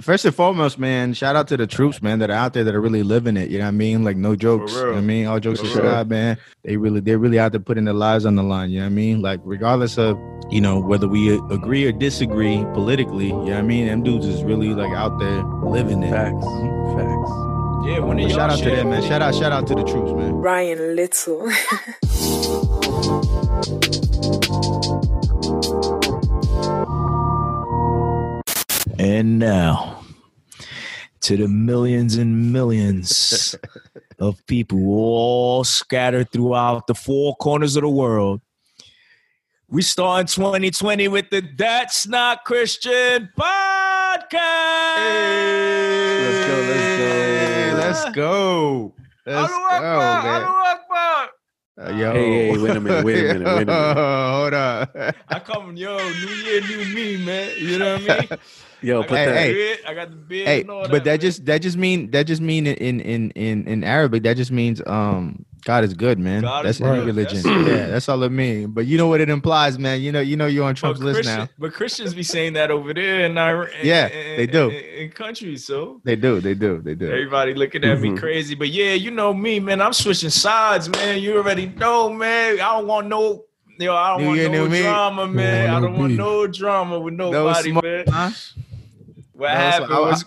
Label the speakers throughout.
Speaker 1: First and foremost, man, shout out to the troops, man, that are out there that are really living it. You know what I mean? Like no jokes. You know what I mean? All jokes
Speaker 2: For
Speaker 1: aside,
Speaker 2: real.
Speaker 1: man. They really they're really out there putting their lives on the line. You know what I mean? Like regardless of, you know, whether we a- agree or disagree politically, you know what I mean? Them dudes is really like out there living it.
Speaker 3: Facts. Facts.
Speaker 4: Yeah, when did y'all
Speaker 1: Shout out to
Speaker 4: share-
Speaker 1: them, man. Shout out, shout out to the troops, man.
Speaker 5: Ryan Little.
Speaker 3: And now to the millions and millions of people all scattered throughout the four corners of the world. We start in 2020 with the That's Not Christian podcast.
Speaker 1: Let's go,
Speaker 3: Hey.
Speaker 1: let's go. Let's go. Let's go, man. Uh, yo.
Speaker 2: Hey, hey, wait a minute, wait a minute, wait a minute.
Speaker 1: Hold on.
Speaker 3: I come, yo, new year, new me, man. You know what I mean?
Speaker 2: Yo, put
Speaker 1: Hey,
Speaker 2: that.
Speaker 1: hey.
Speaker 3: Beard, I got the beard.
Speaker 1: hey,
Speaker 3: and all
Speaker 1: but that
Speaker 3: man.
Speaker 1: just that just mean that just mean in in in in Arabic that just means um God is good, man.
Speaker 3: God
Speaker 1: that's
Speaker 3: is
Speaker 1: any
Speaker 3: good.
Speaker 1: religion.
Speaker 3: That's-
Speaker 1: yeah, that's all it mean. But you know what it implies, man. You know you know you're on
Speaker 3: But
Speaker 1: Trump's list
Speaker 3: Christian-
Speaker 1: now.
Speaker 3: But Christians be saying that over there in Iran.
Speaker 1: Yeah,
Speaker 3: in-
Speaker 1: they do.
Speaker 3: In, in countries, so
Speaker 1: They do, they do, they do.
Speaker 3: everybody looking at me
Speaker 1: Mm-hmm.
Speaker 2: Mhm.
Speaker 3: crazy. But yeah, you know me, man. I'm switching sides, man. You already know, man. I don't want no. Yo, I don't
Speaker 1: New
Speaker 3: want
Speaker 1: year,
Speaker 3: no
Speaker 1: new me.
Speaker 3: drama, man. I
Speaker 6: want no
Speaker 3: don't want
Speaker 6: beef.
Speaker 3: no drama with nobody,
Speaker 1: smoke.
Speaker 3: man.
Speaker 1: Huh?
Speaker 3: What
Speaker 1: No, so
Speaker 3: happened?
Speaker 1: I-
Speaker 3: was,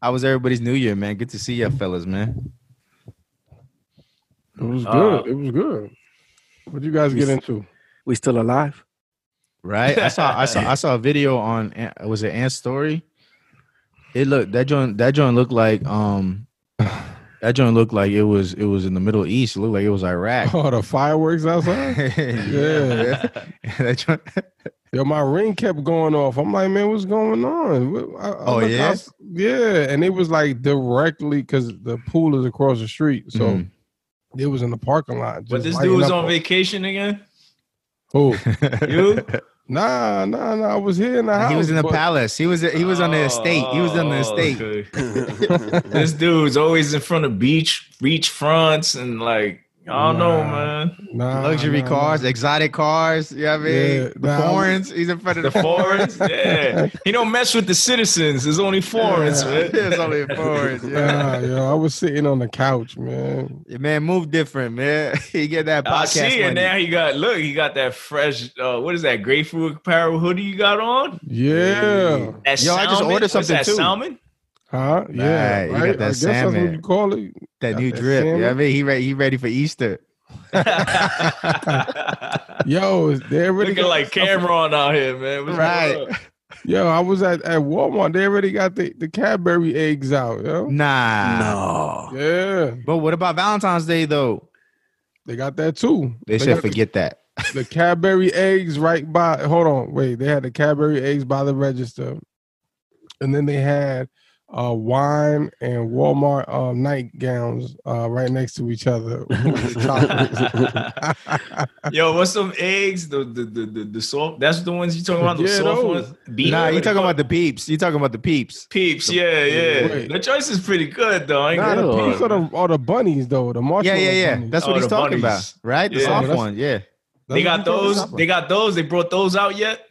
Speaker 1: How was everybody's New Year, man? Good to see you, fellas, man.
Speaker 6: It was
Speaker 2: Uh,
Speaker 6: good. it was good. What you guys
Speaker 2: we
Speaker 6: get
Speaker 2: s-
Speaker 6: into?
Speaker 2: We still alive?
Speaker 1: Right? I saw I saw I saw a video on Ant- was it Ant's story? It looked that joint that joint looked like um that joint looked like it was it was in the Middle East. It looked like it was Iraq.
Speaker 6: Oh, the fireworks outside.
Speaker 1: yeah. that joint,
Speaker 6: Yo, my ring kept going off. I'm like, man, what's going on? What- I- I
Speaker 1: Oh,
Speaker 6: looked
Speaker 1: yeah?
Speaker 6: outs- yeah. And it was like directly because the pool is across the street, so
Speaker 1: Mhm.
Speaker 6: it was in the parking lot.
Speaker 3: but
Speaker 6: just
Speaker 3: this
Speaker 6: lighting
Speaker 3: dude was
Speaker 6: up.
Speaker 3: on vacation again.
Speaker 6: Who?
Speaker 3: You?
Speaker 6: Nah, nah, nah. I was here in the house.
Speaker 1: he was in the
Speaker 6: but-
Speaker 1: palace. He was he was on the
Speaker 3: Oh,
Speaker 1: estate. He was on the
Speaker 3: oh,
Speaker 1: estate.
Speaker 3: okay.
Speaker 2: Yo,
Speaker 3: this dude's always in front of beach beach fronts and like I don't know,
Speaker 6: Nah.
Speaker 3: man.
Speaker 6: Nah,
Speaker 1: Luxury
Speaker 3: Oh,
Speaker 6: nah, nah.
Speaker 1: cars, exotic cars. You know what I mean?
Speaker 6: Yeah,
Speaker 1: the
Speaker 6: nah, I was-
Speaker 1: foreigns. He's in front of
Speaker 3: The foreigns, yeah. He don't mess with the citizens. It's only foreign's, man.
Speaker 1: it's only foreigns. Yeah.
Speaker 6: Nah, yo, I was sitting on the couch, man.
Speaker 1: Your man, move different, man. He get that podcast
Speaker 3: I see it
Speaker 1: money.
Speaker 3: now. He got look. He got that fresh. Uh, what is that grapefruit apparel hoodie you got on?
Speaker 6: Yeah.
Speaker 3: That
Speaker 1: Yo, I just
Speaker 3: salmon?
Speaker 1: ordered
Speaker 3: What's
Speaker 1: something
Speaker 3: that
Speaker 1: too.
Speaker 3: Salmon.
Speaker 6: Huh? Yeah.
Speaker 1: Right, you
Speaker 6: right?
Speaker 1: got that
Speaker 6: I guess that's
Speaker 1: salmon.
Speaker 6: what you call it.
Speaker 1: That
Speaker 6: Got
Speaker 1: new
Speaker 6: that
Speaker 1: drip. You know what I
Speaker 6: salmon.
Speaker 1: mean? He ready. He ready for Easter.
Speaker 6: Yo, they already
Speaker 3: Looking
Speaker 6: got
Speaker 3: like
Speaker 6: stuff-
Speaker 3: Cameron out here, man. What's
Speaker 1: Right.
Speaker 3: going on?
Speaker 6: Yo, I was at, at Walmart. They already got the, the Cadbury eggs out. Yo.
Speaker 1: Nah.
Speaker 2: no.
Speaker 6: Yeah,
Speaker 1: But what about Valentine's Day though?
Speaker 6: they got that too.
Speaker 1: They,
Speaker 6: got
Speaker 1: said forget that.
Speaker 6: the, the Cadbury eggs right by. Hold on, wait. They had the Cadbury eggs by the register, and then they had uh, wine and Walmart uh, nightgowns uh, right next to each other. with the chocolates.
Speaker 3: Yo, what's some eggs? The the the the, the soft. That's the ones you talking about. The
Speaker 6: Yeah,
Speaker 3: soft
Speaker 6: those.
Speaker 3: ones. Beef?
Speaker 1: Nah, you
Speaker 3: What the
Speaker 1: talking
Speaker 3: fuck?
Speaker 1: about the peeps. You talking about the peeps.
Speaker 3: Peeps, yeah, yeah.
Speaker 6: Wait.
Speaker 3: The choice is pretty good though. I ain't
Speaker 6: nah, the
Speaker 3: gonna
Speaker 2: Ew.
Speaker 6: piece
Speaker 3: lie.
Speaker 6: of the, or the bunnies though. The marshmallow.
Speaker 1: Yeah, yeah, yeah.
Speaker 6: bunnies.
Speaker 1: That's what
Speaker 3: Oh,
Speaker 1: he's
Speaker 3: the
Speaker 1: talking
Speaker 3: bunnies.
Speaker 1: about, right? The
Speaker 3: Yeah.
Speaker 1: soft
Speaker 6: That's-
Speaker 1: one. Yeah.
Speaker 3: They
Speaker 6: That's what
Speaker 3: got
Speaker 6: you call the
Speaker 3: those.
Speaker 6: chocolates.
Speaker 3: They got those. They brought those out yet?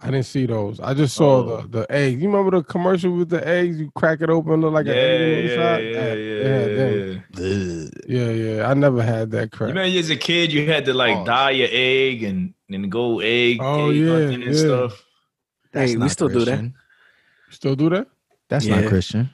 Speaker 6: I didn't see those. I just saw
Speaker 3: Oh.
Speaker 6: the, the eggs. You remember the commercial with the eggs? You crack it open, look like
Speaker 3: yeah,
Speaker 6: an egg on the
Speaker 3: yeah,
Speaker 6: side?
Speaker 3: yeah, yeah,
Speaker 6: yeah,
Speaker 3: yeah,
Speaker 6: them. yeah, yeah. I never had that
Speaker 3: You
Speaker 6: crap.
Speaker 3: remember as a kid, you had to like
Speaker 1: Oh.
Speaker 3: dye your egg and and go egg,
Speaker 6: Oh,
Speaker 3: egg
Speaker 6: yeah,
Speaker 3: hunting and
Speaker 6: yeah.
Speaker 3: stuff.
Speaker 2: Hey, we
Speaker 1: not
Speaker 2: still do that.
Speaker 6: Still do that?
Speaker 1: That's
Speaker 2: Yeah.
Speaker 1: not Christian.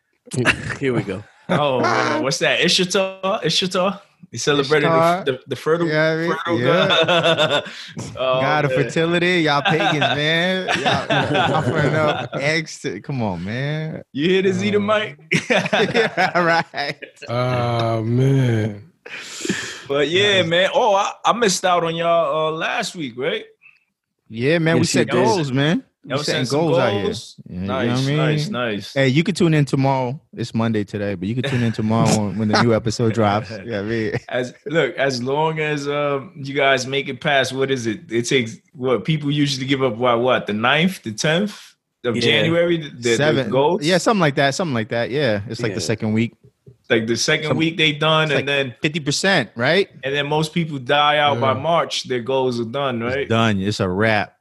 Speaker 2: Here we go.
Speaker 3: Oh, man, what's that? Ishtar, Ishtar. He celebrated the,
Speaker 1: Ishtar.
Speaker 3: the, the fertile,
Speaker 1: Yeah, I mean,
Speaker 3: fertile
Speaker 1: yeah.
Speaker 3: god. Oh,
Speaker 1: God of
Speaker 3: man.
Speaker 1: fertility, y'all pagans, man. Y'all offering up eggs to come on, man.
Speaker 3: You hear this, Edomite?
Speaker 1: Mm. yeah, right.
Speaker 6: Oh, man.
Speaker 3: But yeah, man. Oh, I, I missed out on y'all uh, last week, right?
Speaker 1: Yeah, man. we
Speaker 2: Yes,
Speaker 1: set
Speaker 2: you did.
Speaker 1: goals, man.
Speaker 3: Y'all
Speaker 1: We
Speaker 3: was
Speaker 1: setting
Speaker 3: setting some
Speaker 1: goals, out here.
Speaker 3: goals?
Speaker 1: Yeah, you know
Speaker 3: Nice,
Speaker 1: what I mean?
Speaker 3: nice, nice.
Speaker 1: Hey, you can tune in tomorrow. It's Monday today, but you can tune in tomorrow when, when the new episode drops. Yeah, I mean,
Speaker 3: As look, as long as um you guys make it past what is it? It takes what people usually give up by what the 9th, the tenth of
Speaker 2: Yeah.
Speaker 3: January, the, the,
Speaker 1: seven
Speaker 3: the goals.
Speaker 1: Yeah, something like that. Something like that. Yeah, it's like
Speaker 2: Yeah.
Speaker 1: the second week,
Speaker 3: like the second
Speaker 1: Some-
Speaker 3: week they done,
Speaker 1: it's
Speaker 3: and
Speaker 1: like-
Speaker 3: then
Speaker 1: fifty percent. Right?
Speaker 3: and then most people die out by
Speaker 6: Yeah.
Speaker 3: March. Their goals are done, right?
Speaker 1: It's done. It's a wrap.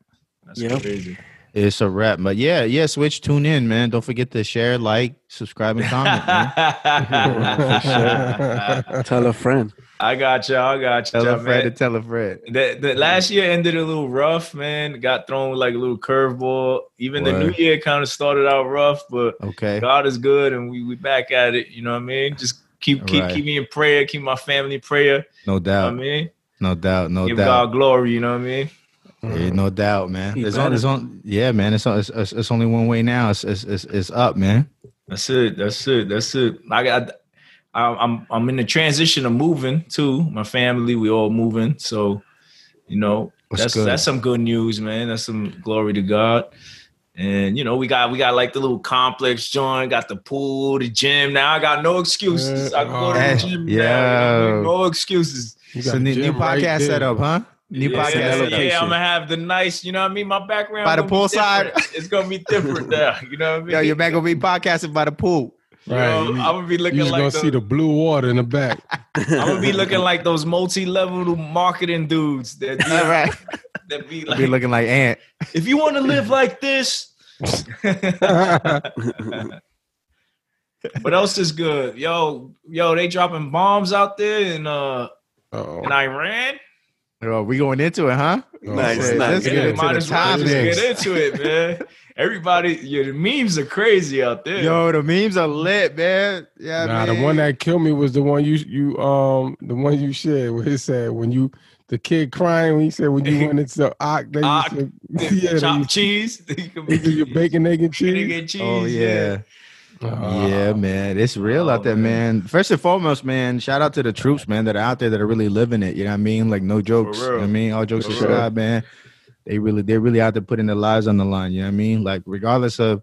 Speaker 3: That's
Speaker 2: Yep.
Speaker 3: crazy.
Speaker 1: It's a wrap. But yeah, yeah, Switch, tune in, man. Don't forget to share, like, subscribe, and comment, man.
Speaker 3: I
Speaker 2: Tell a friend.
Speaker 3: got y'all. I got
Speaker 1: Tell
Speaker 3: y'all,
Speaker 1: a friend to
Speaker 3: man.
Speaker 1: tell a friend.
Speaker 3: The, the last year ended a little rough, man. Got thrown like a little curveball. Even the
Speaker 1: Word.
Speaker 3: new year kind of started out rough, but
Speaker 1: Okay.
Speaker 3: God is good, and we we back at it. You know what I mean? Just keep keep
Speaker 1: Right.
Speaker 3: keep me in prayer. Keep my family in prayer.
Speaker 1: No
Speaker 3: You know what I
Speaker 1: doubt.
Speaker 3: mean?
Speaker 1: No doubt. No
Speaker 3: Give
Speaker 1: doubt.
Speaker 3: God glory. You know what I mean?
Speaker 1: Yeah, no doubt, man.
Speaker 2: He
Speaker 1: It's on,
Speaker 2: better.
Speaker 1: it's on. Yeah, man. It's, on, it's it's it's only one way now. It's it's it's, it's up, man.
Speaker 3: That's it. That's it. That's it. I got. I- I'm I'm in the transition of moving too. My family, we all moving. So, you know,
Speaker 1: That's
Speaker 3: that's
Speaker 1: good.
Speaker 3: that's some good news, man. That's some glory to God. And you know, we got we got like the little complex joint, got the pool, the gym. Now I got no
Speaker 1: Mm,
Speaker 3: excuses. I can go to
Speaker 1: Yeah.
Speaker 3: the gym now.
Speaker 1: Yeah.
Speaker 3: No excuses.
Speaker 6: You
Speaker 1: It's
Speaker 6: got
Speaker 1: a
Speaker 6: the
Speaker 1: new, new
Speaker 6: gym right
Speaker 1: podcast
Speaker 6: there.
Speaker 1: setup, huh? New
Speaker 3: yeah,
Speaker 1: podcast setup.
Speaker 3: yeah, I'm gonna have the nice, you know what I mean? My background
Speaker 1: By the
Speaker 3: gonna be
Speaker 1: poolside.
Speaker 3: different. It's gonna be different now. You know what I mean?
Speaker 1: Yo, you're back gonna be podcasting by the pool.
Speaker 3: You
Speaker 6: Right.
Speaker 3: know,
Speaker 6: You-
Speaker 3: I'm gonna be
Speaker 6: You
Speaker 3: looking
Speaker 6: just
Speaker 3: like
Speaker 6: gonna
Speaker 3: the-
Speaker 6: see the blue water in the back.
Speaker 3: I'm gonna be looking like those multi-level marketing dudes that be,
Speaker 1: All right.
Speaker 3: that be
Speaker 1: be
Speaker 3: like,
Speaker 1: looking like Ant.
Speaker 3: if you want to live like this. what else is good, yo, yo? They dropping bombs out there in uh
Speaker 6: Oh,
Speaker 3: in Iran.
Speaker 1: Oh, we going into it, huh?
Speaker 2: Nice,
Speaker 1: Shit, Let's
Speaker 2: nice. Yeah,
Speaker 1: get
Speaker 3: Yeah,
Speaker 1: into
Speaker 3: might
Speaker 1: the
Speaker 3: as well just get
Speaker 1: topics.
Speaker 3: into it, man. Everybody, yeah, the memes are crazy out there.
Speaker 1: Yo, the memes are lit, man. Yeah,
Speaker 6: Nah,
Speaker 1: I mean,
Speaker 6: the one that killed me was the one you you um the one you shared where he said when you the kid crying when he said when you went into the ock they
Speaker 3: Ock.
Speaker 6: used to, yeah they
Speaker 3: chopped
Speaker 6: used
Speaker 3: cheese. You can
Speaker 6: to, your bacon egg
Speaker 3: bacon,
Speaker 6: and cheese.
Speaker 3: and cheese.
Speaker 1: Oh yeah.
Speaker 6: Uh,
Speaker 1: yeah, man, it's real
Speaker 3: oh,
Speaker 1: out there,
Speaker 3: man.
Speaker 1: man. First and foremost, man, shout out to the troops, man, that are out there that are really living it. You know what I mean? Like no jokes. You know what I
Speaker 3: real.
Speaker 1: mean, all jokes
Speaker 3: For
Speaker 1: aside,
Speaker 6: real.
Speaker 1: man. They really, they're really out there putting their lives on the line. You know what I mean? Like regardless of,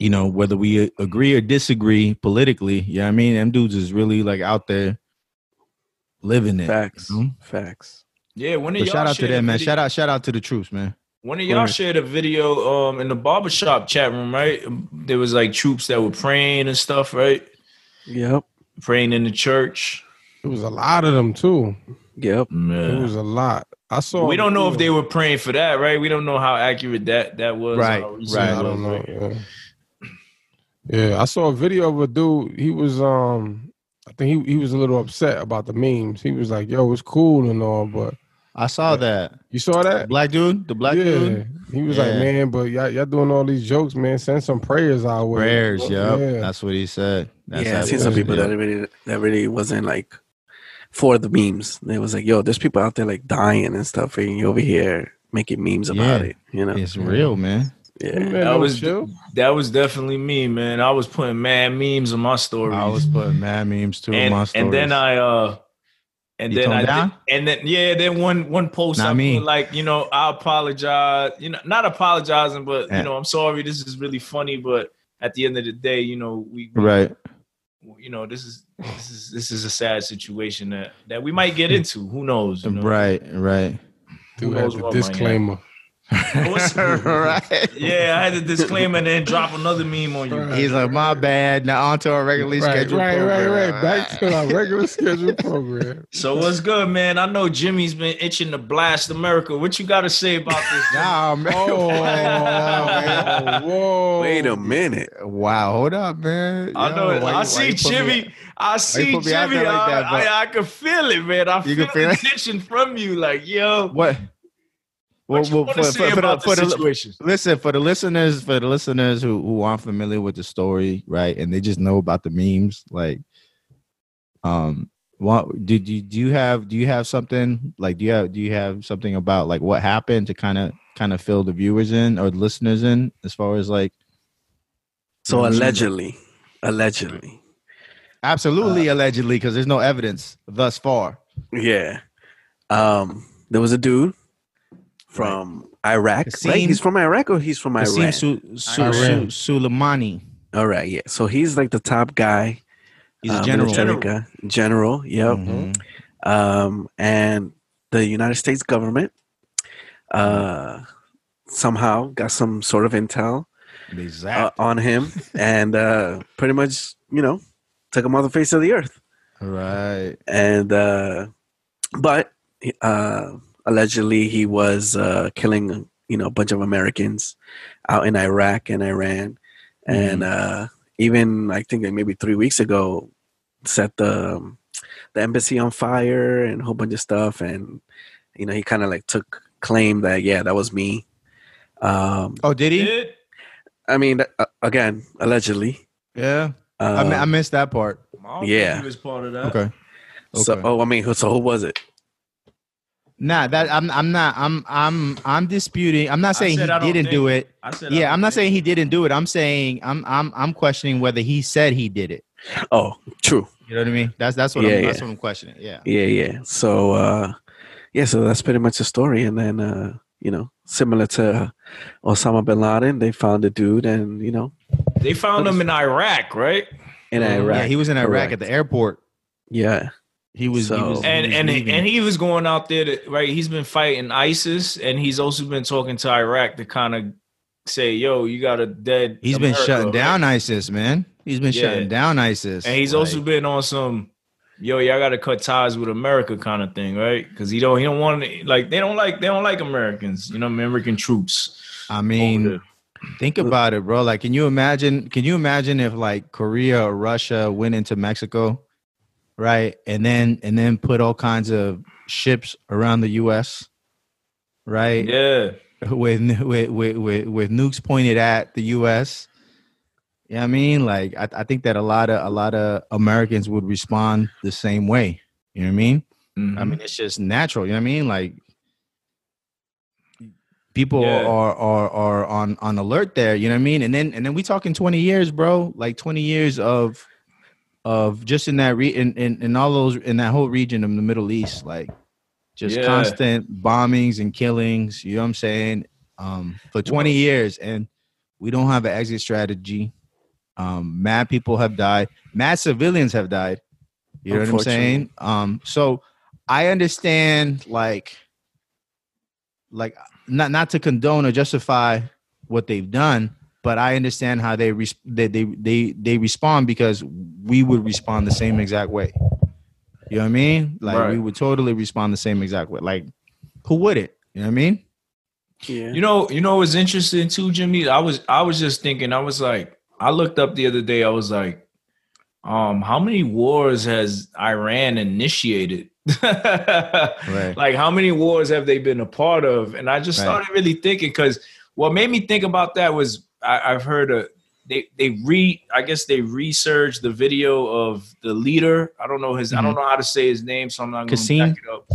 Speaker 1: you know, whether
Speaker 3: uh,
Speaker 1: we agree or disagree politically. You know what I mean? Them dudes is really like out there living it.
Speaker 2: Facts.
Speaker 1: Mhm.
Speaker 2: Facts.
Speaker 3: yeah. When
Speaker 1: So
Speaker 3: did y'all
Speaker 1: shout out to
Speaker 3: share the
Speaker 1: them, man.
Speaker 3: video?
Speaker 1: Shout out, shout out to the troops, man.
Speaker 3: One of
Speaker 2: Go
Speaker 3: y'all
Speaker 2: ahead.
Speaker 3: shared a video um in the barbershop chat room, right? There was like troops that were praying and stuff, right?
Speaker 2: Yep.
Speaker 3: Praying in the church.
Speaker 6: it was a lot of them too.
Speaker 2: Yep.
Speaker 6: It
Speaker 3: Man.
Speaker 6: was a lot. I saw.
Speaker 3: We don't know if
Speaker 6: yeah.
Speaker 3: they were praying for that, right? We don't know how accurate that that was.
Speaker 1: Right,
Speaker 3: how recent
Speaker 1: right.
Speaker 3: it
Speaker 6: I don't
Speaker 3: was,
Speaker 6: know.
Speaker 3: right?
Speaker 6: Yeah. Yeah, I saw a video of a dude. He was um, I think he he was a little upset about the memes. He was like, "Yo, it's cool and all," but
Speaker 1: I saw
Speaker 6: Yeah.
Speaker 1: that
Speaker 6: you saw that?
Speaker 1: black dude, the black
Speaker 6: yeah,
Speaker 1: dude,
Speaker 6: he was like,
Speaker 1: Yeah.
Speaker 6: "Man, but y'all, y'all doing all these jokes, man. Send some prayers our way."
Speaker 1: prayers. Yep,
Speaker 6: Yeah.
Speaker 1: that's what he said. That's
Speaker 2: yeah, I
Speaker 1: how it
Speaker 2: seen some
Speaker 1: was,
Speaker 2: people
Speaker 1: yeah.
Speaker 2: that really that really wasn't like for the memes. They was like, yo, there's people out there like dying and stuff, and you over here making memes about
Speaker 1: Yeah.
Speaker 2: it. You know?
Speaker 1: It's real, man.
Speaker 6: Ain't
Speaker 2: Yeah.
Speaker 6: that
Speaker 3: I
Speaker 6: no
Speaker 3: was-
Speaker 6: chill?
Speaker 3: That was definitely me, man. I was putting mad memes on my stories.
Speaker 1: I was putting mad memes too. in
Speaker 3: and,
Speaker 1: my
Speaker 3: and then
Speaker 1: stories.
Speaker 3: I uh and
Speaker 1: You
Speaker 3: then
Speaker 1: toned
Speaker 3: I did-
Speaker 1: down?
Speaker 3: and then yeah, then one one post
Speaker 1: Not
Speaker 3: I
Speaker 1: me.
Speaker 3: put, like you know I apologize, you know not apologizing, but
Speaker 1: Yeah.
Speaker 3: you know I'm sorry. This is really funny, but at the end of the day, you know we we-
Speaker 1: right.
Speaker 3: you know this is this is this is a sad situation that that we might get into. Who knows? You know?
Speaker 1: Right, right.
Speaker 3: Who
Speaker 6: Dude
Speaker 3: knows
Speaker 6: had the
Speaker 3: what might
Speaker 6: disclaimer.
Speaker 3: What's-
Speaker 1: right.
Speaker 3: Yeah, I had to disclaimer and then drop another meme on you.
Speaker 6: Right.
Speaker 1: He's like, my bad. Now onto our regularly
Speaker 6: Right,
Speaker 1: scheduled
Speaker 6: right, right,
Speaker 1: program.
Speaker 6: right. Back to our regular scheduled program.
Speaker 3: So what's good, man? I know Jimmy's been itching to blast America. What you got to say about this?
Speaker 1: Nah, man.
Speaker 6: Oh, whoa!
Speaker 2: Wait a minute.
Speaker 1: wow, hold up, man.
Speaker 3: I
Speaker 1: Yo,
Speaker 3: know. it.
Speaker 1: why you-
Speaker 3: I
Speaker 1: why
Speaker 3: see
Speaker 1: you put me-
Speaker 3: Jimmy. I see
Speaker 1: put me out
Speaker 3: Jimmy.
Speaker 1: there like that,
Speaker 3: I,
Speaker 1: bro?
Speaker 3: I, I can feel it, man. I
Speaker 1: You
Speaker 3: feel,
Speaker 1: can feel
Speaker 3: the
Speaker 1: it?
Speaker 3: tension from you. Like, yo, what,
Speaker 1: What? What-
Speaker 3: you
Speaker 1: what-
Speaker 3: want to
Speaker 1: for-
Speaker 3: say
Speaker 1: for-
Speaker 3: about
Speaker 1: for
Speaker 3: the
Speaker 1: the-
Speaker 3: situation?
Speaker 1: Listen for the listeners, for the listeners who who aren't familiar with the story, right, and they just know about the memes. Like, um, what did you do? You have do you have something like do you have do you have something about like what happened to kind of kind of fill the viewers in or the listeners in as far as like
Speaker 2: So
Speaker 1: Yeah, I'm sure that-
Speaker 2: allegedly, allegedly, Uh,
Speaker 1: absolutely allegedly because there's no evidence thus far.
Speaker 2: yeah. Um, there was a dude from Iraq. Right?
Speaker 1: Qasim-
Speaker 2: He's from Iraq or he's from Iran.
Speaker 1: Kasim Su- Su-
Speaker 6: Iran.
Speaker 1: Su- Suleimani,
Speaker 2: All right, yeah. So he's like the top guy.
Speaker 1: he's a
Speaker 2: um,
Speaker 1: general.
Speaker 2: military guy. General. Yep.
Speaker 1: Mhm.
Speaker 2: um, and the United States government uh, somehow got some sort of intel
Speaker 1: They
Speaker 2: uh,
Speaker 1: zapped.
Speaker 2: on him, and uh, pretty much, you know, took him off the face of the earth.
Speaker 1: right.
Speaker 2: And uh, but uh, allegedly, he was uh, killing you know a bunch of Americans out in Iraq and Iran, and
Speaker 1: Mm-hmm.
Speaker 2: uh, even I think like maybe three weeks ago set the um, the embassy on fire and a whole bunch of stuff, and you know he kind of like took claim that yeah that was me. Um,
Speaker 1: Oh, did he?
Speaker 3: Did-
Speaker 2: I mean uh, again allegedly.
Speaker 1: Yeah. I,
Speaker 2: Um,
Speaker 1: mi- I missed that part.
Speaker 3: I don't think
Speaker 2: Yeah.
Speaker 3: he was part of that.
Speaker 1: Okay.
Speaker 2: So
Speaker 1: Okay.
Speaker 2: oh I mean who- so who was it?
Speaker 1: Nah, that I'm I'm not I'm I'm I'm disputing. I'm not
Speaker 3: I
Speaker 1: saying he
Speaker 3: said I don't
Speaker 1: didn't do it.
Speaker 3: I said, I
Speaker 1: Yeah, I'm
Speaker 3: don't
Speaker 1: not saying
Speaker 3: think-
Speaker 1: he didn't do it. I'm saying I'm I'm I'm questioning whether he said he did it.
Speaker 2: Oh true
Speaker 1: You know what I mean? That's that's what
Speaker 2: Yeah,
Speaker 1: I'm
Speaker 2: yeah.
Speaker 1: that's what I'm questioning. Yeah.
Speaker 2: yeah yeah so uh, yeah so that's pretty much the story and then uh, you know similar to Osama bin Laden they found the dude and you know
Speaker 3: they found him in Iraq, right?
Speaker 2: in Iraq
Speaker 1: Oh, Yeah, he was in Iraq
Speaker 2: Correct.
Speaker 1: at the airport.
Speaker 2: yeah
Speaker 1: He was, he
Speaker 2: So-
Speaker 1: was
Speaker 3: And
Speaker 1: he was
Speaker 3: and
Speaker 1: leaving.
Speaker 3: and he was going out there to right. He's been fighting ISIS, and he's also been talking to Iraq to kind of say, "Yo, you got a dead."
Speaker 1: He's
Speaker 3: He's
Speaker 1: been shutting down ISIS, man. He's been
Speaker 3: Yeah.
Speaker 1: shutting down ISIS.
Speaker 3: and he's also
Speaker 1: Like,
Speaker 3: been on some, "Yo, y'all got to cut ties with America" kind of thing, right? Because he don't he don't want to- like they don't like they don't like Americans, you know, American troops.
Speaker 1: I
Speaker 3: over
Speaker 1: mean,
Speaker 3: there.
Speaker 1: think about it, bro. Like, can you imagine? Can you imagine if like Korea or Russia went into Mexico, right? And then and then put all kinds of ships around the U.S. Right,
Speaker 3: yeah.
Speaker 1: with, with with with with nukes pointed at the U.S. Yeah, I mean, like I, I think that a lot of a lot of Americans would respond the same way. You know what I mean? I
Speaker 3: Mm-hmm.
Speaker 1: mean, it's just natural. You know what I mean? Like people
Speaker 3: Yeah.
Speaker 1: are are are on on alert there. You know what I mean? And then and then we talking twenty years, bro. Like twenty years of of just in that re in, in, in all those in that whole region of the Middle East, like just
Speaker 3: Yeah.
Speaker 1: constant bombings and killings. You know what I'm saying? Um, for twenty years, and we don't have an exit strategy. Um, mad people have died. Mad civilians have died. You know what I'm
Speaker 2: Unfortunately.
Speaker 1: saying? Um, so I understand, like, like not not to condone or justify what they've done, but I understand how they res- they, they they they respond because we would respond the same exact way. You know what I mean? Like
Speaker 3: Right.
Speaker 1: we would totally respond the same exact way. Like who would it? You know what I mean?
Speaker 2: yeah
Speaker 3: You know, you know what's interesting too, Jimmy? I was I was just thinking, I was like, I looked up the other day, I was like, um, how many wars has Iran initiated?
Speaker 1: Right.
Speaker 3: Like how many wars have they been a part of? And I just
Speaker 1: Right.
Speaker 3: started really thinking because what made me think about that was I, I've heard a they they re I guess they researched the video of the leader. I don't know his I don't know how to say his name, so I'm not gonna
Speaker 1: Qassem?
Speaker 3: back it up.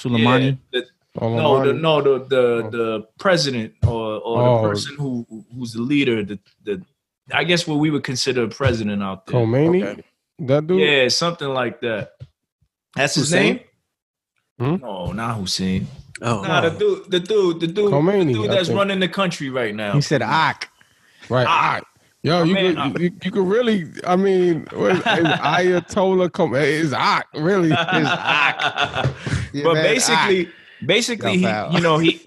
Speaker 1: Suleimani.
Speaker 3: Yeah, the-
Speaker 6: All
Speaker 3: no, the,
Speaker 6: online.
Speaker 3: no, the the
Speaker 6: Oh.
Speaker 3: the president or or
Speaker 6: Oh.
Speaker 3: the person who who's the leader, the the I guess what we would consider a president out there.
Speaker 6: Khomeini, that dude.
Speaker 3: Yeah, something like that. That's his
Speaker 2: Hussein?
Speaker 3: name.
Speaker 6: Hmm?
Speaker 3: No, not Hussein.
Speaker 2: oh
Speaker 3: Nah, the dude, the dude, the dude, the
Speaker 6: Khomeini,
Speaker 3: dude
Speaker 6: I
Speaker 3: that's
Speaker 6: think.
Speaker 3: running the country right now.
Speaker 1: He said "Ak."
Speaker 6: Right.
Speaker 3: Ah.
Speaker 6: Yo,
Speaker 3: My
Speaker 6: you
Speaker 3: man,
Speaker 6: could,
Speaker 3: ah.
Speaker 6: you, you could really. I mean, what is, is Ayatollah come? Is ah really?
Speaker 3: but basically, basically,
Speaker 1: Y'all
Speaker 3: he,
Speaker 1: foul.
Speaker 3: you know, he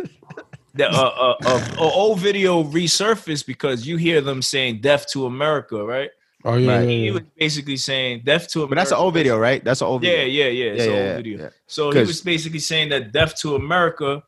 Speaker 3: the uh, uh, uh, uh, old video resurfaced because you hear them saying "death to America," right?
Speaker 6: Oh yeah,
Speaker 1: Right.
Speaker 3: He
Speaker 6: yeah, yeah.
Speaker 3: was basically saying "death to America."
Speaker 1: but that's an old video, right? That's an old
Speaker 3: Yeah,
Speaker 1: video.
Speaker 3: yeah, yeah. It's an old video. So he
Speaker 1: 'Cause-
Speaker 3: was basically saying that death to America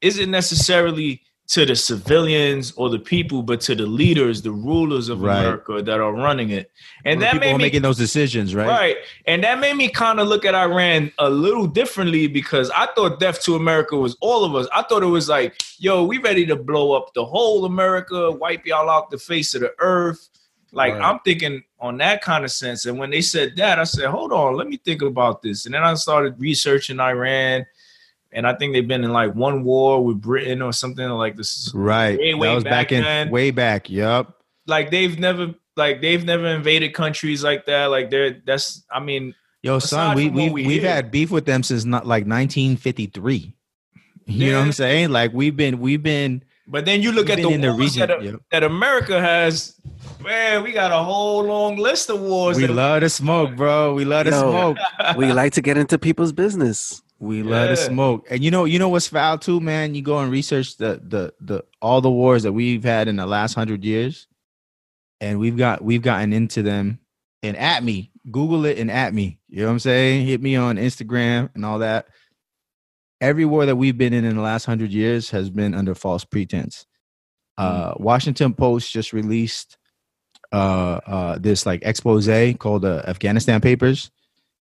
Speaker 3: isn't necessarily to the civilians or the people, but to the leaders, the rulers of
Speaker 1: Right.
Speaker 3: America that are running it. And
Speaker 1: Where
Speaker 3: that
Speaker 1: people
Speaker 3: made
Speaker 1: are
Speaker 3: me
Speaker 1: making those decisions, right?
Speaker 3: right. And that made me kind of look at Iran a little differently because I thought death to America was all of us. I thought it was like, yo, we ready to blow up the whole America, wipe y'all out the face of the earth. Like
Speaker 6: Right.
Speaker 3: I'm thinking on that kind of sense. And when they said that, I said, hold on, let me think about this. And then I started researching Iran. And I think they've been in like one war with Britain or something like this
Speaker 1: Right.
Speaker 3: Way, way
Speaker 1: that was back,
Speaker 3: back
Speaker 1: in
Speaker 3: then.
Speaker 1: way back. Yup.
Speaker 3: like they've never like they've never invaded countries like that. Like they're that's I mean,
Speaker 1: Yo, son,
Speaker 3: Aside
Speaker 1: we
Speaker 3: from what
Speaker 1: we
Speaker 3: we
Speaker 1: we've
Speaker 3: hear.
Speaker 1: had beef with them since not like 1953. You know what
Speaker 3: Yeah.
Speaker 1: I'm saying? Like we've been we've been
Speaker 3: but then you look
Speaker 1: we've
Speaker 3: at
Speaker 1: been
Speaker 3: the
Speaker 1: in the
Speaker 3: wars
Speaker 1: region.
Speaker 3: that, are-
Speaker 1: Yup.
Speaker 3: that America has, man, we got a whole long list of wars.
Speaker 1: We
Speaker 3: that-
Speaker 1: love to smoke, bro. We love to
Speaker 2: Yo.
Speaker 1: smoke.
Speaker 2: we like to get into people's business
Speaker 1: We love to
Speaker 3: Yeah.
Speaker 1: smoke. And you know, you know what's foul too, man? You go and research the the the all the wars that we've had in the last hundred years, and we've got we've gotten into them. And at me, Google it and at me. You know what I'm saying? Hit me on Instagram and all that. every war that we've been in in the last hundred years has been under false pretense. Uh, Washington Post just released uh, uh, this like expose called the Afghanistan Papers,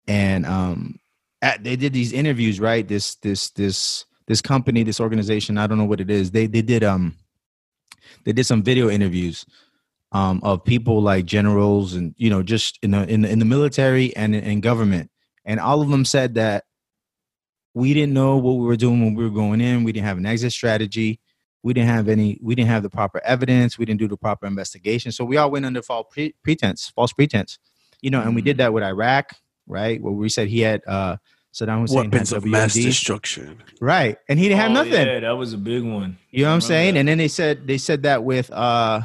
Speaker 1: and um, at, they did these interviews. Right, this this this this company, this organization, I don't know what it is. They they did um they did some video interviews um of people like generals and you know just in the in the, in the military and in- in government, and all of them said that we didn't know what we were doing when we were going in. We didn't have an exit strategy. We didn't have any. We didn't have the proper evidence. We didn't do the proper investigation. So we all went under false pre- pretense, false pretense, you know. And we did that with Iraq, right? Where we said he had uh, Saddam Hussein had
Speaker 2: Weapons of mass
Speaker 1: WMD.
Speaker 2: destruction.
Speaker 1: right? And he didn't have
Speaker 3: Oh,
Speaker 1: nothing.
Speaker 3: Yeah, that was a big one.
Speaker 1: You know what I'm
Speaker 3: Remember
Speaker 1: saying?
Speaker 3: that.
Speaker 1: And then they said they said that with uh,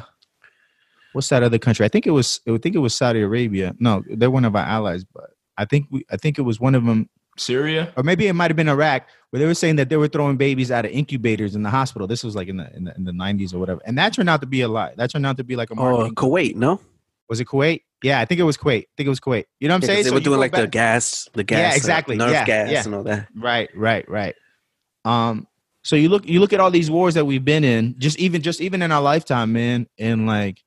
Speaker 1: what's that other country? I think it was I think it was Saudi Arabia. No, they're one of our allies, but I think we I think it was one of them
Speaker 3: Syria?
Speaker 1: or maybe it might have been Iraq, where they were saying that they were throwing babies out of incubators in the hospital. This was like in the in the, in the 90s or whatever, and that turned out to be a lie. That turned out to be like a
Speaker 2: Oh,
Speaker 1: marketing.
Speaker 2: Kuwait, no?
Speaker 1: was it Kuwait? Yeah, I think it was Kuwait. I think it was Kuwait. You know what I'm
Speaker 2: Yeah, 'cause
Speaker 1: saying?
Speaker 2: they were
Speaker 1: you
Speaker 2: doing
Speaker 1: go
Speaker 2: like the
Speaker 1: back-
Speaker 2: gas, the gas, uh,
Speaker 1: exactly.
Speaker 2: nerve
Speaker 1: Yeah,
Speaker 2: gas,
Speaker 1: yeah.
Speaker 2: and all that.
Speaker 1: Right, right, right. Um, so you look you look at all these wars that we've been in, just even just even in our lifetime, man, and like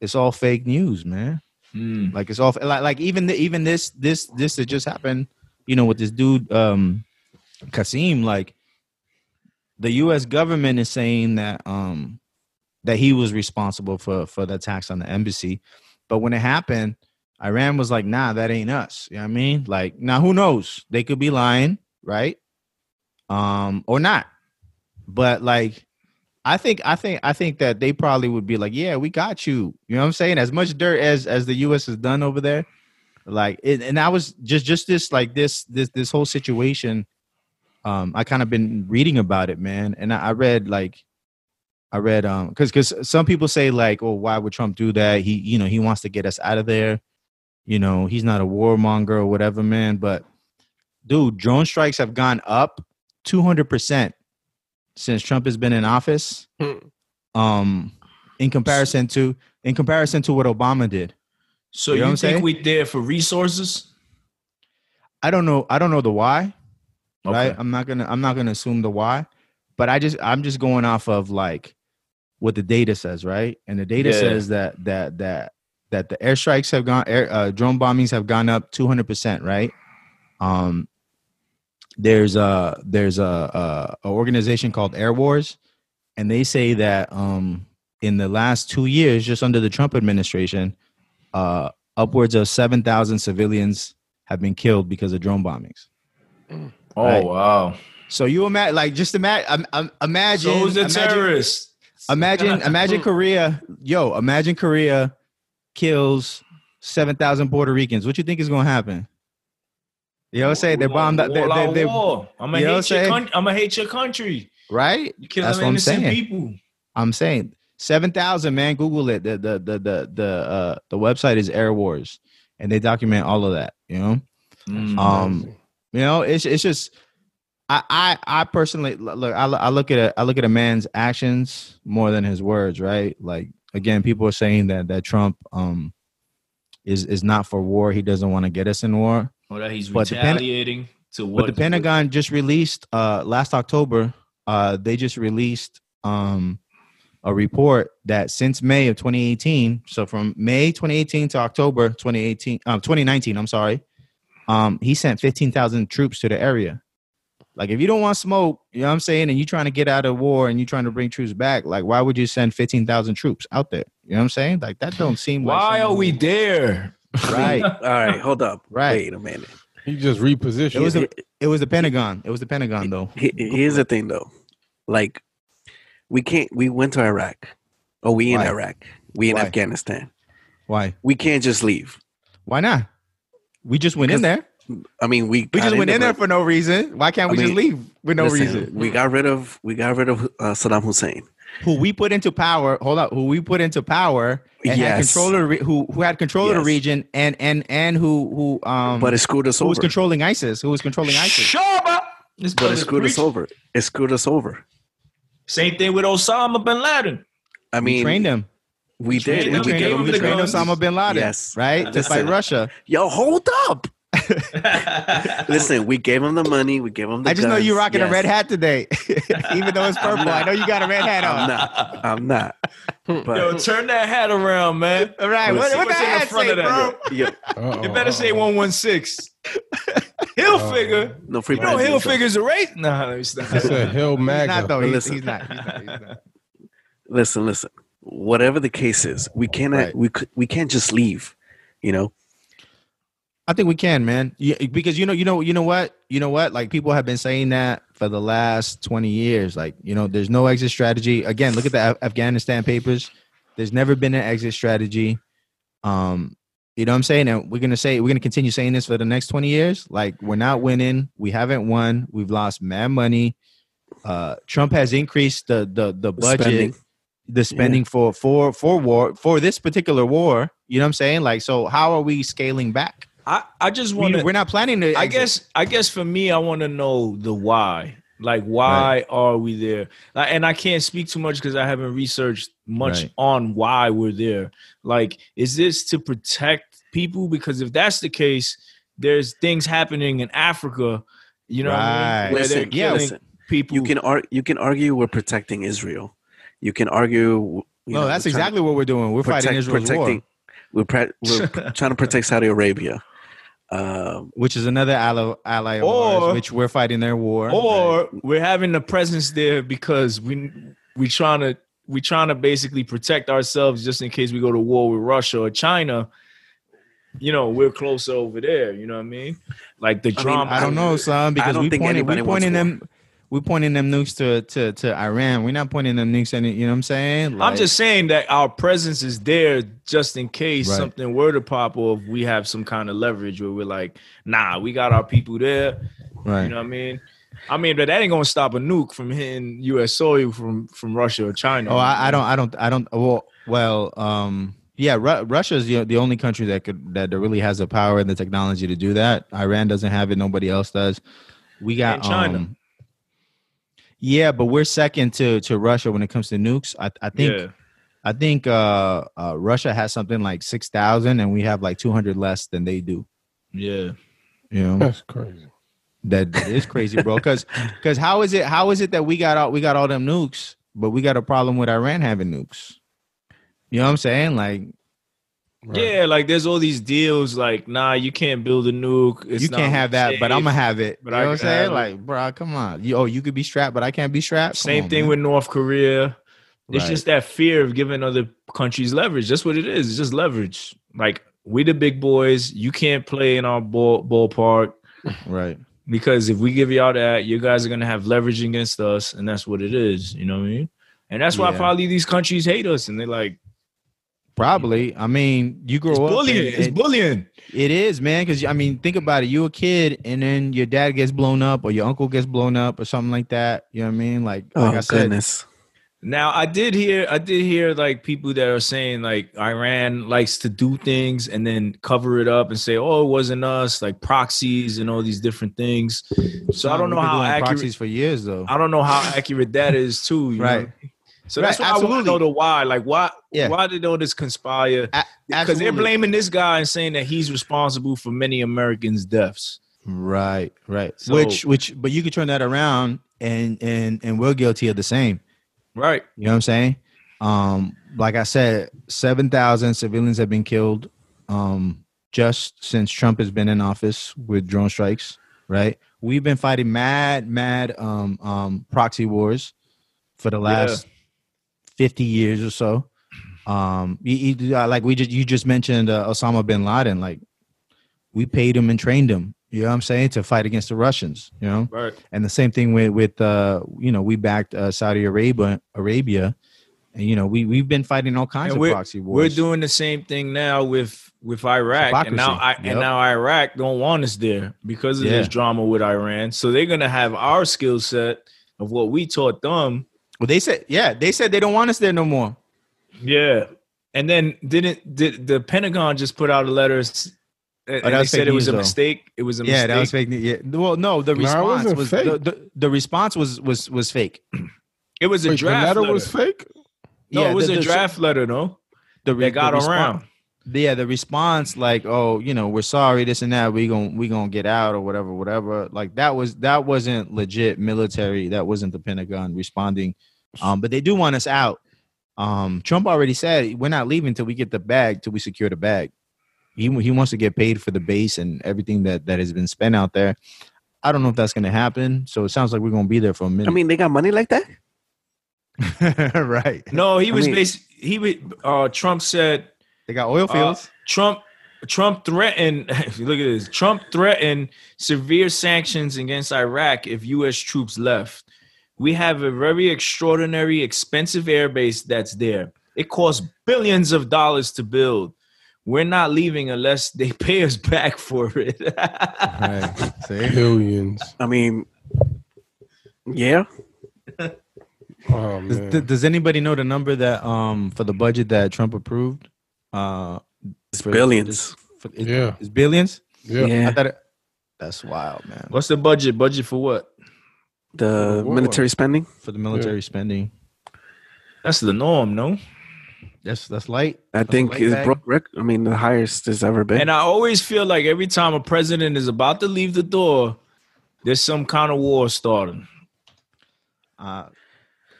Speaker 1: it's all fake news, man.
Speaker 3: Mm.
Speaker 1: Like it's all like like even the, even this this this that just happened, you know, with this dude um Kasim, like the US government is saying that um that he was responsible for for the attacks on the embassy. But when it happened, Iran was like, nah, that ain't us. You know what I mean? Like, now who knows? They could be lying, right? Um, or not. But like I think I think I think that they probably would be like, yeah, we got you. You know what I'm saying? As much dirt as as the U.S. has done over there, like, it, and I was just just this like this this this whole situation. Um, I kind of been reading about it, man, and I, I read like, I read um, because because some people say like, oh, why would Trump do that? He you know he wants to get us out of there. You know he's not a warmonger or whatever, man. But dude, drone strikes have gone up two hundred percent since Trump has been in office.
Speaker 6: Hmm.
Speaker 1: Um, in comparison to in comparison to what Obama did,
Speaker 3: So
Speaker 1: You
Speaker 3: you,
Speaker 1: know what I'm saying?
Speaker 3: think we there for resources?
Speaker 1: I don't know. I don't know the why. Right?
Speaker 3: Okay.
Speaker 1: I'm not gonna. I'm not gonna assume the why. But I just. I'm just going off of like what the data says, right? And the data
Speaker 3: Yeah.
Speaker 1: says that that that that the airstrikes have gone. Air, uh, drone bombings have gone up 200 percent, right? Um. There's a there's a, a, a organization called Air Wars, and they say that um in the last two years, just under the Trump administration, uh, upwards of seven thousand civilians have been killed because of drone bombings.
Speaker 3: Oh
Speaker 1: Right.
Speaker 3: wow!
Speaker 1: So you imagine, like, just imagine, um, um, imagine,
Speaker 3: so is the
Speaker 1: imagine,
Speaker 3: terrorist.
Speaker 1: imagine, imagine Korea, yo, imagine Korea kills seven thousand Puerto Ricans. What you think is gonna happen? You know what I'm saying? They bombed, they,
Speaker 3: Wall
Speaker 1: they,
Speaker 3: out
Speaker 1: they,
Speaker 3: wall. I'm
Speaker 1: you know
Speaker 3: gonna hate
Speaker 1: what I'm
Speaker 3: your
Speaker 1: saying?
Speaker 3: country. I'm gonna hate your country.
Speaker 1: right?
Speaker 3: You killing
Speaker 1: That's what I'm
Speaker 3: innocent
Speaker 1: saying.
Speaker 3: people.
Speaker 1: I'm saying seven thousand, man. Google it. The the the the the uh, the website is Air Wars, and they document all of that. You know.
Speaker 3: Mm.
Speaker 1: Um, You know, it's it's just I I I personally lo- look I, lo- I look at a I look at a man's actions more than his words, right? Like again, people are saying that that Trump um is is not for war. He doesn't want to get us in war.
Speaker 3: Or that he's
Speaker 1: but the Pen-
Speaker 3: retaliating to what?
Speaker 1: But the Pentagon just released uh last October, uh they just released um a report that since May of 2018, so from May 2018 to October 2018, um, 2019, I'm sorry, um, he sent 15,000 troops to the area. Like, if you don't want smoke, you know what I'm saying, and you're trying to get out of war and you're trying to bring troops back, like, why would you send 15,000 troops out there? You know what I'm saying? Like, that don't seem like
Speaker 3: Why are
Speaker 1: something-
Speaker 3: we there?
Speaker 1: right?
Speaker 2: All right, hold up.
Speaker 1: Right.
Speaker 2: Wait a minute.
Speaker 6: He just repositioned.
Speaker 1: It was a- It was the Pentagon. It was the Pentagon, though.
Speaker 2: He- Here's the thing, though. Like, we can't. We went to Iraq, or we in
Speaker 1: Why?
Speaker 2: Iraq. We in
Speaker 1: Why?
Speaker 2: Afghanistan.
Speaker 1: Why?
Speaker 2: We can't just leave.
Speaker 1: Why not? We just went in there.
Speaker 2: I mean, we
Speaker 1: We
Speaker 2: got
Speaker 1: just went in there
Speaker 2: but
Speaker 1: for no reason. Why can't
Speaker 2: I
Speaker 1: we just
Speaker 2: mean,
Speaker 1: leave with no
Speaker 2: listen,
Speaker 1: reason?
Speaker 2: We got rid of. We got rid of uh, Saddam Hussein.
Speaker 1: who we put into power. Hold up, who we put into power and had
Speaker 2: Yes.
Speaker 1: control of the re- who who had control of the
Speaker 2: Yes.
Speaker 1: region and and and who who um
Speaker 2: but it screwed us
Speaker 1: who was
Speaker 2: over.
Speaker 1: controlling ISIS? Who was controlling ISIS?
Speaker 3: Shaba. This
Speaker 2: But
Speaker 3: brother
Speaker 2: it screwed us
Speaker 3: preach.
Speaker 2: over. It screwed us over.
Speaker 3: Same thing with Osama bin Laden.
Speaker 2: I
Speaker 1: we
Speaker 2: mean,
Speaker 1: trained them.
Speaker 2: we did.
Speaker 3: trained
Speaker 2: and
Speaker 3: him,
Speaker 2: we
Speaker 3: gave
Speaker 2: gave
Speaker 3: him
Speaker 2: them
Speaker 1: We
Speaker 2: the
Speaker 3: the
Speaker 1: trained
Speaker 2: guns.
Speaker 3: guns.
Speaker 1: Osama bin Laden.
Speaker 2: Yes.
Speaker 1: Right? Just like
Speaker 2: Listen.
Speaker 1: Russia.
Speaker 2: Yo, hold up. Listen, we gave him the money. We gave him the.
Speaker 7: I just know you
Speaker 2: guns,
Speaker 7: rocking
Speaker 2: yes.
Speaker 7: a red hat today, even though it's purple. I know you got a red hat
Speaker 2: I'm
Speaker 7: on.
Speaker 2: not. I'm not. But
Speaker 3: Yo, turn that hat around, man.
Speaker 7: All right, what,
Speaker 2: Listen.
Speaker 7: what the
Speaker 3: What's in the
Speaker 7: hat
Speaker 3: front
Speaker 7: say,
Speaker 3: of that?
Speaker 7: bro?
Speaker 2: yo,
Speaker 6: Uh-oh,
Speaker 3: It better say
Speaker 1: Oh.
Speaker 6: uh-oh.
Speaker 3: 116. He'll
Speaker 6: Uh-oh.
Speaker 3: figure.
Speaker 2: no free.
Speaker 3: You know
Speaker 2: passes,
Speaker 3: Hill
Speaker 2: so-
Speaker 3: figures a race. Nah, let me
Speaker 6: It's a
Speaker 3: stop.
Speaker 6: hill
Speaker 7: He's
Speaker 6: magnet.
Speaker 7: not though. He's,
Speaker 2: Listen.
Speaker 7: he's not. He's not. He's not.
Speaker 2: Listen, listen. Whatever the case is, we cannot.
Speaker 1: Right.
Speaker 2: We c- we can't just leave. You know.
Speaker 1: I think we can, man. Yeah, because you know, you know, you know what, you know what. Like people have been saying that for the last twenty years. Like you know, there's no exit strategy. Again, look at the Af- Afghanistan papers. There's never been an exit strategy. Um, you know what I'm saying? And we're gonna say we're gonna continue saying this for the next twenty years. Like we're not winning. We haven't won. We've lost mad money. Uh, Trump has increased the the the budget
Speaker 2: Spending.
Speaker 1: the spending for for for war for this particular war. You know what I'm saying? Like, so how are we scaling back?
Speaker 3: I, I just
Speaker 1: We,
Speaker 3: want to.
Speaker 1: are not planning to.
Speaker 3: I
Speaker 1: exit.
Speaker 3: guess I guess for me, I want to know the why. Like, why are we there? Like, and I can't speak too much because I haven't researched much
Speaker 1: Right.
Speaker 3: on why we're there. Like, is this to protect people? Because if that's the case, there's things happening in Africa. You know, what I
Speaker 1: Right.
Speaker 3: mean? Where they're
Speaker 2: Listen, yeah,
Speaker 3: killing
Speaker 2: listen.
Speaker 3: people.
Speaker 2: You can ar- you can argue we're protecting Israel. You can argue. You
Speaker 1: no,
Speaker 2: know,
Speaker 1: that's
Speaker 2: we're trying-
Speaker 1: exactly what we're doing. We're fighting Israel's war,
Speaker 2: We're, pre- we're trying to protect Saudi Arabia. Um,
Speaker 1: which is another ally, ally of ours,
Speaker 3: Or-
Speaker 1: which we're fighting their war.
Speaker 3: or we're having the presence there because we we trying to we trying to basically protect ourselves just in case we go to war with Russia or China. You know, we're closer over there. You know what I mean? Like the
Speaker 2: mean,
Speaker 3: drama.
Speaker 1: I don't know, son, because
Speaker 2: don't
Speaker 1: we
Speaker 2: think
Speaker 1: pointed, we
Speaker 2: anybody wants
Speaker 1: pointing
Speaker 2: war.
Speaker 1: them, we pointing them nukes to to to Iran. We're not pointing them nukes. Any, you know what I'm saying?
Speaker 3: I'm
Speaker 1: Like,
Speaker 3: just saying that our presence is there just in case
Speaker 1: Right.
Speaker 3: something were to pop off. We have some kind of leverage where we're like, nah, we got our people there.
Speaker 1: right.
Speaker 3: You know what I mean? I mean, but that ain't gonna stop a nuke from hitting U.S. soil from from Russia or China.
Speaker 1: Oh, I, I don't, I don't, I don't. oh, Well, well, um, yeah. Ru- Russia is the, the only country that could that really has the power and the technology to do that. Iran doesn't have it. Nobody else does. We got
Speaker 3: And China.
Speaker 1: um, yeah, but we're second to to Russia when it comes to nukes. I, I think
Speaker 3: Yeah.
Speaker 1: I think uh, uh, Russia has something like six thousand, and we have like two hundred less than they do.
Speaker 3: Yeah.
Speaker 1: You know,
Speaker 6: That's crazy.
Speaker 1: that that is crazy, bro. Because because how is it how is it that we got all we got all them nukes, but we got a problem with Iran having nukes? You know what I'm saying? Like
Speaker 6: Right.
Speaker 3: Yeah, like there's all these deals. Like, nah, you can't build a nuke. It's
Speaker 1: you
Speaker 3: not
Speaker 1: can't have that, but I'm gonna
Speaker 3: safe.
Speaker 1: have it.
Speaker 3: but
Speaker 1: you
Speaker 3: I
Speaker 1: know what I'm
Speaker 3: could have
Speaker 1: saying?
Speaker 3: it.
Speaker 1: Like, bro, come on. You, oh, you could be strapped, but I can't be strapped. Come
Speaker 3: Same
Speaker 1: on,
Speaker 3: thing
Speaker 1: man.
Speaker 3: with North Korea. It's
Speaker 1: Right.
Speaker 3: just that fear of giving other countries leverage. That's what it is. It's just leverage. Like we the big boys. You can't play in our ball ballpark
Speaker 1: right.
Speaker 3: because if we give y'all that, you guys are gonna have leverage against us, and that's what it is. You know what I mean? And that's why
Speaker 1: Yeah.
Speaker 3: probably these countries hate us, and they're like,
Speaker 1: Probably. I mean, you grow
Speaker 3: it's
Speaker 1: up.
Speaker 3: bullying.
Speaker 1: and-
Speaker 3: It's
Speaker 1: and-
Speaker 3: bullying.
Speaker 1: It is, man. Because I mean, think about it. You a kid, and then your dad gets blown up, or your uncle gets blown up, or something like that. You know what I mean? Like, like
Speaker 2: oh
Speaker 1: I said,
Speaker 2: goodness!
Speaker 3: Now I did hear I did hear like people that are saying like Iran likes to do things and then cover it up and say oh it wasn't us like proxies and all these different things. So I don't
Speaker 1: we've
Speaker 3: know
Speaker 1: been
Speaker 3: how
Speaker 1: doing
Speaker 3: accurate
Speaker 1: proxies for years though.
Speaker 3: I don't know how accurate that is too. You
Speaker 1: Right.
Speaker 3: Know? So that's
Speaker 1: Right,
Speaker 3: why I want to
Speaker 1: absolutely.
Speaker 3: know the why. Like why
Speaker 1: Yeah.
Speaker 3: why did all this conspire? Because they're
Speaker 1: Absolutely.
Speaker 3: blaming this guy and saying that he's responsible for many Americans' deaths.
Speaker 1: Right, right.
Speaker 3: So-
Speaker 1: which, which, but you could turn that around, and and and we're guilty of the same.
Speaker 3: Right.
Speaker 1: You know what I'm saying? Um, like I said, seven thousand civilians have been killed, um, just since Trump has been in office with drone strikes. Right? We've been fighting mad, mad, um, um, proxy wars for the last fifty years or so. Um, you, you- uh, like we just you just mentioned uh, Osama bin Laden. Like we paid him and trained him. You know what I'm saying to fight against the Russians. You know
Speaker 3: Right.
Speaker 1: and the same thing with with uh you know we backed uh, Saudi Arabia Arabia and you know we we've been fighting all kinds
Speaker 3: And
Speaker 1: of
Speaker 3: we're-
Speaker 1: proxy
Speaker 3: We're
Speaker 1: wars
Speaker 3: doing the same thing now with with Iraq, and now I,
Speaker 1: Hypocrisy. Yep.
Speaker 3: and now Iraq don't want us there because of this
Speaker 1: Yeah.
Speaker 3: drama with Iran. So they're gonna have our skill set of what we taught them.
Speaker 1: well they said yeah they said they don't want us there no more
Speaker 3: Yeah, and then didn't did the Pentagon just put out a letter? s-
Speaker 1: Oh,
Speaker 3: And
Speaker 1: that
Speaker 3: they
Speaker 1: was
Speaker 3: said
Speaker 1: fake
Speaker 3: it was
Speaker 1: news,
Speaker 3: a
Speaker 1: though.
Speaker 3: mistake. It was a
Speaker 1: yeah
Speaker 3: mistake.
Speaker 1: that was fake news. yeah well no the
Speaker 6: No, it
Speaker 1: response
Speaker 6: wasn't
Speaker 1: was
Speaker 6: fake.
Speaker 1: the, the the response was was was fake
Speaker 3: It was a
Speaker 6: Wait, the
Speaker 3: draft
Speaker 6: letter
Speaker 3: letter.
Speaker 6: was fake.
Speaker 3: no,
Speaker 1: Yeah,
Speaker 3: it was
Speaker 1: the-
Speaker 3: a
Speaker 1: the-
Speaker 3: draft letter though
Speaker 1: the
Speaker 3: that got
Speaker 1: response-
Speaker 3: around.
Speaker 1: yeah, the response like, oh, you know, we're sorry, this and that, we going we gonna get out or whatever, whatever. Like that was that wasn't legit military. That wasn't the Pentagon responding. Um, but they do want us out. Um, Trump already said we're not leaving till we get the bag, till we secure the bag. He he wants to get paid for the base and everything that that has been spent out there. I don't know if that's gonna happen. So it sounds like we're gonna be there for a minute.
Speaker 2: I mean, they got money like that.
Speaker 1: right?
Speaker 3: No, he
Speaker 2: I
Speaker 3: was
Speaker 2: mean-
Speaker 3: basically he was uh Trump said
Speaker 1: They got oil
Speaker 3: Uh,
Speaker 1: fields.
Speaker 3: Trump Trump threatened if you look at this, Trump threatened severe sanctions against Iraq if US troops left. We have a very extraordinary, expensive airbase that's there. It costs billions of dollars to build. We're not leaving unless they pay us back for it.
Speaker 1: right. See?
Speaker 6: Billions.
Speaker 2: I mean, yeah,
Speaker 6: Oh
Speaker 1: Does,
Speaker 6: man.
Speaker 1: th- does anybody know the number that um for the budget that Trump approved? Uh,
Speaker 2: it's
Speaker 1: for-
Speaker 2: billions.
Speaker 1: for- it-
Speaker 6: yeah.
Speaker 1: It's billions.
Speaker 6: Yeah.
Speaker 1: I
Speaker 2: Yeah,
Speaker 1: thought it, that's wild, man.
Speaker 3: What's the budget? Budget for what?
Speaker 2: the military spending.
Speaker 1: For the military spending,
Speaker 3: That's the norm, no?
Speaker 1: that's that's light.
Speaker 2: I
Speaker 1: That's
Speaker 2: think
Speaker 1: light
Speaker 2: it's
Speaker 1: bag.
Speaker 2: broke record. I mean, the highest it's ever been.
Speaker 3: And I always feel like every time a president is about to leave the door, there's some kind of war starting.
Speaker 1: Uh,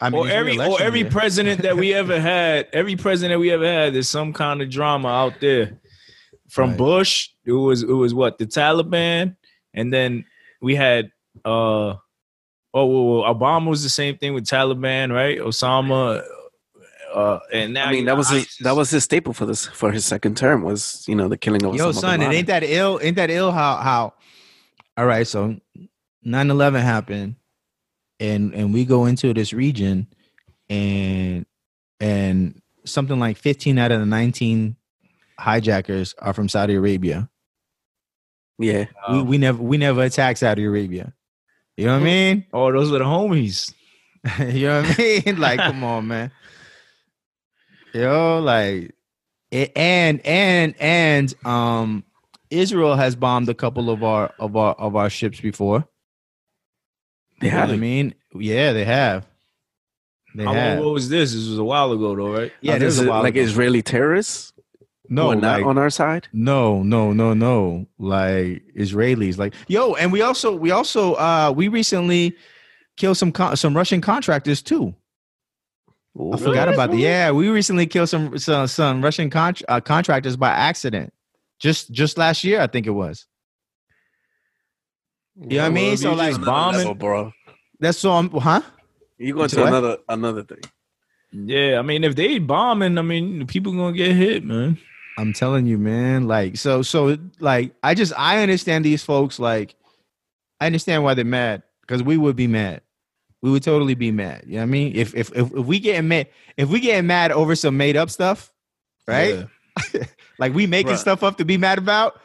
Speaker 1: I mean,
Speaker 3: or
Speaker 1: it's
Speaker 3: every or
Speaker 1: re-election
Speaker 3: every
Speaker 1: year.
Speaker 3: president that we ever had, every president we ever had, there's some kind of drama out there. From
Speaker 1: Right.
Speaker 3: Bush, it was it was what the Taliban, and then we had uh oh well, well, Obama was the same thing with Taliban, right? Osama, uh, and now
Speaker 2: I
Speaker 3: you
Speaker 2: mean,
Speaker 3: got
Speaker 2: that was his,
Speaker 3: ISIS.
Speaker 2: that was his staple for this for his second term was you know the killing of
Speaker 1: Yo,
Speaker 2: Osama bin
Speaker 1: son, it
Speaker 2: Laden.
Speaker 1: ain't that ill. Ain't that ill? How how? All right, so 9-11 happened, and and we go into this region, and and something like fifteen out of the nineteen hijackers are from Saudi Arabia.
Speaker 2: yeah.
Speaker 1: we, we never we never attacked Saudi Arabia. You know what I mean?
Speaker 3: oh those were the homies.
Speaker 1: you know what I mean? Like, come on, man. Yo, like, it, and and and um, Israel has bombed a couple of our of our of our ships before.
Speaker 2: They
Speaker 1: You know what I
Speaker 2: have.
Speaker 1: mean? Yeah, they have. They
Speaker 3: I mean,
Speaker 1: have.
Speaker 3: what was this? This was a while ago, though, right?
Speaker 1: Yeah,
Speaker 2: Oh,
Speaker 1: this is a while
Speaker 2: like
Speaker 1: ago.
Speaker 2: Israeli terrorists.
Speaker 1: no,
Speaker 2: who are not
Speaker 1: like-
Speaker 2: on our side.
Speaker 1: No, no, no, no. Like Israelis, like yo, and we also we also uh we recently killed some con- some Russian contractors too. I forgot about that. Yeah, we recently killed some some, some Russian con- uh, contractors by accident. Just just last year, I think it was. You know what I mean? So like
Speaker 2: level,
Speaker 1: bombing.
Speaker 2: bro.
Speaker 1: That's so. I'm, huh?
Speaker 2: You going
Speaker 1: It's
Speaker 2: to
Speaker 1: what?
Speaker 2: another another thing?
Speaker 3: Yeah, I mean, if they bombing, I mean, people gonna get hit, man.
Speaker 1: I'm telling you, man. Like, so, so, like, I just, I understand these folks. Like, I understand why they're mad because we would be mad. We would totally be mad. You know what I mean? If if if, if we getting mad, if we getting mad over some made up stuff, right?
Speaker 3: Yeah.
Speaker 1: Like we making
Speaker 3: Right.
Speaker 1: stuff up to be mad about,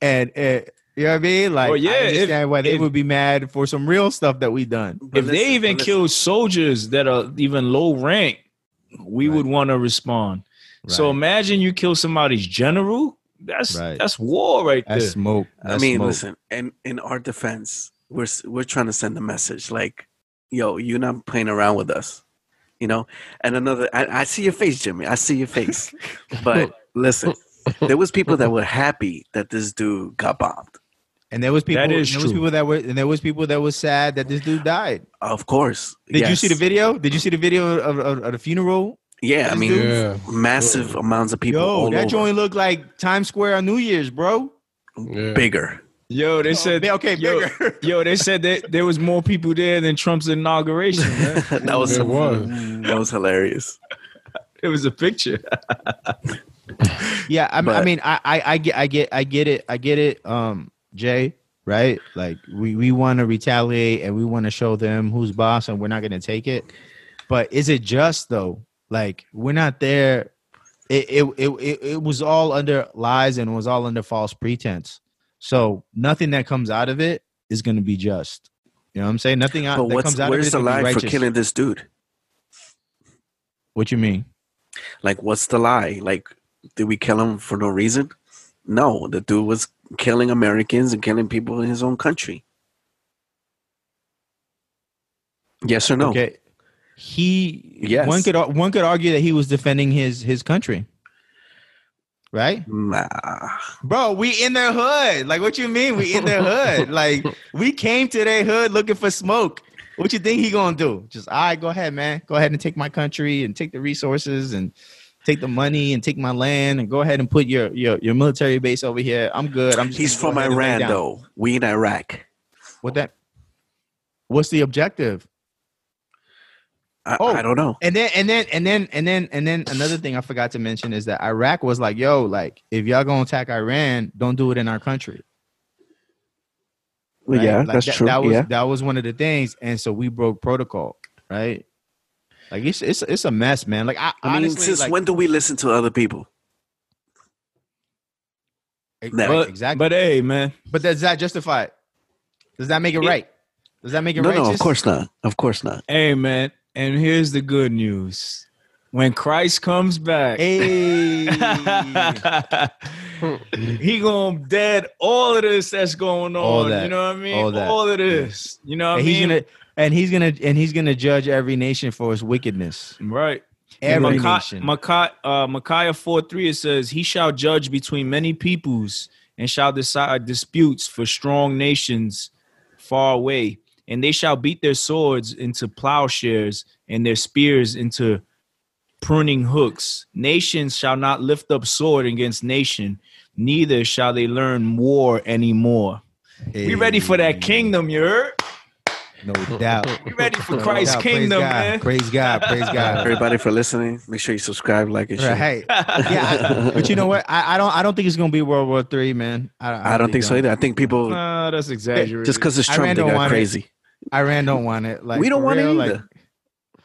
Speaker 1: and, and you know what I mean? Like,
Speaker 3: Well, yeah,
Speaker 1: I
Speaker 3: if-
Speaker 1: understand why they
Speaker 3: if-
Speaker 1: would be mad for some real stuff that we done.
Speaker 2: But
Speaker 3: if
Speaker 2: listen,
Speaker 3: they even
Speaker 2: but listen.
Speaker 3: kill soldiers that are even low rank, we
Speaker 1: Right.
Speaker 3: would want to respond. So imagine you kill somebody's general. That's
Speaker 1: Right.
Speaker 3: that's war right there.
Speaker 1: that's smoke.
Speaker 2: I mean, listen, and in our defense, we're s- we're trying to send a message like, yo, you're not playing around with us, you know. And another, I, I see your face, Jimmy. I see your face, but listen, there was people that were happy that this dude got bombed.
Speaker 1: and there was people.
Speaker 3: That is
Speaker 1: there was
Speaker 3: true.
Speaker 1: people that were, and there was people that was sad that this dude died.
Speaker 2: Of course.
Speaker 1: Did you see the
Speaker 2: yes.
Speaker 1: video? Did you see the video of, of, of the funeral?
Speaker 2: Yeah, I
Speaker 1: This
Speaker 2: mean,
Speaker 1: dude?
Speaker 6: Yeah.
Speaker 2: massive amounts of people.
Speaker 1: Yo,
Speaker 2: all
Speaker 1: that
Speaker 2: over.
Speaker 1: joint looked like Times Square on New Year's, bro.
Speaker 6: Yeah.
Speaker 2: bigger.
Speaker 3: Yo, they said
Speaker 1: Yeah, okay,
Speaker 3: yo,
Speaker 1: bigger.
Speaker 3: yo, they said that there was more people there than Trump's inauguration. Man.
Speaker 2: that was
Speaker 6: It was.
Speaker 2: that was hilarious.
Speaker 3: it was a picture.
Speaker 1: yeah, I, mean I
Speaker 2: But-
Speaker 1: mean, I, I, I get, I get, I get it, I get it. Um, Jay, right? Like we we want to retaliate and we want to show them who's boss, and we're not gonna take it. But is it just though? Like we're not there. It it it it, it was all under lies and was all under false pretense. So nothing that comes out of it is gonna be just. You know what I'm saying? Nothing out
Speaker 2: But
Speaker 1: that
Speaker 2: what's
Speaker 1: comes out of it
Speaker 2: where's
Speaker 1: is
Speaker 2: the
Speaker 1: gonna be
Speaker 2: lie for
Speaker 1: righteous.
Speaker 2: killing this dude?
Speaker 1: What you mean?
Speaker 2: Like, what's the lie? Like, did we kill him for no reason? No, the dude was killing Americans and killing people in his own country. Yes or no?
Speaker 1: Okay. He
Speaker 2: Yes.
Speaker 1: one could ar- one could argue that he was defending his his country. right?
Speaker 2: Nah.
Speaker 1: Bro, we in their hood. Like, what you mean we in their hood? Like, we came to their hood looking for smoke. What you think he gonna do? Just all right, go ahead, man. Go ahead and take my country and take the resources and take the money and take my land and go ahead and put your your, your military base over here. I'm good. I'm just
Speaker 2: He's
Speaker 1: gonna
Speaker 2: from
Speaker 1: go ahead and lay
Speaker 2: Iran
Speaker 1: down.
Speaker 2: though. We in Iraq.
Speaker 1: What that? What's the objective?
Speaker 2: I,
Speaker 1: Oh.
Speaker 2: I don't know.
Speaker 1: And then and then and then and then and then another thing I forgot to mention is that Iraq was like, yo, like if y'all gonna attack Iran, don't do it in our country. right?
Speaker 2: Yeah,
Speaker 1: Like,
Speaker 2: that's
Speaker 1: that,
Speaker 2: true.
Speaker 1: That was
Speaker 2: yeah.
Speaker 1: that was one of the things, and so we broke protocol, right? Like it's it's it's a mess, man. Like I,
Speaker 2: I mean,
Speaker 1: honestly,
Speaker 2: since
Speaker 1: like,
Speaker 2: when do we listen to other people?
Speaker 1: Ex-
Speaker 2: Never.
Speaker 1: e, right,
Speaker 3: But,
Speaker 1: exactly.
Speaker 3: but hey, man,
Speaker 1: But, does that justify it? Does that make it
Speaker 3: It-
Speaker 1: right? Does that make it
Speaker 2: No,
Speaker 1: righteous?
Speaker 2: no, of course not. Of course not.
Speaker 3: hey, man, and here's the good news: when Christ comes back,
Speaker 1: Hey,
Speaker 3: he gonna dead all of this that's going on.
Speaker 1: All that.
Speaker 3: You know what I mean?
Speaker 1: All that.
Speaker 3: of this. You know what I
Speaker 1: and he's
Speaker 3: mean?
Speaker 1: gonna and he's gonna and he's gonna judge every nation for its wickedness.
Speaker 3: right.
Speaker 1: Every
Speaker 3: Micah-
Speaker 1: nation.
Speaker 3: Micah- uh, Micaiah 4 3, it says, He shall judge between many peoples and shall decide disputes for strong nations far away. And they shall beat their swords into plowshares and their spears into pruning hooks. Nations shall not lift up sword against nation, neither shall they learn war anymore. We ready for that kingdom, you heard?
Speaker 1: No doubt.
Speaker 3: We ready for
Speaker 1: No
Speaker 3: Christ's
Speaker 1: doubt.
Speaker 3: kingdom,
Speaker 1: praise God.
Speaker 3: man.
Speaker 1: Praise God. Praise
Speaker 3: Uh,
Speaker 1: God.
Speaker 2: Everybody for listening. Make sure you subscribe, like, and share.
Speaker 1: Hey, yeah, I- but you know what? I, I don't. I don't think it's gonna be World War Three, man. I,
Speaker 2: I don't think so either. I think people
Speaker 3: Nah, that's exaggerated.
Speaker 2: just because it's
Speaker 1: Iran
Speaker 2: Trump, they
Speaker 1: don't
Speaker 2: got
Speaker 1: want it.
Speaker 2: crazy.
Speaker 1: Iran don't want it. Like
Speaker 2: we don't
Speaker 1: for
Speaker 2: want
Speaker 1: real,
Speaker 2: it
Speaker 1: like,
Speaker 2: either.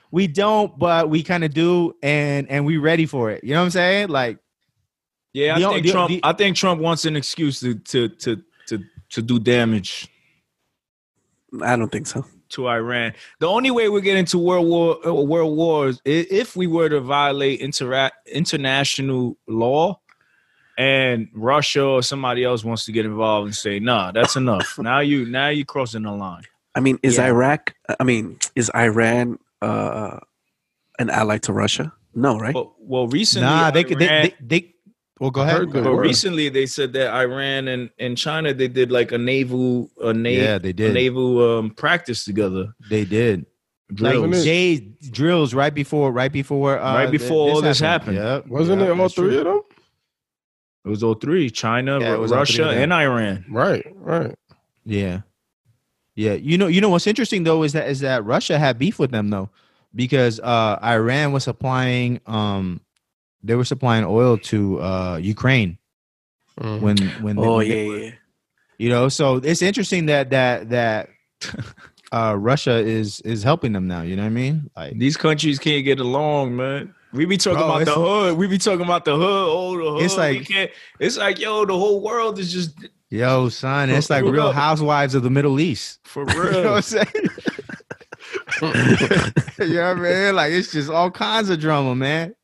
Speaker 1: we don't, but we kind of do, and and we ready for it. You know what I'm saying? Like,
Speaker 3: Yeah, I
Speaker 1: The o-
Speaker 3: think
Speaker 1: the-
Speaker 3: Trump.
Speaker 1: the-
Speaker 3: I think Trump wants an excuse to to to to to do damage
Speaker 2: I don't think so.
Speaker 3: to Iran. The only way we get into world war uh, world wars i- if we were to violate intera- international law, and Russia or somebody else wants to get involved and say, "Nah, that's enough." now you now you crossing the line.
Speaker 2: I mean, is
Speaker 1: Yeah.
Speaker 2: Iraq? I mean, is Iran uh, an ally to Russia? No, right?
Speaker 3: Well, well recently,
Speaker 1: nah, they, could-
Speaker 3: Iran,
Speaker 1: they they they. Well, go ahead.
Speaker 6: heard that.
Speaker 3: but
Speaker 6: were.
Speaker 3: recently they said that Iran and, and China they did like a naval a, na-
Speaker 1: Yeah, they
Speaker 3: a
Speaker 1: did. They,
Speaker 3: naval um, practice together.
Speaker 1: did.
Speaker 3: Drills.
Speaker 1: Like Jay drills right before, right before, uh,
Speaker 3: Right
Speaker 1: th-
Speaker 3: before all this
Speaker 1: Yep,
Speaker 6: Wasn't
Speaker 1: yep,
Speaker 6: it all
Speaker 1: that's
Speaker 6: three
Speaker 1: true.
Speaker 6: of them?
Speaker 3: It was all three: China,
Speaker 1: Yeah, it was all three
Speaker 3: Russia,
Speaker 1: of them.
Speaker 3: and Iran.
Speaker 6: Right, right.
Speaker 1: Yeah, yeah. You know, you know what's interesting though is that is that Russia had beef with them though, because uh, Iran was supplying, um, they were supplying oil to uh, Ukraine
Speaker 6: Mm.
Speaker 1: when when
Speaker 2: oh
Speaker 1: when
Speaker 2: yeah,
Speaker 1: they were-
Speaker 2: yeah.
Speaker 1: you know so it's interesting that that that uh russia is is helping them now you know what i mean like
Speaker 3: These countries can't get along, man. We be talking
Speaker 1: Bro,
Speaker 3: about the
Speaker 1: it's-
Speaker 3: hood. We be talking about the hood. Oh, the hood.
Speaker 1: It's
Speaker 3: we
Speaker 1: like-
Speaker 3: can't- it's like, yo, the whole world is just
Speaker 1: yo son it's like
Speaker 3: Look
Speaker 1: real
Speaker 3: up.
Speaker 1: housewives of the middle east
Speaker 3: for
Speaker 1: you know what
Speaker 3: real.
Speaker 1: i'm saying you know what i mean like it's just all kinds of drama man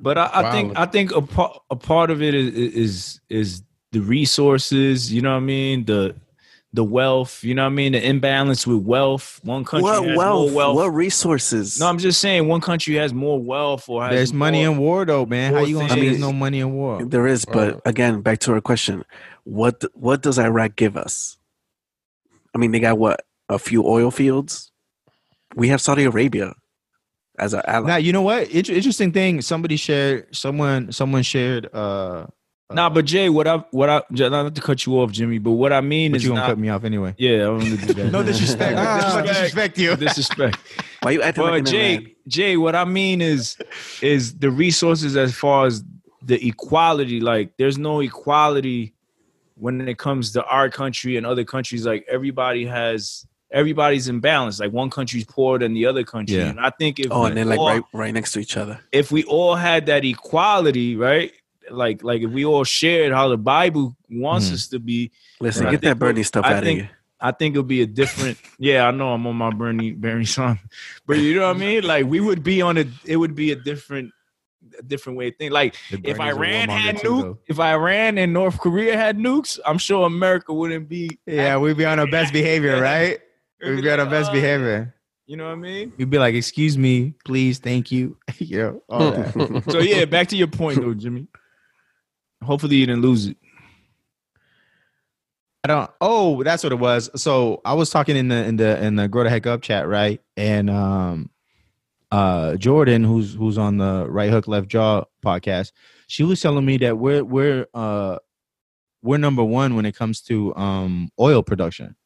Speaker 3: but I, I think I think a part a part of it is is is the resources. You know what I mean? The the wealth. You know what I mean? The imbalance with wealth. One country
Speaker 2: What
Speaker 3: has
Speaker 2: wealth?
Speaker 3: more wealth.
Speaker 2: What resources?
Speaker 3: No, I'm just saying one country has more wealth or has
Speaker 1: there's money
Speaker 3: more-
Speaker 1: in war though man how
Speaker 3: war
Speaker 1: you gonna
Speaker 3: thing
Speaker 1: say there's
Speaker 2: is-
Speaker 1: no money in war
Speaker 2: there is, but
Speaker 6: Right.
Speaker 2: again, back to our question: what what does Iraq give us? I mean, they got what a few oil fields. We have Saudi Arabia as our ally.
Speaker 1: now you know what Inter- interesting thing somebody shared someone someone shared uh
Speaker 3: Nah, but Jay, what I what I Jay, not to cut you off, Jimmy, but what I mean
Speaker 1: but
Speaker 3: is
Speaker 1: you gonna
Speaker 3: not,
Speaker 1: cut me off anyway
Speaker 3: yeah, I'm gonna do that.
Speaker 1: no disrespect
Speaker 6: Ah.
Speaker 1: This is about disrespect you
Speaker 3: disrespect.
Speaker 2: Why you acting
Speaker 3: But
Speaker 2: like an Iran?
Speaker 3: Jay, Jay, what I mean is is the resources as far as the equality. Like, there's no equality when it comes to our country and other countries. Like, everybody has everybody's in balance. Like, one country's poorer than the other country.
Speaker 1: Yeah.
Speaker 3: And I think if
Speaker 2: Oh, and
Speaker 3: we
Speaker 2: they're like
Speaker 3: all-
Speaker 2: right, right next to each other.
Speaker 3: if we all had that equality, right? Like, like if we all shared how the Bible wants
Speaker 1: Mhm.
Speaker 3: us to be,
Speaker 2: Listen,
Speaker 3: I
Speaker 2: get
Speaker 3: think
Speaker 2: that Bernie
Speaker 3: we'll-
Speaker 2: stuff
Speaker 3: I
Speaker 2: out
Speaker 3: think-
Speaker 2: of here.
Speaker 3: I think it'll be a different. yeah, I know I'm on my Bernie Bernie song, but you know what I mean. Like we would be on a, it would be a different, a different way of thing. Like if Iran had nukes, if Iran and North Korea had nukes, I'm sure America wouldn't be.
Speaker 1: Yeah, we'd be on our best behavior, right?
Speaker 3: it'd
Speaker 1: We'd be on our
Speaker 3: like,
Speaker 1: best
Speaker 3: uh,
Speaker 1: behavior.
Speaker 3: You know what I mean?
Speaker 1: We'd be like, "Excuse me, please, thank you." yeah, all that.
Speaker 3: So yeah, back to your point though, Jimmy. Hopefully you didn't lose it.
Speaker 1: I don't. Oh, that's what it was. So I was talking in the in the in the grow the heck up chat, right? And um, uh, Jordan, who's who's on the right hook left jaw podcast, she was telling me that we're we're uh we're number one when it comes to um oil production.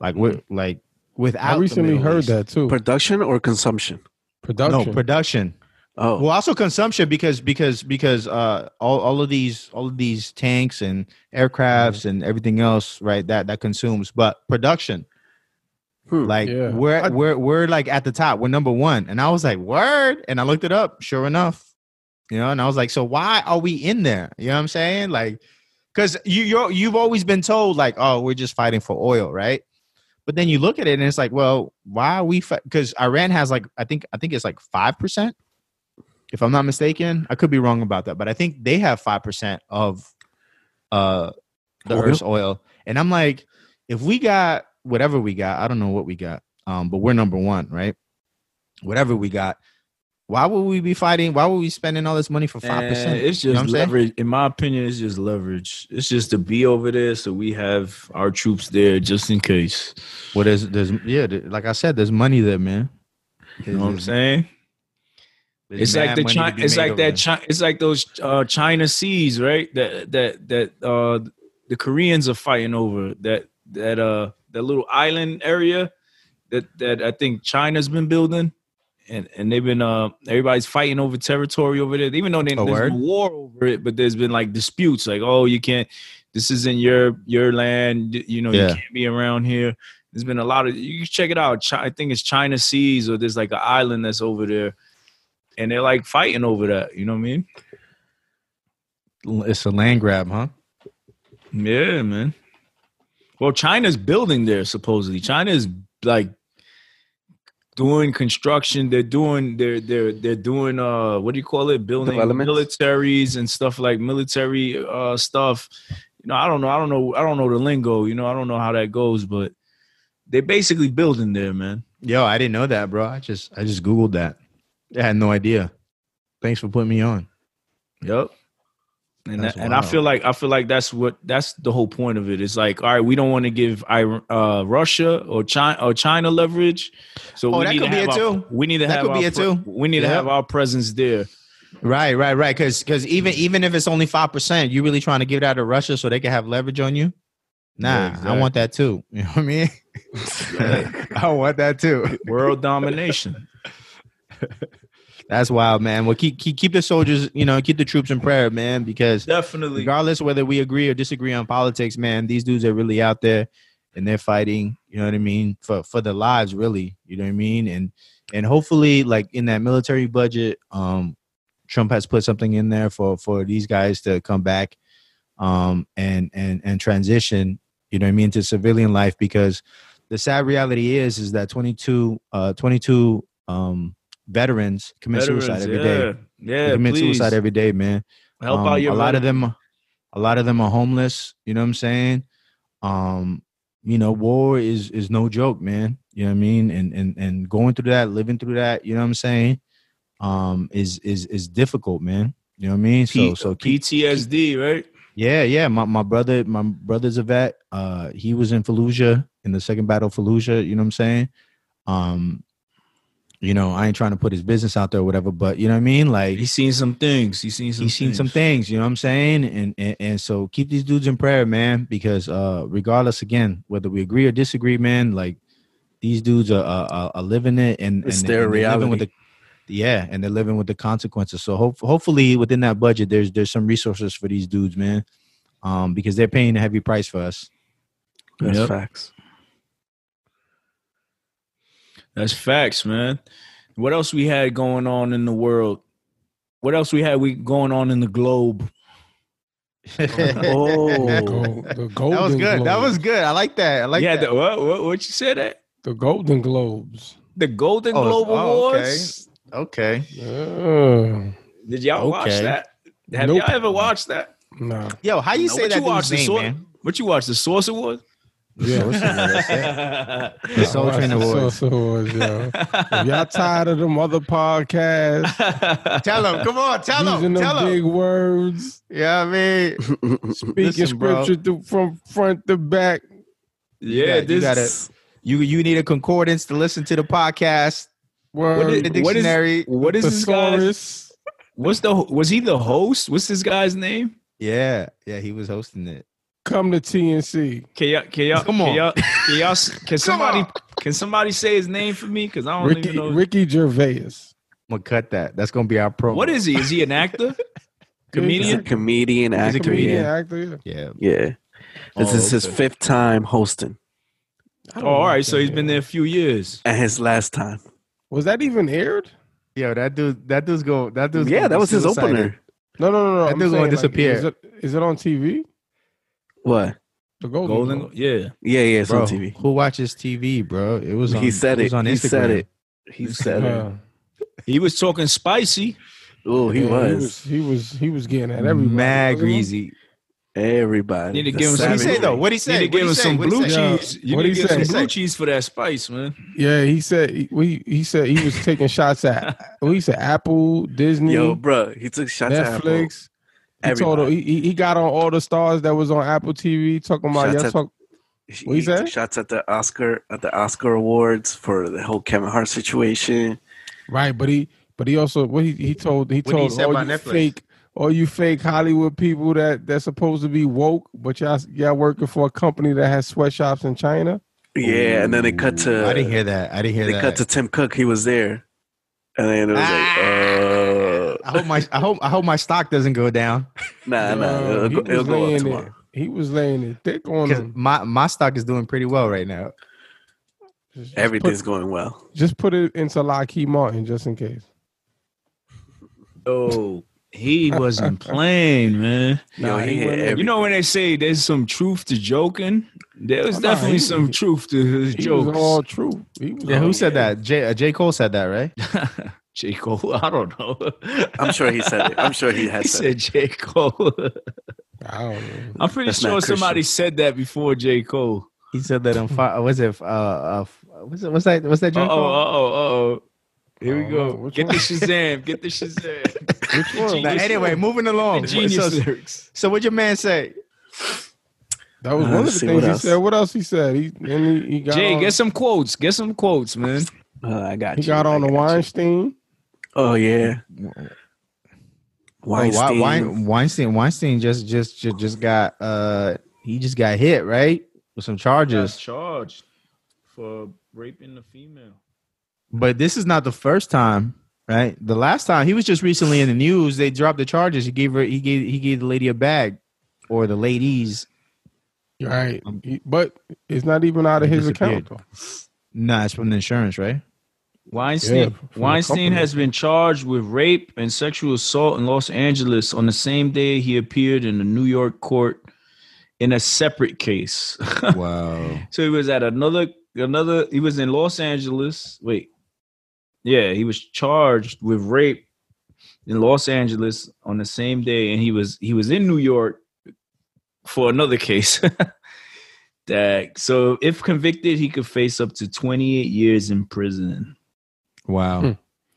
Speaker 1: Like we're like without.
Speaker 6: I
Speaker 1: the
Speaker 6: recently
Speaker 1: Middle
Speaker 6: heard
Speaker 1: East.
Speaker 6: that too.
Speaker 2: Production or consumption?
Speaker 6: Production.
Speaker 1: No production.
Speaker 2: Oh,
Speaker 1: Well, also consumption because because because uh all, all of these all of these tanks and aircrafts
Speaker 2: Mm-hmm.
Speaker 1: and everything else right that that consumes but production
Speaker 2: Hmm.
Speaker 1: like
Speaker 6: Yeah.
Speaker 1: we're
Speaker 6: I-
Speaker 1: we're we're like at the top we're number one and I was like word and I looked it up sure enough you know and I was like so why are we in there you know what I'm saying like because you you're, you've always been told like oh we're just fighting for oil right but then you look at it and it's like well why are we because Iran has like I think I think it's like five percent if I'm not mistaken. I could be wrong about that, but I think they have five percent of uh the
Speaker 2: Oil?
Speaker 1: Earth's oil. And I'm like, if we got whatever we got, I don't know what we got, um, but we're number one, right? Whatever we got, why would we be fighting? Why would we spending all this money for five
Speaker 3: And
Speaker 1: percent?
Speaker 3: It's just
Speaker 1: You know what I'm saying?
Speaker 3: leverage. In my opinion, it's just leverage. It's just to be over there so we have our troops there just in case.
Speaker 1: Well, there's there's yeah, th- like I said, there's money there, man.
Speaker 3: You know what I'm saying? It's like the China, it's like that China, it's like those uh, China seas, right? That that that uh, the Koreans are fighting over that that uh that little island area that that I think China's been building, and and they've been uh everybody's fighting over territory over there. Even though they,
Speaker 1: Oh,
Speaker 3: there's
Speaker 1: word?
Speaker 3: no war over it, but there's been like disputes, like oh you can't, this isn't your your land, y- you know you
Speaker 1: Yeah.
Speaker 3: can't be around here. There's been a lot of you can check it out. Chi- I think it's China Seas or there's like an island that's over there and they're like fighting over that. You know what I mean?
Speaker 1: It's a land grab, huh?
Speaker 3: Yeah, man. Well, China's building there supposedly. China is like doing construction. They're doing they're they're they're doing uh what do you call it? Building
Speaker 2: Developments?
Speaker 3: militaries and stuff like military uh stuff. You know, I don't know. I don't know. I don't know the lingo. You know, I don't know how that goes, but they're basically building there, man.
Speaker 1: Yo, I didn't know that, bro. I just I just googled that. I had no idea. Thanks for putting me on.
Speaker 3: Yep. And
Speaker 1: That's
Speaker 3: that, and I
Speaker 1: wild.
Speaker 3: feel like I feel like that's what that's the whole point of it. It's like, all right, we don't want to give Ir- uh, Russia or China or China leverage. So
Speaker 1: Oh,
Speaker 3: we
Speaker 1: that
Speaker 3: need
Speaker 1: could
Speaker 3: to
Speaker 1: be
Speaker 3: have
Speaker 1: it,
Speaker 3: our-
Speaker 1: too.
Speaker 3: We need to
Speaker 1: That
Speaker 3: have
Speaker 1: could
Speaker 3: our
Speaker 1: be it,
Speaker 3: pre-
Speaker 1: too.
Speaker 3: We need to
Speaker 1: Yep.
Speaker 3: have our presence there.
Speaker 1: Right, right, right. Because because even even if it's only five percent, you really trying to give it out to Russia so they can have leverage on you? Nah,
Speaker 3: Yeah,
Speaker 1: I want that too. You know what I mean? I want that too.
Speaker 3: World domination.
Speaker 1: That's wild, man. Well, keep keep keep the soldiers, you know, keep the troops in prayer, man. Because
Speaker 3: Definitely.
Speaker 1: regardless whether we agree or disagree on politics, man, these dudes are really out there and they're fighting, you know what I mean, for for their lives really, you know what I mean? And and hopefully like in that military budget, um Trump has put something in there for for these guys to come back um and and and transition, you know what I mean, to civilian life because the sad reality is is that 22 uh 22 um veterans commit suicide every
Speaker 3: yeah.
Speaker 1: day. They
Speaker 3: Yeah,
Speaker 1: commit
Speaker 3: please.
Speaker 1: suicide every day, man
Speaker 3: Help
Speaker 1: um,
Speaker 3: out your
Speaker 1: a lot of
Speaker 3: veterans.
Speaker 1: them a lot of them are homeless you know what i'm saying um you know war is is no joke man you know what i mean and and and going through that living through that you know what i'm saying um is is is difficult man you know what i mean so
Speaker 3: P-
Speaker 1: so keep
Speaker 3: PTSD, right?
Speaker 1: yeah yeah my, my brother my brother's a vet uh he was in fallujah in the second battle of fallujah you know what i'm saying um you know i ain't trying to put his business out there or whatever but you know what i mean like
Speaker 3: He's seen some things. He's seen some.
Speaker 1: he's seen some things you know what i'm saying and, and and so keep these dudes in prayer man because uh regardless again whether we agree or disagree man like these dudes are are, are- are living it and
Speaker 2: It's
Speaker 1: and,
Speaker 2: their
Speaker 1: and they're living with the,
Speaker 2: reality.
Speaker 1: yeah and they're living with the consequences so hope, hopefully within that budget there's there's some resources for these dudes man um because they're paying a heavy price for us
Speaker 2: that's
Speaker 3: Yep.
Speaker 2: facts.
Speaker 3: That's facts, man. What else we had going on in the world? What else we had we going on in the globe?
Speaker 6: The
Speaker 2: Oh.
Speaker 6: gold- the Golden
Speaker 1: that was good that
Speaker 6: Globes.
Speaker 1: was good i like that i like
Speaker 3: yeah,
Speaker 1: that
Speaker 3: The, what, what what you said that
Speaker 6: the Golden Globes.
Speaker 3: the Golden
Speaker 1: Oh,
Speaker 3: Globe
Speaker 1: oh, okay.
Speaker 3: Awards.
Speaker 1: okay
Speaker 6: Yeah.
Speaker 3: Did y'all watch
Speaker 1: Okay.
Speaker 3: that? Have
Speaker 6: Nope.
Speaker 3: y'all ever watched that?
Speaker 6: Nah.
Speaker 1: yo how you
Speaker 3: No,
Speaker 1: say
Speaker 3: what
Speaker 1: that
Speaker 3: you
Speaker 1: dude's
Speaker 3: watch the
Speaker 1: name,
Speaker 3: sort-
Speaker 1: man?
Speaker 3: What you watch the Source Awards?
Speaker 1: Yeah.
Speaker 6: Yeah.
Speaker 1: The Soul
Speaker 6: Watch
Speaker 1: Train
Speaker 6: the
Speaker 1: Awards.
Speaker 6: Soul Awards, yo. If y'all tired of them other podcasts
Speaker 1: Tell him, come on, tell
Speaker 6: using
Speaker 1: him,
Speaker 6: them
Speaker 1: tell
Speaker 6: big
Speaker 1: him.
Speaker 6: words,
Speaker 1: Yeah, I mean,
Speaker 6: speaking
Speaker 1: Listen, bro.
Speaker 6: scripture through, from front to back.
Speaker 1: got-
Speaker 3: yeah,
Speaker 1: you
Speaker 3: this
Speaker 1: got it. you you need a concordance to listen to the podcast. What is
Speaker 6: Word,
Speaker 1: the
Speaker 3: is- what is-
Speaker 1: dictionary?
Speaker 3: What is this guy?
Speaker 6: thesaurus.
Speaker 3: What's the was he the host? What's this guy's name?
Speaker 1: yeah, yeah, he was hosting it.
Speaker 6: Come to TNC.
Speaker 3: Can y'all can y'all
Speaker 1: Come
Speaker 3: can
Speaker 1: on.
Speaker 3: y'all, can, y'all, can somebody can somebody say his name for me? Because I don't
Speaker 6: Ricky,
Speaker 3: even know.
Speaker 6: Ricky Gervais.
Speaker 1: I'm gonna cut that. That's gonna be our promo.
Speaker 3: What is he? Is he an actor?
Speaker 2: He's a
Speaker 3: Comedian?
Speaker 2: comedian
Speaker 6: He's
Speaker 2: actor.
Speaker 6: a comedian
Speaker 2: Yeah.
Speaker 6: actor. Yeah.
Speaker 1: Yeah,
Speaker 2: yeah. This
Speaker 1: Oh,
Speaker 2: is his
Speaker 1: okay.
Speaker 2: fifth time hosting
Speaker 6: I
Speaker 3: Oh,
Speaker 6: don't know
Speaker 3: all
Speaker 6: what
Speaker 3: right. So
Speaker 6: that
Speaker 3: he's been
Speaker 6: is.
Speaker 3: there a few years.
Speaker 2: and his last time.
Speaker 6: Was that even aired?
Speaker 1: yo, that dude, that dude's go, that dude's
Speaker 2: yeah,
Speaker 1: gonna
Speaker 2: that
Speaker 1: be
Speaker 2: was his
Speaker 1: suicidal.
Speaker 2: opener.
Speaker 6: No, no, no, no.
Speaker 1: That
Speaker 6: I'm
Speaker 1: dude's gonna
Speaker 6: saying, like,
Speaker 1: disappear.
Speaker 6: Is it, is it on TV?
Speaker 2: What?
Speaker 6: The Golden.
Speaker 3: Golden.
Speaker 6: Globe.
Speaker 3: Yeah.
Speaker 2: Yeah, yeah, it's
Speaker 1: Bro,
Speaker 2: on TV.
Speaker 1: Who watches TV, bro? It was on,
Speaker 2: He said
Speaker 1: it. Was
Speaker 2: it.
Speaker 1: on
Speaker 2: He
Speaker 1: Instagram.
Speaker 2: said it. He said it.
Speaker 6: Uh,
Speaker 3: He was talking spicy.
Speaker 2: Oh, he
Speaker 6: yeah,
Speaker 2: was.
Speaker 6: He was. He was getting at everybody.
Speaker 1: Mad
Speaker 6: wasn't he?
Speaker 1: greasy.
Speaker 2: Everybody.
Speaker 3: Need to
Speaker 2: The
Speaker 3: give him some-
Speaker 1: What he say
Speaker 2: savagery.
Speaker 1: though? What he
Speaker 3: You
Speaker 1: say?
Speaker 3: need to
Speaker 1: What'd
Speaker 3: give
Speaker 1: he
Speaker 3: him
Speaker 1: say?
Speaker 3: some
Speaker 1: What'd he
Speaker 3: blue
Speaker 1: say?
Speaker 6: Yeah.
Speaker 3: cheese. You need to
Speaker 6: What'd he
Speaker 3: give
Speaker 6: say?
Speaker 3: him some
Speaker 1: Say.
Speaker 3: blue cheese for that spice, man.
Speaker 6: Yeah, he said he we, he said he was taking shots at what he said Apple, Disney,
Speaker 2: Yo, bro, he took shots at
Speaker 6: Mm-hmm. Netflix. He
Speaker 2: Apple.
Speaker 6: told him,
Speaker 2: Everybody.
Speaker 6: he, he he got on all the stars that was on Apple TV talking about
Speaker 2: Shots
Speaker 6: y'all
Speaker 2: at-
Speaker 6: talk
Speaker 2: He,
Speaker 6: what he
Speaker 2: took
Speaker 6: said?
Speaker 2: shots at the Oscar at the Oscar Awards for the whole Kevin Hart situation.
Speaker 6: right, but he but he also what he, he told he
Speaker 1: What
Speaker 6: told
Speaker 1: he said
Speaker 6: all
Speaker 1: about
Speaker 6: you
Speaker 1: Netflix?
Speaker 6: fake all you fake Hollywood people that that's supposed to be woke, but y'all y'all working for a company that has sweatshops in China.
Speaker 2: Yeah, and then they cut to
Speaker 1: I didn't hear that. I didn't hear
Speaker 2: they
Speaker 1: that. Ah!
Speaker 2: cut to Tim Cook. He was there, and then it was like,
Speaker 1: I hope my I hope I hope my stock doesn't go down
Speaker 2: uh, nah, nah,
Speaker 6: Uh,
Speaker 2: it'll,
Speaker 6: he
Speaker 2: go-
Speaker 6: was
Speaker 2: it'll go
Speaker 6: laying
Speaker 2: up
Speaker 6: it-
Speaker 2: tomorrow.
Speaker 6: He was laying it thick on
Speaker 1: because
Speaker 6: them.
Speaker 1: my my stock is doing pretty well right now.
Speaker 6: Just- just
Speaker 2: Everything's going well.
Speaker 6: put, just put it into Lockheed Martin just in case.
Speaker 3: Oh, he wasn't playing, man.
Speaker 2: Yo, he hit
Speaker 6: went in.
Speaker 2: every-
Speaker 3: You know when they say there's some truth to joking, there was
Speaker 6: Oh, nah,
Speaker 3: definitely
Speaker 6: he-
Speaker 3: some truth to his
Speaker 6: He
Speaker 3: jokes.
Speaker 6: was all true. He was
Speaker 1: Yeah,
Speaker 6: all
Speaker 1: who said that? J uh, J Cole said that, right?
Speaker 3: J. Cole, I don't know.
Speaker 2: I'm sure he said it. I'm sure he has
Speaker 3: he
Speaker 2: said
Speaker 3: said J. Cole.
Speaker 6: I don't know.
Speaker 3: I'm pretty
Speaker 2: That's not
Speaker 3: sure
Speaker 2: Christian.
Speaker 3: somebody said that before J. Cole.
Speaker 1: He said that on fire. Was it? Uh, uh, was it? Was that? Was that J
Speaker 3: Uh oh, uh
Speaker 1: Cole?
Speaker 3: oh, uh oh. Here
Speaker 6: Oh,
Speaker 3: we go.
Speaker 6: no, which
Speaker 3: Get
Speaker 6: one?
Speaker 3: the Shazam. Get the Shazam.
Speaker 6: Which
Speaker 1: Now,
Speaker 6: one?
Speaker 3: Oh, Genius.
Speaker 1: anyway, moving
Speaker 3: The
Speaker 1: along.
Speaker 3: genius
Speaker 1: So,
Speaker 3: lyrics.
Speaker 1: so what your man say?
Speaker 6: That was
Speaker 2: Uh,
Speaker 6: one of
Speaker 2: let's
Speaker 6: the
Speaker 2: see, what
Speaker 6: things he
Speaker 2: else?
Speaker 6: said. What else he said? He and he, he got
Speaker 3: Jay,
Speaker 6: on,
Speaker 3: get some quotes. Get some quotes, man.
Speaker 2: it. Uh, I got
Speaker 6: he
Speaker 2: you.
Speaker 6: got
Speaker 2: I
Speaker 6: on the
Speaker 2: got you.
Speaker 6: Weinstein.
Speaker 2: Oh yeah,
Speaker 1: Oh, Wei-
Speaker 2: Weinstein.
Speaker 1: Wein- Weinstein. Weinstein just just just, just got uh he just got hit right with some charges.
Speaker 3: charged for raping a female.
Speaker 1: But this is not the first time, right? The last time he was just recently in the news. They dropped the charges. He gave her. He gave. He gave the lady a bag, or the ladies.
Speaker 6: Right, He- but it's not even out of
Speaker 1: He
Speaker 6: his
Speaker 1: disappeared.
Speaker 6: account. Though.
Speaker 1: Nah, it's from the insurance, right?
Speaker 3: Weinstein
Speaker 6: Yeah, from the
Speaker 3: Weinstein
Speaker 6: company.
Speaker 3: has been charged with rape and sexual assault in Los Angeles on the same day he appeared in a New York court in a separate case.
Speaker 1: Wow.
Speaker 3: so he was at another another he was in Los Angeles. Wait. Yeah, he was charged with rape in Los Angeles on the same day and he was he was in New York for another case. that so if convicted he could face up to 28 years in prison.
Speaker 1: Wow.
Speaker 6: Hmm.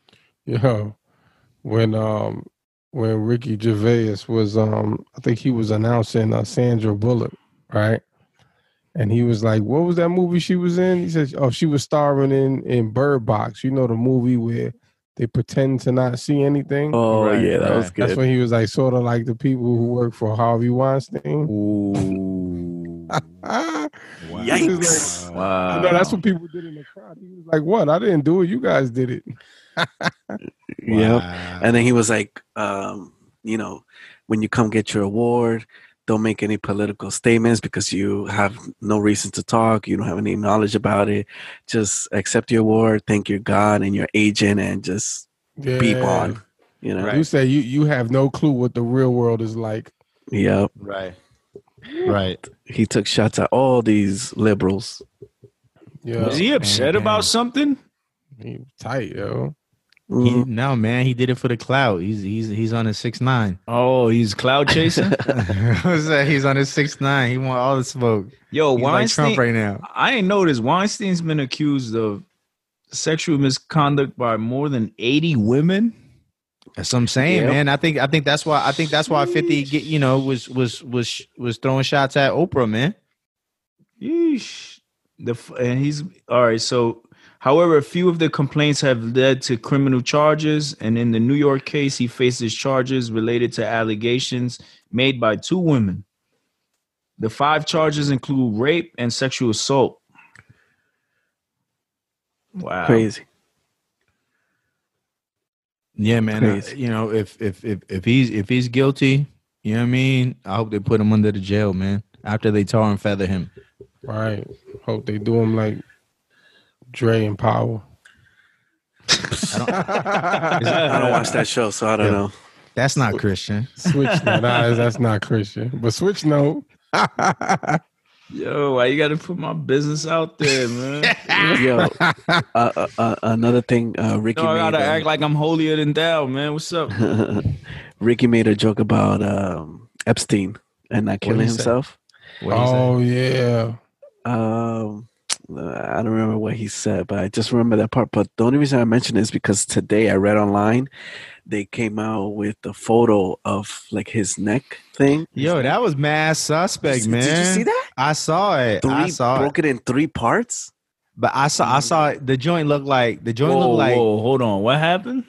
Speaker 6: Yo, when um when Ricky Gervais was um I think he was announcing uh, Sandra Bullock, right? And he was like, "What was that movie she was in?" He said, "Oh, she was starring in in Bird Box. You know the movie where they pretend to not see anything."
Speaker 2: Oh
Speaker 1: Right,
Speaker 2: yeah, that
Speaker 1: right.
Speaker 2: was good.
Speaker 6: That's when he was like sort of like the people who work for Harvey Weinstein.
Speaker 1: Ooh.
Speaker 6: Ah,
Speaker 1: Wow.
Speaker 2: Yikes.
Speaker 3: Wow.
Speaker 6: you know, that's what people did in the crowd. He was like, "What? I didn't do it. You guys did it."
Speaker 2: Yep.
Speaker 1: Wow.
Speaker 2: And then he was like, um, you know, when you come get your award, don't make any political statements because you have no reason to talk. You don't have any knowledge about it. Just accept your award, thank your God and your agent, and just
Speaker 6: Yeah.
Speaker 2: beep on. You know?
Speaker 6: You say you you have no clue what the real world is like.
Speaker 2: Yep.
Speaker 1: Right. Right.
Speaker 2: He took shots at all these liberals.
Speaker 6: Yeah,
Speaker 3: Is he upset
Speaker 1: Damn.
Speaker 3: about something?
Speaker 6: he tight, yo.
Speaker 2: Mm-hmm.
Speaker 1: He, no man, he did it for the cloud. He's he's he's on his six nine.
Speaker 3: Oh, he's cloud chasing.
Speaker 1: What's that? He's on his six nine. He want all the smoke.
Speaker 3: Yo,
Speaker 1: He's like
Speaker 3: Weinstein.
Speaker 1: Trump right now.
Speaker 3: I ain't noticed Weinstein's been accused of sexual misconduct by more than eighty women.
Speaker 1: That's what I'm saying,
Speaker 2: Yeah.
Speaker 1: man. I think I think that's why I think that's why 50 get, you know was was was was throwing shots at Oprah, man.
Speaker 3: Yeesh. The f- and he's all right. So, however, a few of the complaints have led to criminal charges, and in the New York case, he faces charges related to allegations made by two women. The five charges include rape and sexual assault. Wow.
Speaker 2: Crazy.
Speaker 1: Yeah, man. I-
Speaker 2: Crazy.
Speaker 1: you know, if if if if he's if he's guilty, you know what I mean. I hope they put him under the jail, man. After they tar and feather him.
Speaker 6: Right. Hope they do him like Dre and Power.
Speaker 2: I don't watch that show, so I don't
Speaker 1: Yeah.
Speaker 2: know.
Speaker 1: That's not Christian.
Speaker 6: Switch note. Nah, that's not Christian. But switch note.
Speaker 3: Yo, why you got to put my business out there, man?
Speaker 2: Yo, uh, uh, uh, another thing, uh, Ricky.
Speaker 3: no, I gotta
Speaker 2: made, uh,
Speaker 3: act like I'm holier than thou, man. What's up?
Speaker 2: Ricky made a joke about um, Epstein and not
Speaker 1: What'd
Speaker 2: killing
Speaker 1: he say?
Speaker 2: himself.
Speaker 1: What is that?
Speaker 6: oh yeah.
Speaker 2: Um, I don't remember what he said, but I just remember that part. But the only reason I mention it is because today I read online they came out with a photo of like his neck thing.
Speaker 1: Yo, that was mad suspect,
Speaker 2: Did-
Speaker 1: man.
Speaker 2: Did you see that?
Speaker 1: I saw it.
Speaker 2: Three
Speaker 1: I saw it.
Speaker 2: broken in three parts.
Speaker 1: But I saw I saw it. the joint looked like the joint
Speaker 3: Whoa,
Speaker 1: looked like
Speaker 3: whoa, hold on. What happened?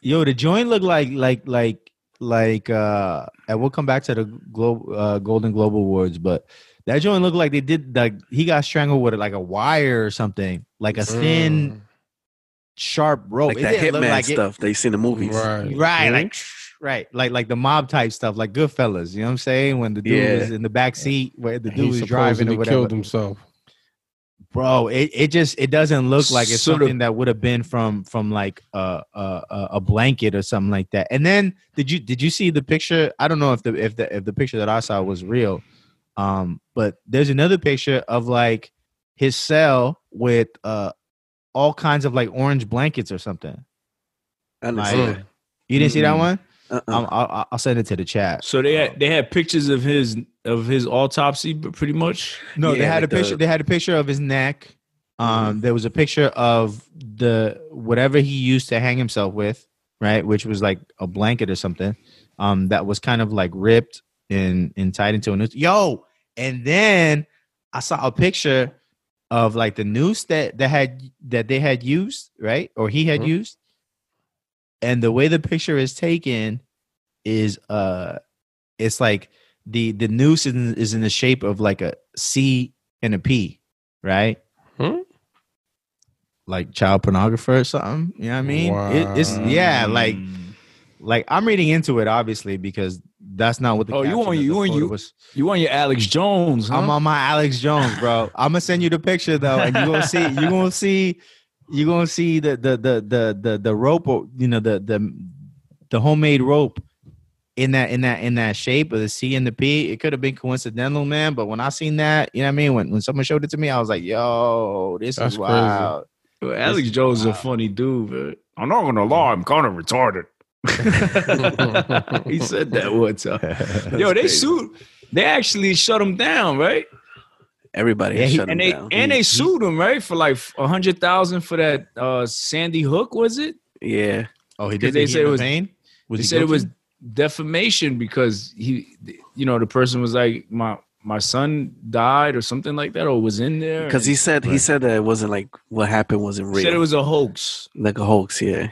Speaker 1: Yo, the joint looked like like like like uh and we'll come back to the globe uh Golden Globe Awards, but that joint looked like they did like he got strangled with like a wire or something, like a
Speaker 2: Mm.
Speaker 1: thin, sharp rope.
Speaker 2: like
Speaker 1: Oh, It
Speaker 2: that
Speaker 1: didn't look
Speaker 2: hitman
Speaker 1: like it-
Speaker 2: stuff that you see in the movies.
Speaker 6: Mm.
Speaker 1: Right,
Speaker 6: Right.
Speaker 1: like right, like like the mob type stuff, like Goodfellas. You know what I'm saying? When the dude
Speaker 2: Yeah.
Speaker 1: was in the back seat, where the
Speaker 6: he
Speaker 1: dude was driving
Speaker 6: supposedly
Speaker 1: or whatever.
Speaker 6: killed himself.
Speaker 1: Bro, it, it just it doesn't look like it's
Speaker 3: Sort of-
Speaker 1: something that would have been from from like uh, uh, uh, a blanket or something like that. And then did you did you see the picture? I don't know if the if the if the picture that I saw was real, um, but there's another picture of like his cell with uh all kinds of like orange blankets or something.
Speaker 2: I didn't
Speaker 1: Like,
Speaker 2: see that.
Speaker 1: You didn't see that
Speaker 3: Mm-mm.
Speaker 1: one?
Speaker 2: Uh-uh.
Speaker 1: Um, I'll, I'll- I'll send it to the chat.
Speaker 3: So they had they had pictures of his of his autopsy, but pretty much.
Speaker 1: No, they
Speaker 2: Yeah,
Speaker 1: had
Speaker 2: like
Speaker 1: a
Speaker 2: the- Mm-hmm.
Speaker 1: picture. They had a picture of his neck. Um, there was a picture of the whatever he used to hang himself with, right, which was like a blanket or something. Um, that was kind of like ripped and and tied into a noose. Yo, and then I saw a picture of like the noose that that had that they had used, right, or he had
Speaker 2: Mm-hmm.
Speaker 6: Mhm.
Speaker 1: used. And the way the picture is taken is uh, it's like the the noose is in, is in the shape of like a C and a P, right?
Speaker 6: Hmm?
Speaker 1: Like child pornographer or something. You know what I mean? It, it's
Speaker 3: Mm.
Speaker 1: yeah, like like I'm reading into it obviously because that's not what the
Speaker 3: Oh, you
Speaker 1: caption
Speaker 3: on-
Speaker 1: of the
Speaker 3: you on
Speaker 1: photo
Speaker 3: you-
Speaker 1: was.
Speaker 3: you on your Alex Jones? Huh?
Speaker 1: I'm on my Alex Jones, bro. I'm gonna send you the picture though, and you gonna see you gonna see you gonna see the the the the the, the rope, or, you know the the the homemade rope in that in that in that shape of the C and the P. It could have been coincidental, man. But when I seen that, you know what I mean. When when someone showed it to me, I was like, "Yo, this
Speaker 6: That's
Speaker 1: is
Speaker 6: crazy.
Speaker 1: wild."
Speaker 3: Yo, Alex Jones is a funny dude, but I'm not gonna lie, I'm kind of retarded. he said that one time. Yo, they sued. They actually shut him down, right?
Speaker 2: Everybody
Speaker 1: Yeah, he-
Speaker 2: shut him
Speaker 3: And they
Speaker 2: down.
Speaker 3: and they sued him, right, for like a hundred thousand for that uh, Sandy Hook, was it?
Speaker 2: yeah.
Speaker 1: Oh, he
Speaker 3: Because
Speaker 1: did.
Speaker 3: they
Speaker 1: They
Speaker 3: said
Speaker 1: said
Speaker 3: it was-
Speaker 1: pain. Was
Speaker 3: they
Speaker 1: he
Speaker 3: said it was
Speaker 1: guilty?
Speaker 3: defamation because he, you know, the person was like, my my son died or something like that, or was in there.
Speaker 2: Because he said he
Speaker 1: Right.
Speaker 2: said that it wasn't like what happened wasn't
Speaker 3: and
Speaker 2: real.
Speaker 3: said it was a hoax.
Speaker 2: like a hoax, yeah.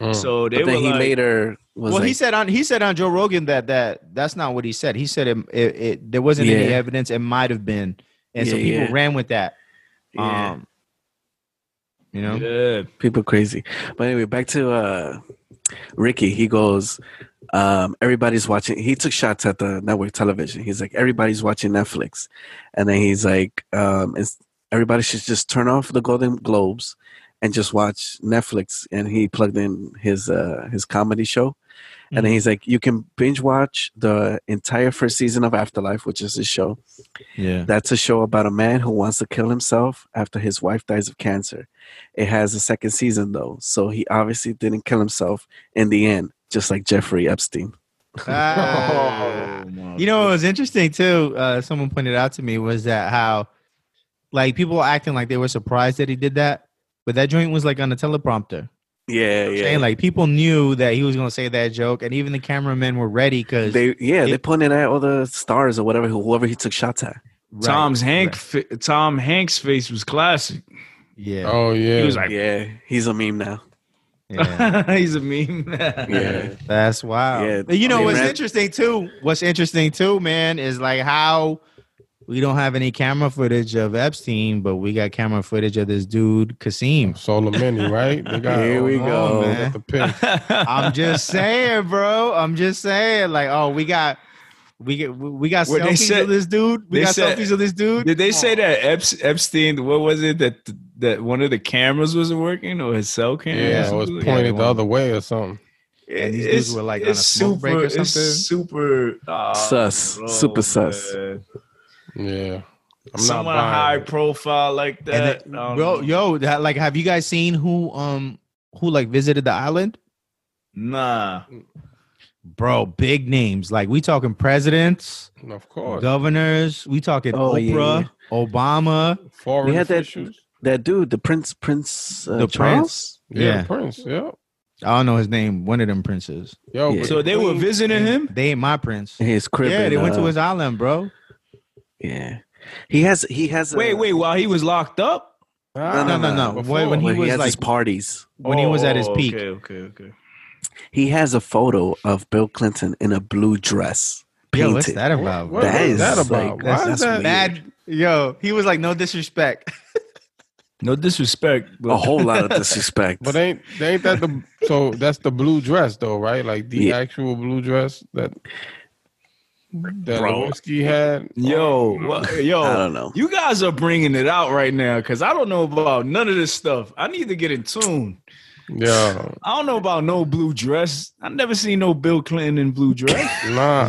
Speaker 6: Hmm.
Speaker 3: So they
Speaker 2: But then
Speaker 3: were
Speaker 2: he
Speaker 3: like,
Speaker 2: later was
Speaker 1: Well,
Speaker 2: like,
Speaker 1: he said on he said on Joe Rogan that that that's not what he said. He said it, it, it there wasn't any
Speaker 2: Yeah.
Speaker 1: evidence. It might have been, and so
Speaker 2: Yeah,
Speaker 1: people
Speaker 2: yeah.
Speaker 1: ran with that.
Speaker 2: yeah.
Speaker 1: Um, you know,
Speaker 3: yeah,
Speaker 2: people crazy. But anyway, back to uh, Ricky. He goes, um, everybody's watching. He took shots at the network television. He's like, everybody's watching Netflix, and then he's like, um, it's, everybody should just turn off the Golden Globes and just watch Netflix. And he plugged in his uh, his comedy show, And then he's like, you can binge watch the entire first season of Afterlife, which is his show.
Speaker 1: Yeah.
Speaker 2: That's a show about a man who wants to kill himself after his wife dies of cancer. It has a second season though, so he obviously didn't kill himself in the end, just like Jeffrey Epstein.
Speaker 1: Oh,
Speaker 2: Oh.
Speaker 3: Oh,
Speaker 1: Ah. You know what was interesting too? Uh, someone pointed out to me was that how, like, people were acting like they were surprised that he did that, but that joint was like on a teleprompter.
Speaker 2: Yeah,
Speaker 1: I'm
Speaker 2: yeah.
Speaker 1: Saying like people knew that he was gonna say that joke, and even the cameramen were ready because
Speaker 2: they yeah, they
Speaker 1: it-
Speaker 2: pointed at all the stars or whatever whoever he took shots at.
Speaker 3: Tom's Hank, fa- Tom Hanks face was classic.
Speaker 1: Yeah.
Speaker 6: Oh yeah.
Speaker 3: He was like,
Speaker 2: Yeah, he's a meme now.
Speaker 1: yeah.
Speaker 3: he's a meme.
Speaker 2: Yeah.
Speaker 1: That's wild.
Speaker 2: Yeah,
Speaker 1: But you know
Speaker 2: I mean,
Speaker 1: what's
Speaker 2: Red-
Speaker 1: interesting too? What's interesting too, man, is like how we don't have any camera footage of Epstein, but we got camera footage of this dude Kasim.
Speaker 6: Soleimani, right? They got
Speaker 2: Here we
Speaker 6: oh,
Speaker 2: go.
Speaker 6: they got The pic.
Speaker 1: I'm just saying, bro. I'm just saying, like, oh, we got we get we got
Speaker 3: Well, they
Speaker 1: selfies
Speaker 3: said-
Speaker 1: of this dude. We
Speaker 3: they
Speaker 1: got
Speaker 3: said-
Speaker 1: selfies of this dude.
Speaker 3: Did they
Speaker 1: Come
Speaker 3: say
Speaker 1: on.
Speaker 3: that Eps- Epstein? What was it that that one of the cameras wasn't working or his cell camera? or
Speaker 6: Yeah, it
Speaker 3: something
Speaker 6: was
Speaker 3: like that?
Speaker 6: pointed the other way or something.
Speaker 1: And these dudes were, like, on a smoke break or something?
Speaker 3: It's super oh,
Speaker 2: Sus. Super sus.
Speaker 3: man.
Speaker 6: Yeah. I'm
Speaker 3: Someone
Speaker 6: not
Speaker 3: high
Speaker 6: buying it.
Speaker 3: profile like
Speaker 1: And
Speaker 3: that.
Speaker 1: then-
Speaker 3: um,
Speaker 1: bro, yo, that like, have you guys seen who um who like visited the island?
Speaker 3: nah.
Speaker 1: Bro, big names. Like we talking presidents.
Speaker 6: Of course.
Speaker 1: governors. We talking
Speaker 2: Oh, yeah,
Speaker 1: Oprah, Obama.
Speaker 6: Foreign
Speaker 2: We had that-
Speaker 6: officials.
Speaker 2: That dude, the Prince Prince uh,
Speaker 1: The
Speaker 2: Charles.
Speaker 6: Yeah,
Speaker 1: Yeah.
Speaker 6: The prince. Yeah.
Speaker 1: I don't know his name. One of them princes.
Speaker 6: Yo,
Speaker 2: Yeah.
Speaker 6: but
Speaker 3: So
Speaker 6: the
Speaker 3: they were
Speaker 6: queen-
Speaker 3: visiting him.
Speaker 1: They ain't my prince.
Speaker 2: His crib.
Speaker 1: Yeah, they
Speaker 2: in,
Speaker 1: went to
Speaker 2: uh,
Speaker 1: his island, bro.
Speaker 2: Yeah. He has he has a-
Speaker 3: Wait, wait. While he was locked up,
Speaker 6: Ah,
Speaker 1: No, no, no. When- when
Speaker 6: before.
Speaker 1: he
Speaker 2: when he,
Speaker 1: was,
Speaker 2: has his
Speaker 1: like-
Speaker 2: parties.
Speaker 1: When he
Speaker 3: Oh,
Speaker 1: was at his
Speaker 3: oh,
Speaker 1: peak.
Speaker 3: Okay, okay, okay.
Speaker 2: He has a photo of Bill Clinton in a blue dress.
Speaker 1: Yo,
Speaker 2: Painted.
Speaker 1: what's that
Speaker 6: What-
Speaker 1: about?
Speaker 6: what
Speaker 1: bro?
Speaker 2: That
Speaker 6: is that
Speaker 2: is,
Speaker 6: about?
Speaker 2: like,
Speaker 6: Why
Speaker 2: that's-
Speaker 6: is
Speaker 2: that's
Speaker 6: that?
Speaker 2: weird.
Speaker 1: Bad. Yo, he was like, no disrespect.
Speaker 3: No disrespect. But
Speaker 2: A whole lot of disrespect.
Speaker 6: But ain't they ain't that the so that's the blue dress though, right? Like the
Speaker 2: Yeah.
Speaker 6: actual blue dress that that
Speaker 2: Bro.
Speaker 6: Lewinsky had.
Speaker 3: Yo, wha- yo,
Speaker 2: I don't know.
Speaker 3: You guys are bringing it out right now because I don't know about none of this stuff. I need to get in tune.
Speaker 6: Yeah,
Speaker 3: I don't know about no blue dress. I never seen no Bill Clinton in blue dress.
Speaker 6: nah.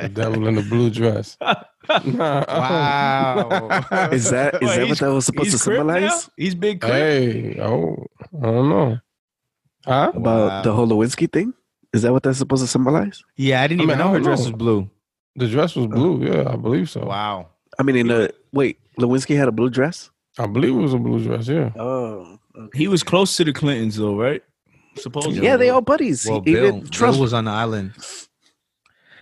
Speaker 6: the devil in the blue dress. Nah.
Speaker 1: Wow.
Speaker 2: Is that is
Speaker 3: Wait,
Speaker 2: that
Speaker 3: he's-
Speaker 2: what that was supposed to
Speaker 3: He's crip now?
Speaker 2: symbolize?
Speaker 3: He's big crip.
Speaker 6: Hey, oh, I don't know. Huh?
Speaker 2: About
Speaker 1: Wow.
Speaker 2: the whole Lewinsky thing? Is that what that's supposed to symbolize?
Speaker 1: yeah, I didn't
Speaker 6: I
Speaker 1: even
Speaker 6: mean, I
Speaker 1: know her
Speaker 6: don't
Speaker 1: dress
Speaker 6: know.
Speaker 1: was blue.
Speaker 6: The dress
Speaker 2: Oh.
Speaker 6: was blue. Yeah, I believe so.
Speaker 1: Wow.
Speaker 2: I mean in the wait, Lewinsky had a blue dress?
Speaker 6: I believe it was a blue dress. Yeah.
Speaker 2: Oh.
Speaker 3: He was close to the Clintons though, right? Supposedly.
Speaker 2: Yeah, they all buddies.
Speaker 1: Well,
Speaker 2: He-
Speaker 1: Bill,
Speaker 2: even Trump,
Speaker 1: Bill was on the island.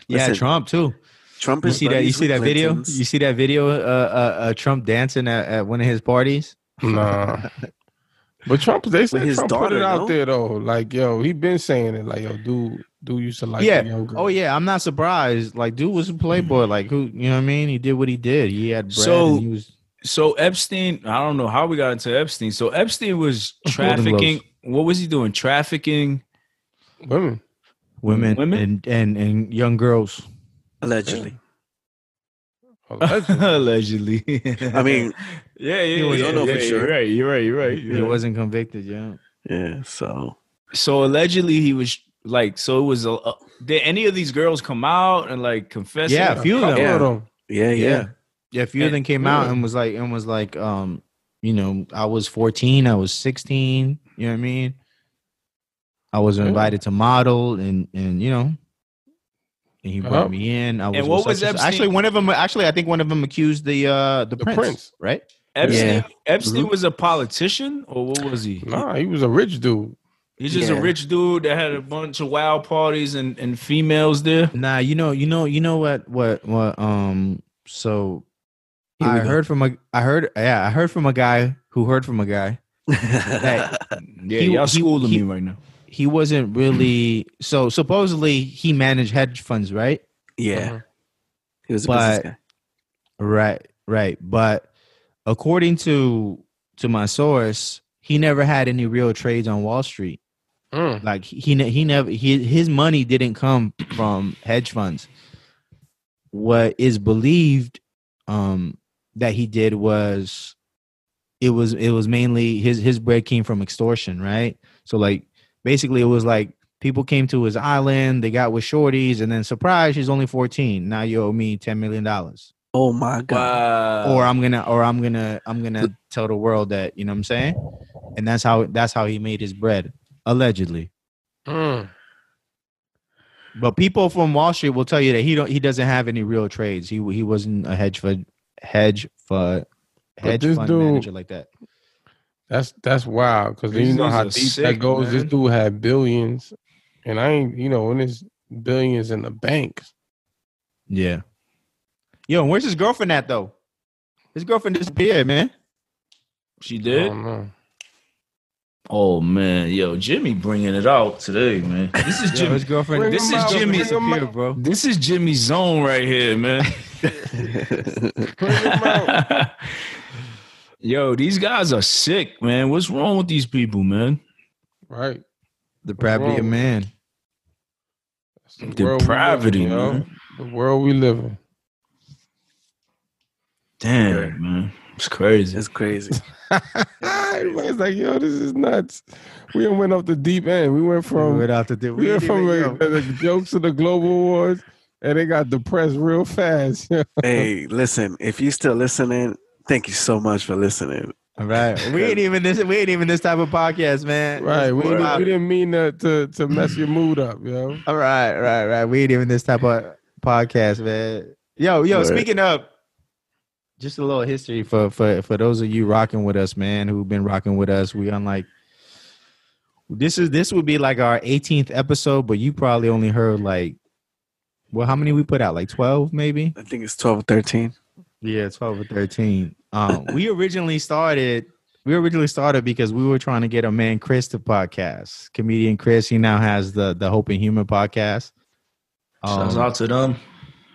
Speaker 1: Yeah,
Speaker 2: Listen,
Speaker 1: Trump too.
Speaker 2: Trump
Speaker 1: You
Speaker 2: is
Speaker 1: see that? You
Speaker 2: buddies
Speaker 1: see
Speaker 2: with
Speaker 1: that video?
Speaker 2: Clintons.
Speaker 1: You see that video? Uh, uh, uh, Trump dancing at, at one of his parties.
Speaker 6: Nah. But Trump, they said
Speaker 2: his
Speaker 6: Trump put
Speaker 2: daughter,
Speaker 6: it out
Speaker 2: no?
Speaker 6: there though. Like, yo, he been saying it. Like, yo, dude, dude used to like
Speaker 1: Yeah.
Speaker 6: the young girl.
Speaker 1: Oh yeah, I'm not surprised. Like, dude was a playboy. Like, who you know what I mean? He did what he did. He had bread.
Speaker 3: So-
Speaker 1: and he was
Speaker 3: So Epstein, I don't know how we got into Epstein. So Epstein was
Speaker 1: Golden Gloves.
Speaker 3: trafficking. What was he doing? Trafficking.
Speaker 6: Women.
Speaker 1: women,
Speaker 3: Women?
Speaker 1: and and and young girls.
Speaker 2: allegedly.
Speaker 6: Allegedly.
Speaker 3: Allegedly.
Speaker 2: I mean,
Speaker 3: yeah, yeah,
Speaker 1: we
Speaker 3: yeah,
Speaker 1: don't know
Speaker 3: yeah,
Speaker 2: for sure.
Speaker 3: You're right. You're right. You're right.
Speaker 1: He
Speaker 3: You're right.
Speaker 1: wasn't convicted. Yeah.
Speaker 2: yeah, so
Speaker 3: So allegedly he was like. So it was. A, a- did any of these girls come out and like confess?
Speaker 1: Yeah,
Speaker 3: it?
Speaker 1: a few of
Speaker 6: Couple
Speaker 1: them.
Speaker 2: Yeah.
Speaker 6: them.
Speaker 2: yeah, yeah.
Speaker 1: Yeah. Yeah. A few of them came out
Speaker 6: Yeah.
Speaker 1: and was like, and was like, um, you know, I was 14. I was 16. You know what I mean? I was
Speaker 6: Yeah.
Speaker 1: invited to model, and and you know. And he brought
Speaker 6: Uh-huh.
Speaker 1: me in. I was
Speaker 3: what
Speaker 1: with
Speaker 3: was
Speaker 1: such and-
Speaker 3: Epstein-
Speaker 1: actually one of them? Actually, I think one of them accused the uh the,
Speaker 6: The
Speaker 1: prince,
Speaker 6: prince.
Speaker 1: right?
Speaker 3: Epstein.
Speaker 2: Yeah. Mm-hmm.
Speaker 3: Epstein was a politician, or what was he?
Speaker 6: Nah, he was a rich dude.
Speaker 3: He's just
Speaker 2: Yeah.
Speaker 3: a rich dude that had a bunch of wild parties and, and females there.
Speaker 1: Nah, you know, you know, you know what, what, what? Um, so
Speaker 2: Here
Speaker 1: I
Speaker 2: we go.
Speaker 1: heard from a, I heard, yeah, I heard from a guy who heard from a guy that
Speaker 3: Yeah,
Speaker 1: He-
Speaker 3: y'all
Speaker 1: he-
Speaker 3: schooling
Speaker 1: he-
Speaker 3: me right now.
Speaker 1: he wasn't really. So supposedly he managed hedge funds, right?
Speaker 2: yeah.
Speaker 6: Uh-huh.
Speaker 2: He was a
Speaker 1: But-
Speaker 2: business
Speaker 1: Right, right. But according to to my source, he never had any real trades on Wall Street.
Speaker 6: Mm.
Speaker 1: Like he ne- he never he, his money didn't come from hedge funds. What is believed um that he did was it was it was mainly his his bread came from extortion, right? So like basically it was like People came to his island, they got with shorties, and then surprise, she's only 14. Now you owe me 10 million dollars.
Speaker 2: Oh my god.
Speaker 3: Wow.
Speaker 6: Uh,
Speaker 1: or I'm gonna or I'm gonna I'm gonna tell the world that, you know what I'm saying? And that's how that's how he made his bread, allegedly. But people from Wall Street will tell you that he don't he doesn't have any real trades. He he wasn't a hedge fund hedge fund hedge
Speaker 6: this
Speaker 1: fund
Speaker 6: dude-
Speaker 1: manager like that.
Speaker 6: That's that's wild because
Speaker 3: These
Speaker 6: you know
Speaker 3: dudes
Speaker 6: how
Speaker 3: are
Speaker 6: deep
Speaker 3: sick,
Speaker 6: that goes. This
Speaker 3: man.
Speaker 6: dude had billions, and I ain't you know when it's billions in the banks.
Speaker 1: Yeah. Yo, and where's his girlfriend at though? His girlfriend disappeared, man.
Speaker 3: she
Speaker 6: I
Speaker 3: did.
Speaker 6: don't know.
Speaker 3: Oh man, yo, Jimmy bringing it out today, man. This is
Speaker 1: Yo,
Speaker 3: Jimmy.
Speaker 1: his girlfriend.
Speaker 6: Bring
Speaker 3: this is Jimmy.
Speaker 1: disappeared, bro.
Speaker 3: This is Jimmy's zone right here, man.
Speaker 6: Bring him out.
Speaker 3: Yo, these guys are sick, man. What's wrong with these people, man?
Speaker 6: right.
Speaker 1: The depravity of
Speaker 6: wrong?
Speaker 1: man.
Speaker 6: That's the world we
Speaker 3: Depravity,
Speaker 6: live in, yo.
Speaker 3: man.
Speaker 6: The world we live in.
Speaker 3: Damn, man. It's crazy.
Speaker 2: It's crazy.
Speaker 6: Everybody's like, yo, this is nuts. We done went off the deep end. We went from
Speaker 1: Without the di-
Speaker 6: we
Speaker 1: we
Speaker 6: went
Speaker 1: didn't
Speaker 6: from
Speaker 1: even
Speaker 6: uh,
Speaker 1: know.
Speaker 6: the, jokes to the global wars, and they got depressed real fast.
Speaker 2: hey, listen, if you still listening, thank you so much for listening.
Speaker 1: All right. We ain't even this we ain't even this type of podcast, man.
Speaker 6: right. We, didn't-
Speaker 1: All
Speaker 6: we didn't mean to, to to mess
Speaker 1: Mm.
Speaker 6: your mood up, yo.
Speaker 1: right, right, right. We ain't even this type of podcast, man. Yo, yo,
Speaker 2: Word.
Speaker 1: speaking of just a little history for for for those of you rocking with us, man, who've been rocking with us. We unlike this is this would be like our 18th episode, but you probably only heard like well, how many we put out? Like 12 maybe?
Speaker 2: I think it's 12 or 13.
Speaker 1: Yeah, 12 or 13. Um, we originally started we originally started because we were trying to get a man Chris to podcast. Comedian Chris, he now has the the Hope and Humor podcast.
Speaker 3: Shouts
Speaker 1: Um,
Speaker 3: out to them.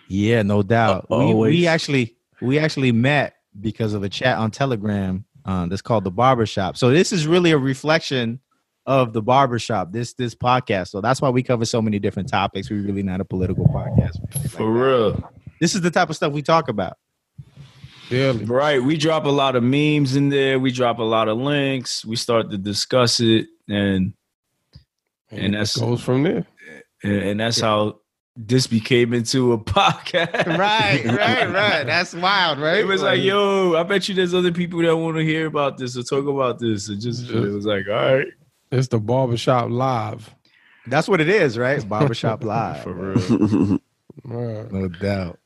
Speaker 1: yeah, no doubt.
Speaker 2: Uh,
Speaker 1: we,
Speaker 2: always.
Speaker 1: we actually we actually met because of a chat on Telegram um, that's called the Barbershop. So this is really a reflection of the barbershop, this this podcast. So that's why we cover so many different topics. We're really not a political podcast.
Speaker 3: For real.
Speaker 1: This is the type of stuff we talk about.
Speaker 6: Daily.
Speaker 3: Right. We drop a lot of memes in there. We drop a lot of links. We start to discuss it. And And
Speaker 6: it
Speaker 3: that's-
Speaker 6: goes from there.
Speaker 3: and, and that's how this became into a podcast.
Speaker 1: That's wild, right?
Speaker 3: It was like, yo, I bet you there's other people that want to hear about this or talk about this. It just it was like, all right,
Speaker 6: It's the barbershop live.
Speaker 1: That's what it is, right? Barbershop Live.
Speaker 3: for real.
Speaker 6: Right.
Speaker 1: No doubt.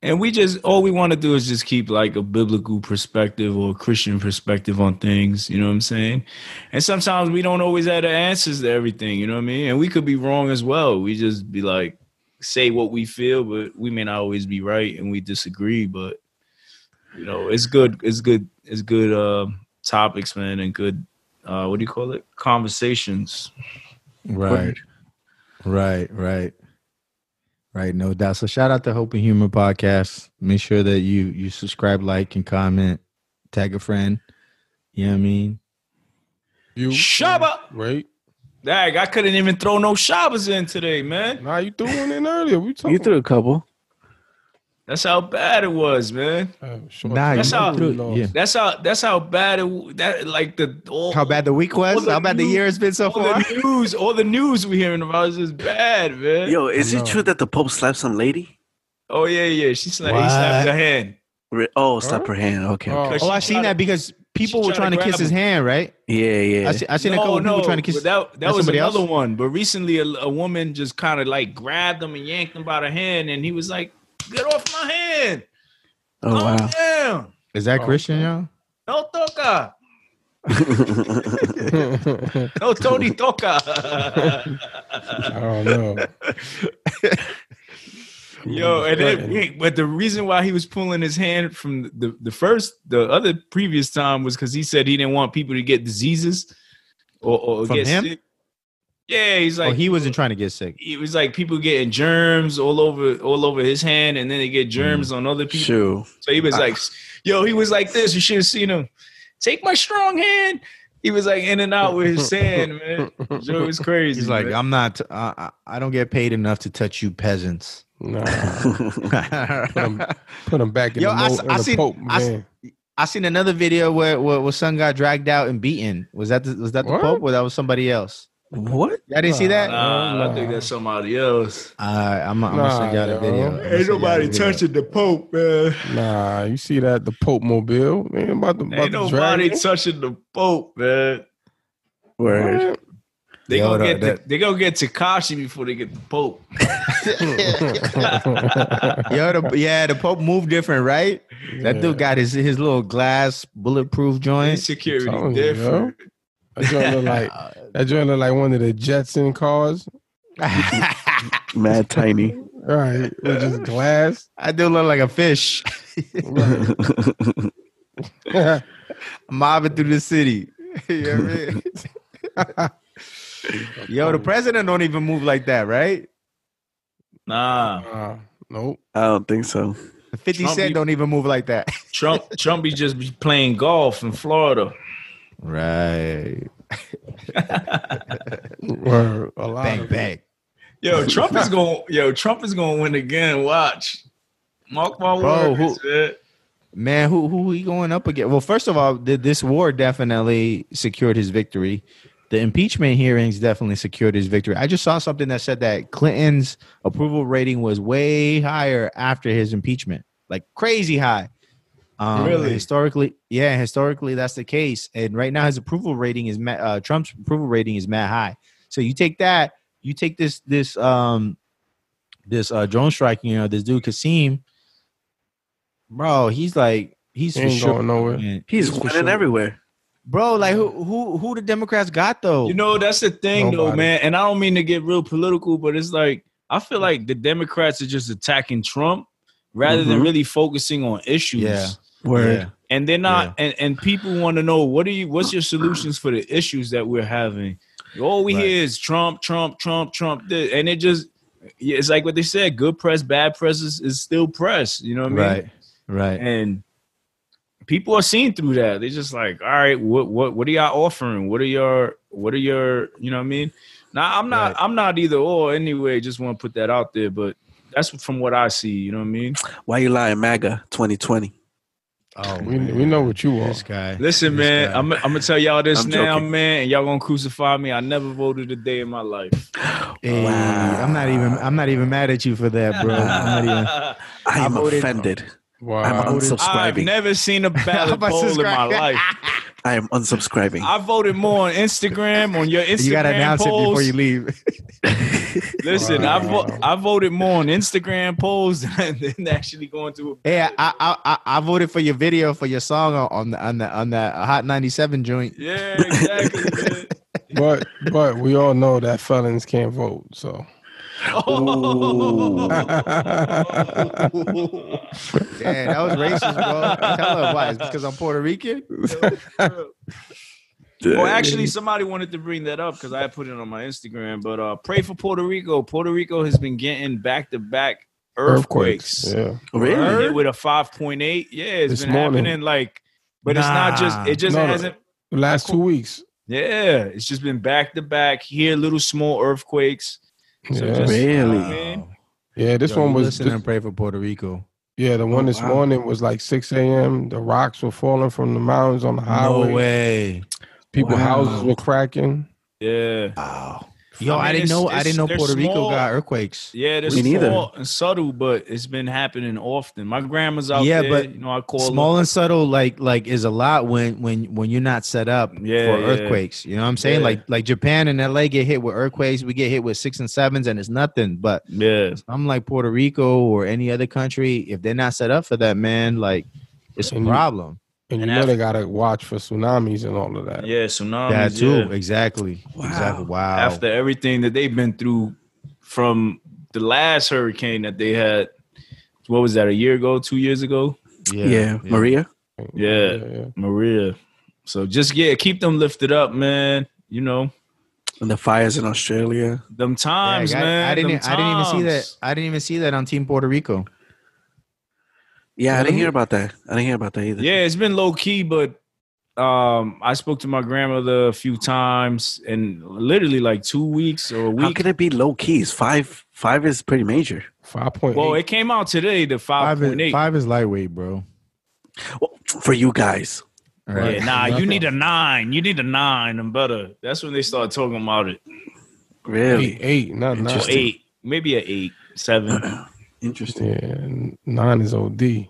Speaker 3: And we just all we want to do is just keep like a biblical perspective or a Christian perspective on things, you know what I'm saying? And sometimes we don't always have the answers to everything, you know what I mean? And we could be wrong as well. We just be like say what we feel, but we may not always be right and we disagree, but you know, it's good it's good it's good uh topics, man, and good uh what do you call it? Conversations.
Speaker 1: Right. Right. Right. Right. No doubt. So shout out to Hope and Humor Podcast. Make sure that you you subscribe, like, and comment. Tag a friend. You know what I mean?
Speaker 6: You
Speaker 3: Shabba!
Speaker 6: Right.
Speaker 3: Dag, I couldn't even throw no shabbas in today, man.
Speaker 6: Nah, you threw one in earlier. We talking
Speaker 2: you threw a couple.
Speaker 3: That's how bad it was, man.
Speaker 6: about, uh, short
Speaker 1: Nah,
Speaker 3: That's
Speaker 1: you
Speaker 3: how-
Speaker 1: threw-
Speaker 6: Lord.
Speaker 1: yeah.
Speaker 3: That's how. That's how bad it. w- That like the all,
Speaker 1: How bad the week was? How bad the year has been so
Speaker 3: all
Speaker 1: far?
Speaker 3: the news. All the news we hearing about is just bad, man.
Speaker 2: Yo, is
Speaker 6: no.
Speaker 2: it true that the Pope slapped some lady?
Speaker 3: Oh yeah, yeah. She slapped. He slapped her hand.
Speaker 2: Re- Oh, slap
Speaker 6: Huh?
Speaker 2: her hand. Okay.
Speaker 6: Oh.
Speaker 2: okay.
Speaker 1: Oh, I
Speaker 3: She
Speaker 1: seen
Speaker 3: tried
Speaker 1: that
Speaker 3: to-
Speaker 1: because people
Speaker 3: she
Speaker 1: were
Speaker 3: tried
Speaker 1: trying
Speaker 3: to
Speaker 1: to kiss
Speaker 3: grab
Speaker 1: his
Speaker 3: him.
Speaker 1: hand, right?
Speaker 2: Yeah, yeah.
Speaker 1: I seen, I seen a couple people trying to kiss.
Speaker 3: but That, that
Speaker 1: that's
Speaker 3: was
Speaker 1: somebody
Speaker 3: another
Speaker 1: else?
Speaker 3: one. But recently, a, a woman just kind of like grabbed him and yanked him by the hand, and he was like, "Get off my hand!
Speaker 2: oh,
Speaker 3: Calm
Speaker 2: wow.
Speaker 3: down!
Speaker 1: Is that
Speaker 6: Oh,
Speaker 1: Christian,
Speaker 6: okay.
Speaker 1: y'all?
Speaker 3: No toca!
Speaker 6: I
Speaker 3: No Tony toca!"
Speaker 6: don't know.
Speaker 3: Yo, and
Speaker 6: Threatened.
Speaker 3: then, but the reason why he was pulling his hand from the, the first, the other previous time was because he said he didn't want people to get diseases or, or
Speaker 1: From
Speaker 3: get
Speaker 1: him?
Speaker 3: sick. Yeah, he's like
Speaker 1: oh, he wasn't trying to get sick.
Speaker 3: It was like people getting germs all over all over his hand, and then they
Speaker 1: Mm.
Speaker 3: get germs on other people.
Speaker 2: Shoo.
Speaker 3: So he was like, "Yo, he was like this. You should have seen him. Take my strong hand." He was like in and out with his hand, man. Joe was crazy.
Speaker 1: He's like,
Speaker 3: man.
Speaker 1: I'm not. I I I don't get paid enough to touch you peasants.
Speaker 6: Nah,
Speaker 1: I
Speaker 6: put him back in
Speaker 1: Yo,
Speaker 6: the,
Speaker 1: I
Speaker 6: mo-
Speaker 1: s-
Speaker 6: in
Speaker 1: I
Speaker 6: the
Speaker 1: seen-
Speaker 6: Pope,
Speaker 1: I s-
Speaker 6: man.
Speaker 1: seen another video where, where where son got dragged out and beaten. Was that the, was that the
Speaker 6: What?
Speaker 1: Pope or that was somebody else?
Speaker 2: What?
Speaker 1: Y'all didn't see that?
Speaker 3: Nah,
Speaker 6: Nah.
Speaker 3: I think that's somebody else.
Speaker 1: I, I'm, I'm gonna send y'all the
Speaker 6: Nah,
Speaker 1: video.
Speaker 6: yo.
Speaker 1: I'ma send y'all the video.
Speaker 3: the Pope, man.
Speaker 6: Nah, you see that the Pope Mobile? Man, about to, about
Speaker 3: Ain't
Speaker 6: to drag
Speaker 3: nobody
Speaker 6: it.
Speaker 3: touching the Pope, man.
Speaker 2: Word.
Speaker 6: What?
Speaker 3: They
Speaker 1: Yo,
Speaker 3: gonna
Speaker 1: that-
Speaker 3: get the, they gonna get Takashi before they get the Pope.
Speaker 1: Yo, the, yeah, the Pope moved different, right? That
Speaker 6: Yeah.
Speaker 1: dude got his his little glass bulletproof joint.
Speaker 6: telling
Speaker 3: Security
Speaker 6: you, yo.
Speaker 3: different.
Speaker 6: That joint look like that joint look like one of the Jetson cars,
Speaker 1: I
Speaker 2: Mad tiny.
Speaker 6: right? With just glass.
Speaker 1: do look like a fish
Speaker 6: Right.
Speaker 1: mobbing through the city. You know what I mean? Yo, the president don't even move like that, right?
Speaker 3: Nah,
Speaker 6: Nah, nope.
Speaker 2: I don't think so.
Speaker 1: The Fifty
Speaker 3: Trump,
Speaker 6: e-
Speaker 1: Cent
Speaker 3: you-
Speaker 1: don't even move like that.
Speaker 3: Trump Trump be just be playing golf in Florida.
Speaker 1: Right.
Speaker 6: Word. A lot.
Speaker 1: Bang
Speaker 6: of it.
Speaker 1: bang.
Speaker 3: Yo, Trump is going. Yo, Trump is going to win again. Watch, mark my
Speaker 1: Bro,
Speaker 3: words. man.
Speaker 1: Man, who who he going up against? Well, first of all, th- this war definitely secured his victory. The impeachment hearings definitely secured his victory. I just saw something that said that Clinton's approval rating was way higher after his impeachment, like crazy high. Um,
Speaker 3: Really?
Speaker 1: Historically, yeah, historically that's the case. And right now, his approval rating is ma- uh, Trump's approval rating is mad high. So you take that, you take this this um this uh drone striking, you know, this dude Kasim, bro, he's like he's
Speaker 6: He
Speaker 1: for
Speaker 6: ain't
Speaker 1: sure.
Speaker 6: going nowhere.
Speaker 1: man.
Speaker 2: He's,
Speaker 1: for
Speaker 2: winning
Speaker 1: sure.
Speaker 2: everywhere.
Speaker 1: Bro, like who who who the Democrats got though?
Speaker 3: You know that's the thing, though,
Speaker 6: Nobody.
Speaker 3: man. And I don't mean to get real political, but it's like I feel like the Democrats are just attacking Trump rather than
Speaker 2: Mhm.
Speaker 3: really focusing on issues.
Speaker 1: Mm-hmm. Yeah.
Speaker 2: Word.
Speaker 1: Yeah.
Speaker 3: and they're not and, and people want to know what are you what's your solutions for the issues that we're having all we
Speaker 1: Right.
Speaker 3: hear is trump trump trump trump this, and it just yeah, it's like what they said good press bad press is, is still press you know what i mean
Speaker 1: Right. Right.
Speaker 3: and people are seeing through that they're just like all right what what what are y'all offering what are your what are your you know what i mean now i'm not
Speaker 1: Right.
Speaker 3: i'm not either or anyway just want to put that out there but that's from what i see you know what i mean
Speaker 2: Why you lying, MAGA 2020?
Speaker 1: Oh,
Speaker 6: We,
Speaker 1: man.
Speaker 6: we know what you are.
Speaker 1: this guy.
Speaker 3: Listen,
Speaker 1: This
Speaker 3: man,
Speaker 1: guy.
Speaker 3: I'm, I'm gonna tell y'all this
Speaker 2: I'm
Speaker 3: now,
Speaker 2: joking.
Speaker 3: man, and y'all gonna crucify me. I never voted a day in my life.
Speaker 1: Hey, I'm not even I'm not even mad at you for that, bro. I'm not even
Speaker 2: I am
Speaker 1: voted-
Speaker 2: offended. I'm
Speaker 6: Wow.
Speaker 3: I've
Speaker 2: unsubscribing.
Speaker 3: never seen a
Speaker 1: I'm
Speaker 3: ballot
Speaker 1: about to
Speaker 3: poll in my
Speaker 1: subscribe.
Speaker 3: life.
Speaker 2: I am unsubscribing.
Speaker 3: I voted more on Instagram on your Instagram
Speaker 1: You gotta announce
Speaker 3: polls.
Speaker 1: it before you leave.
Speaker 3: Listen, I vo-
Speaker 6: Wow.
Speaker 3: I voted more on Instagram polls than, than actually going to. A-
Speaker 1: Hey, I, I I I voted for your video for your song on- on the on the on that Hot 97 joint.
Speaker 3: yeah, exactly. man.
Speaker 6: But but we all know that felons can't vote. So
Speaker 3: Oh.
Speaker 1: Damn, that was racist, bro. Tell her why. It's because I'm Puerto Rican.
Speaker 3: Well, actually, somebody wanted to bring that up because I had put it on my Instagram. But uh, pray for Puerto Rico. Puerto Rico has been getting back to back earthquakes.
Speaker 6: Yeah.
Speaker 2: really?
Speaker 3: Hit with a five point eight. Yeah, it's
Speaker 6: This
Speaker 3: been
Speaker 6: morning.
Speaker 3: happening. Like, but it's not
Speaker 1: Nah.
Speaker 3: just. It just
Speaker 6: No, no.
Speaker 3: hasn't.
Speaker 6: The last two weeks.
Speaker 3: Yeah, it's just been back to back. Here, little small earthquakes. So
Speaker 6: Yeah.
Speaker 3: just-
Speaker 2: Really?
Speaker 3: Man.
Speaker 6: Yeah, this one was
Speaker 1: listen
Speaker 6: this-
Speaker 1: and pray for Puerto Rico.
Speaker 6: yeah, the one
Speaker 2: Oh,
Speaker 6: this
Speaker 2: wow.
Speaker 6: morning was like six AM. The rocks were falling from the mountains on the highway.
Speaker 1: way.
Speaker 6: People
Speaker 2: Wow.
Speaker 6: houses were cracking.
Speaker 3: Yeah,
Speaker 1: Wow. Yo, I,
Speaker 3: I mean,
Speaker 1: didn't know.
Speaker 3: it's-
Speaker 1: I didn't know
Speaker 3: it's- they're
Speaker 1: Puerto Rico
Speaker 3: small.
Speaker 1: got earthquakes.
Speaker 3: yeah. There's
Speaker 2: Me neither.
Speaker 3: small and subtle, but it's been happening often. My grandma's out
Speaker 1: Yeah,
Speaker 3: there.
Speaker 1: but
Speaker 3: you know, I call
Speaker 1: Small and subtle, like like, is a lot when when when you're not set up
Speaker 3: Yeah,
Speaker 1: for
Speaker 3: yeah.
Speaker 1: earthquakes. You know what I'm saying?
Speaker 3: Yeah.
Speaker 1: Like like Japan and LA get hit with earthquakes. We get hit with six and sevens, and it's nothing. But
Speaker 3: Them. Yeah,
Speaker 1: I'm like Puerto Rico or any other country, if they're not set up for that, man, like it's a
Speaker 6: And you-
Speaker 1: problem.
Speaker 6: And you
Speaker 3: And
Speaker 6: know
Speaker 3: af-
Speaker 6: they gotta watch for tsunamis and all of that.
Speaker 3: yeah. Tsunamis.
Speaker 1: that
Speaker 3: yeah.
Speaker 1: too, exactly,
Speaker 2: Wow.
Speaker 1: exactly. Wow.
Speaker 3: after everything that they've been through from the last hurricane that they had. What was that? A year ago? Two years ago?
Speaker 2: Yeah. Maria.
Speaker 3: Yeah.
Speaker 6: yeah.
Speaker 3: Maria. So just yeah, keep them lifted up, man. You know
Speaker 2: And the fires in Australia.
Speaker 3: them
Speaker 1: Yeah,
Speaker 3: times,
Speaker 1: I,
Speaker 3: man.
Speaker 1: I
Speaker 3: them
Speaker 1: didn't. e, I didn't even see that.
Speaker 3: times.
Speaker 1: I didn't even see that on Team Puerto Rico.
Speaker 2: Yeah, I didn't
Speaker 6: Really?
Speaker 2: hear about that. I didn't hear about that either.
Speaker 3: Yeah, it's been low key, but um, I spoke to my grandmother a few times, and literally like two weeks or a
Speaker 2: How
Speaker 3: week.
Speaker 2: could it be low keys? Five, five is pretty major.
Speaker 6: Five point
Speaker 3: well, it came out today, the five
Speaker 1: Five
Speaker 3: point
Speaker 1: is,
Speaker 3: eight.
Speaker 1: five is lightweight, bro.
Speaker 2: Well, for you guys,
Speaker 1: Right.
Speaker 3: Yeah, nah, you need a nine. You need a nine and better. That's when they start talking about it.
Speaker 6: Eight,
Speaker 2: Really
Speaker 6: eight, not nine.
Speaker 3: Or eight, maybe a eight, seven.
Speaker 2: interesting.
Speaker 6: Yeah, nine is OD.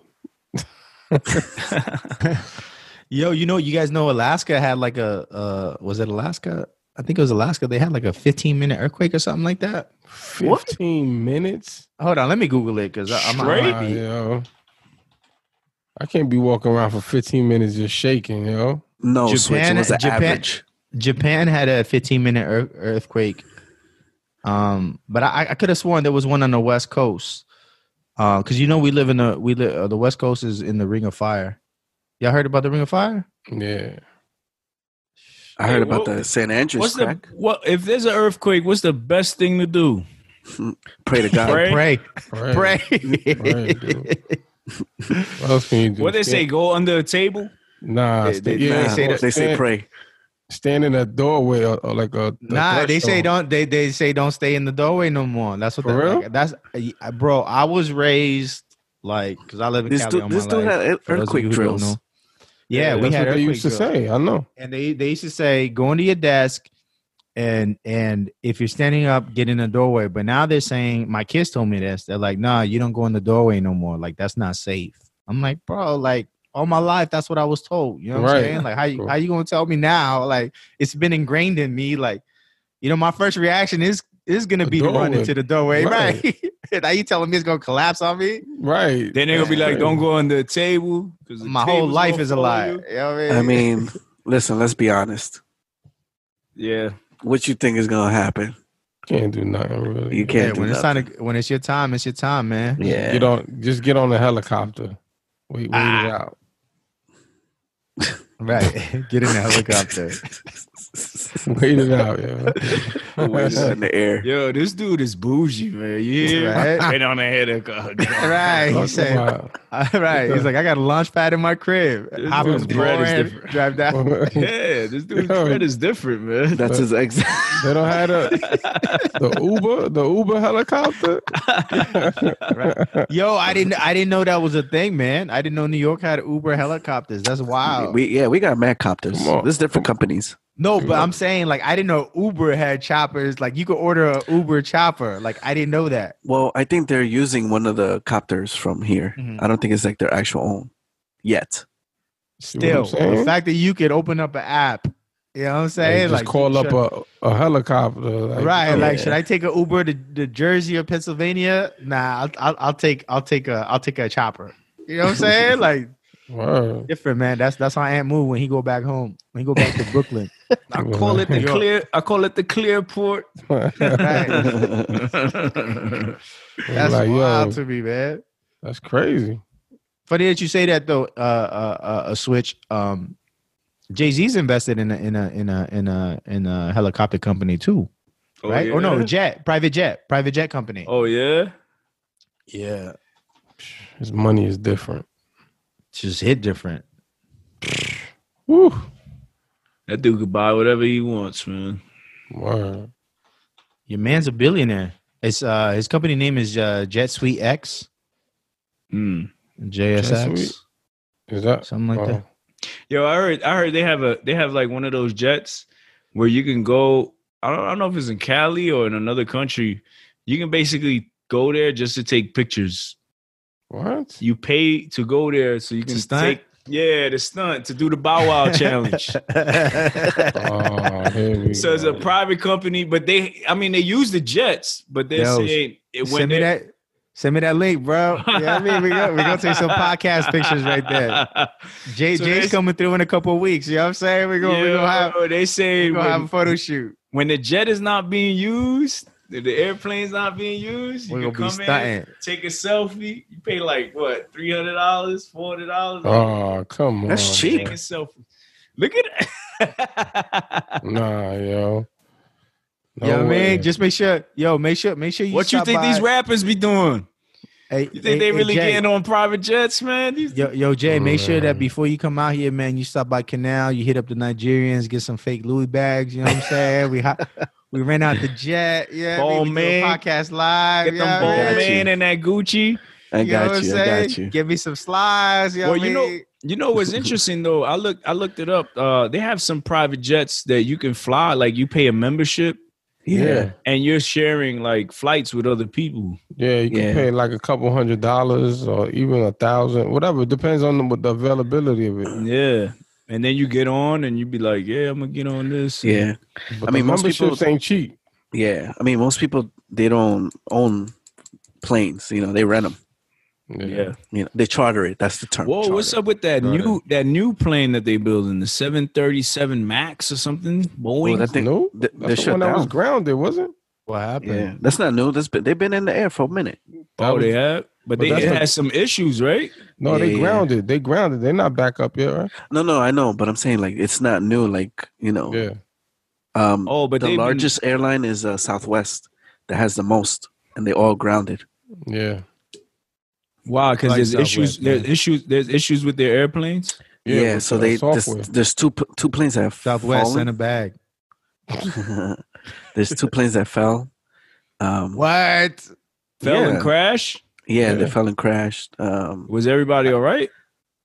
Speaker 1: Yo, you know, you guys know Alaska had like a uh was it Alaska? I think it was Alaska. They had like a 15 minute earthquake or something like that. What?
Speaker 6: Fifteen minutes.
Speaker 1: Hold on, let me Google it because I'm
Speaker 3: Straight?
Speaker 1: might
Speaker 6: Nah,
Speaker 1: be-
Speaker 6: yo. I can't be walking around for 15 minutes just shaking, yo.
Speaker 2: No, switch. It
Speaker 1: Japan-
Speaker 2: was the
Speaker 1: Japan-
Speaker 2: average.
Speaker 1: Japan had a 15 minute ear- earthquake. Um, but I, I could have sworn there was one on the West Coast. Uh, cause you know we live in the we live uh, the West Coast is in the Ring of Fire. Y'all heard about the Ring of Fire?
Speaker 6: Yeah.
Speaker 2: I heard
Speaker 3: Hey,
Speaker 2: about
Speaker 3: what-
Speaker 2: the St. Andrews
Speaker 3: What's the
Speaker 2: crack.
Speaker 3: what? If there's an earthquake, what's the best thing to do?
Speaker 2: Pray to God.
Speaker 3: Pray?
Speaker 1: Pray,
Speaker 6: Right.
Speaker 1: pray.
Speaker 6: Pray, dude. What else can you do?
Speaker 3: What they say?
Speaker 6: Stand-
Speaker 3: Go under a table.
Speaker 6: Nah,
Speaker 1: They-
Speaker 6: sta-
Speaker 1: they-
Speaker 6: yeah,
Speaker 2: Nah,
Speaker 1: say that-
Speaker 2: they say
Speaker 6: stand-
Speaker 2: pray.
Speaker 6: Stand in a doorway or, or like a. a
Speaker 1: nah, they say
Speaker 6: threshold.
Speaker 1: don't. They they say don't stay in the doorway no more. That's what.
Speaker 6: For
Speaker 1: the-
Speaker 6: real?
Speaker 1: like, that's uh, bro. I was raised like because I live in
Speaker 2: This
Speaker 1: Cali all
Speaker 2: dude,
Speaker 1: my
Speaker 2: this dude
Speaker 1: life.
Speaker 2: had
Speaker 1: For those of you
Speaker 2: earthquake
Speaker 1: who don't
Speaker 2: drills.
Speaker 1: know. Yeah, we
Speaker 6: That's
Speaker 1: had
Speaker 6: what they
Speaker 1: earthquake
Speaker 6: used to
Speaker 1: drills.
Speaker 6: say. I know.
Speaker 1: and they they used to say go into your desk and and if you're standing up get in the doorway but now they're saying my kids told me this they're like nah you don't go in the doorway no more like that's not safe i'm like bro like all my life that's what i was told you know what i'm
Speaker 6: Right.
Speaker 1: saying like how you
Speaker 6: Cool.
Speaker 1: how you gonna tell me now like it's been ingrained in me like you know my first reaction is is gonna
Speaker 6: The
Speaker 1: be to run
Speaker 6: doorway.
Speaker 1: into the doorway right,
Speaker 6: Right.
Speaker 1: now you telling me it's gonna collapse on me
Speaker 6: Right.
Speaker 3: Then they're gonna be
Speaker 6: That's
Speaker 3: like,
Speaker 6: crazy.
Speaker 3: "Don't go under a table." Because
Speaker 1: my whole life is a lie you know what
Speaker 2: I mean, listen, let's be honest.
Speaker 3: Yeah,
Speaker 2: What you think is gonna happen?
Speaker 6: Can't do nothing really.
Speaker 2: You
Speaker 1: yeah,
Speaker 2: can't do
Speaker 1: when it's
Speaker 2: nothing.
Speaker 1: time to, when it's your time it's your time man
Speaker 2: yeah.
Speaker 6: Get on. Just get on the helicopter. Wait, wait it out.
Speaker 1: Right. Get in the helicopter.
Speaker 6: Wait it out, yo.
Speaker 2: Wings in the air.
Speaker 3: yo, this dude is bougie, man. Yeah,
Speaker 1: Right.
Speaker 3: right on a uh, headache.
Speaker 1: right. He
Speaker 6: Talk
Speaker 1: said,
Speaker 6: about-
Speaker 1: all right. He's like, I got a launch pad in my crib. Hop in
Speaker 3: dude's
Speaker 1: the
Speaker 3: bread
Speaker 1: bread
Speaker 3: is
Speaker 1: and
Speaker 3: different.
Speaker 1: drive down.
Speaker 3: Yeah, this dude's
Speaker 6: Yo.
Speaker 3: bread is different, man.
Speaker 2: That's his exit.
Speaker 6: They don't have the, the Uber, the Uber helicopter.
Speaker 1: Yo, I didn't I didn't know that was a thing, man. I didn't know New York had Uber helicopters. That's wild.
Speaker 2: We yeah, we got mad copters.
Speaker 6: Come on.
Speaker 2: There's different companies.
Speaker 1: no, but I'm saying like I didn't know Uber had choppers. Like you could order a Uber chopper. Like I didn't know that.
Speaker 2: Well, I think they're using one of the copters from here.
Speaker 3: Mm-hmm.
Speaker 1: Mhm.
Speaker 2: I don't think it's like their actual own yet.
Speaker 6: See what
Speaker 1: Still,
Speaker 6: I'm
Speaker 1: the
Speaker 6: saying?
Speaker 1: fact that you could open up an app. You know what I'm
Speaker 6: Like,
Speaker 1: saying?
Speaker 6: just call up a, a helicopter. Like,
Speaker 1: right. Like,
Speaker 2: yeah.
Speaker 1: should I take an Uber to, to Jersey or Pennsylvania? Nah, I'll, I'll, I'll take I'll take a I'll take a chopper. You know what I'm saying? like
Speaker 6: Word.
Speaker 1: different, man. That's that's how Aunt move when he go back home. When he go back to Brooklyn.
Speaker 3: I call it the clear. I call it the clear port.
Speaker 1: Right. That's
Speaker 6: like,
Speaker 1: wild
Speaker 6: yo,
Speaker 1: to me, man.
Speaker 6: that's crazy.
Speaker 1: Funny that you say that though. Uh, uh, uh a switch. Um, Jay Z's invested in a in a in a in a in a helicopter company too, right? Or no, jet, private jet, private jet company.
Speaker 3: Oh yeah.
Speaker 1: yeah,
Speaker 6: His money is different.
Speaker 1: just hit different.
Speaker 6: Woo.
Speaker 3: That dude could buy whatever he wants, man.
Speaker 6: Word.
Speaker 1: Your man's a billionaire. It's uh his company name is uh JetSuite X,
Speaker 3: Mm.
Speaker 1: JSX,
Speaker 6: JetSuite? Is that
Speaker 1: something like that.
Speaker 6: oh,
Speaker 3: Yo, I heard. I heard they have a. They have like one of those jets where you can go. I don't, I don't know if it's in Cali or in another country. You can basically go there just to take pictures.
Speaker 6: Oh, What?
Speaker 3: You pay to go there so you
Speaker 1: To
Speaker 3: can
Speaker 1: stunt?
Speaker 3: take. Yeah, the stunt to do the Bow Wow challenge.
Speaker 6: Oh, here we
Speaker 3: So it's
Speaker 6: go.
Speaker 3: a private company, but they, I mean, they use the jets, but they're
Speaker 1: Yo,
Speaker 3: saying it when
Speaker 1: send me
Speaker 3: they-
Speaker 1: that. Send me that link, bro. Yeah, I mean, we go, we gonna take some podcast pictures right there. Jay
Speaker 3: So
Speaker 1: Jay's
Speaker 3: this-
Speaker 1: coming through in a couple of weeks. You know what I'm saying? We're gonna we gonna have
Speaker 3: Yo, they say
Speaker 1: we gonna have
Speaker 3: when,
Speaker 1: a photo shoot.
Speaker 3: when the jet is not being used, if the airplane's not being used, you
Speaker 1: We're
Speaker 3: can
Speaker 1: gonna be
Speaker 3: come in,
Speaker 1: stunting.
Speaker 3: take a selfie. You pay like what, three hundred dollars, four hundred dollars.
Speaker 1: Uh-huh.
Speaker 6: Oh, come on.
Speaker 2: That's cheap.
Speaker 3: Take a selfie. Look at
Speaker 6: Nah, yo. No
Speaker 1: yo,
Speaker 6: way.
Speaker 1: man, just make sure, yo, make sure, make sure you.
Speaker 3: what you
Speaker 1: stop
Speaker 3: think
Speaker 1: by-
Speaker 3: these rappers be doing.
Speaker 1: Hey,
Speaker 3: You think they really getting on private jets, man? These-
Speaker 1: Yo, yo, Jay, make sure that
Speaker 6: Mm.
Speaker 1: before you come out here, man, you stop by Canal, you hit up the Nigerians, get some fake Louis bags. You know what I'm saying? we hot, we ran out the jet. Yeah,
Speaker 3: Ball
Speaker 1: we, we do a
Speaker 3: man.
Speaker 1: podcast live.
Speaker 3: Get
Speaker 1: yeah,
Speaker 3: them ball
Speaker 2: I got
Speaker 3: man and that Gucci.
Speaker 2: I
Speaker 1: know
Speaker 2: got
Speaker 1: what
Speaker 2: you.
Speaker 1: I'm
Speaker 2: I got
Speaker 1: saying?
Speaker 2: you.
Speaker 1: Give me some slides. You know
Speaker 3: Well,
Speaker 1: what I
Speaker 3: you know-
Speaker 1: mean?
Speaker 3: You know what's interesting though? I looked I looked it up. Uh, they have some private jets that you can fly. Like you pay a membership
Speaker 2: Yeah.
Speaker 3: and you're sharing like flights with other people.
Speaker 6: Yeah, you can
Speaker 2: Yeah.
Speaker 6: pay like a couple hundred dollars or even a thousand, whatever. Depends on the, what the availability of it.
Speaker 3: Yeah. And then you get on and you be like, yeah, I'm gonna get on this.
Speaker 2: Yeah.
Speaker 6: But
Speaker 2: I mean,
Speaker 6: the
Speaker 2: most people-
Speaker 6: memberships ain't cheap.
Speaker 2: Yeah. I mean, most people, they don't own planes. You know, they rent them.
Speaker 3: Yeah.
Speaker 2: You know, they charter it. That's the term.
Speaker 3: Whoa, what's
Speaker 2: charter.
Speaker 3: up with that
Speaker 6: Right.
Speaker 3: new that new plane that they building? The 737 Max or something?
Speaker 2: Well,
Speaker 3: Boeing.
Speaker 2: that thing,
Speaker 6: No,
Speaker 2: th- they're
Speaker 6: that's the
Speaker 2: shut
Speaker 6: one that
Speaker 2: down.
Speaker 6: was
Speaker 2: Oh,
Speaker 6: grounded, wasn't? it?
Speaker 1: What happened?
Speaker 2: Yeah, that's not new. That's been, they've been in the air for a minute.
Speaker 6: That
Speaker 3: oh,
Speaker 6: was-
Speaker 3: they have. But,
Speaker 6: but
Speaker 3: they
Speaker 6: that's
Speaker 3: it
Speaker 6: the-
Speaker 3: had some issues, right?
Speaker 6: No, they
Speaker 2: Yeah.
Speaker 6: grounded. They grounded. They're not back up yet, right?
Speaker 2: No, no, I know, but I'm saying like it's not new. Like you know,
Speaker 6: Yeah.
Speaker 2: um,
Speaker 3: Oh, but
Speaker 2: the
Speaker 3: they
Speaker 2: largest airline is uh, Southwest that has the most, and they all grounded.
Speaker 6: Yeah.
Speaker 3: wow, because
Speaker 1: Like
Speaker 3: there's issues.
Speaker 1: Southwest, yeah.
Speaker 3: There's issues. There's issues with their airplanes.
Speaker 2: Yeah,
Speaker 6: with
Speaker 2: so
Speaker 6: the
Speaker 2: they there's,
Speaker 6: software.
Speaker 2: there's two p- two planes that have
Speaker 1: Southwest in
Speaker 2: fallen.
Speaker 1: a bag.
Speaker 2: there's two planes that fell. Um,
Speaker 1: What?
Speaker 3: Fell and
Speaker 2: Yeah.
Speaker 3: crash.
Speaker 2: Yeah, they
Speaker 6: Yeah.
Speaker 2: fell and crashed. Um,
Speaker 3: Was everybody all right?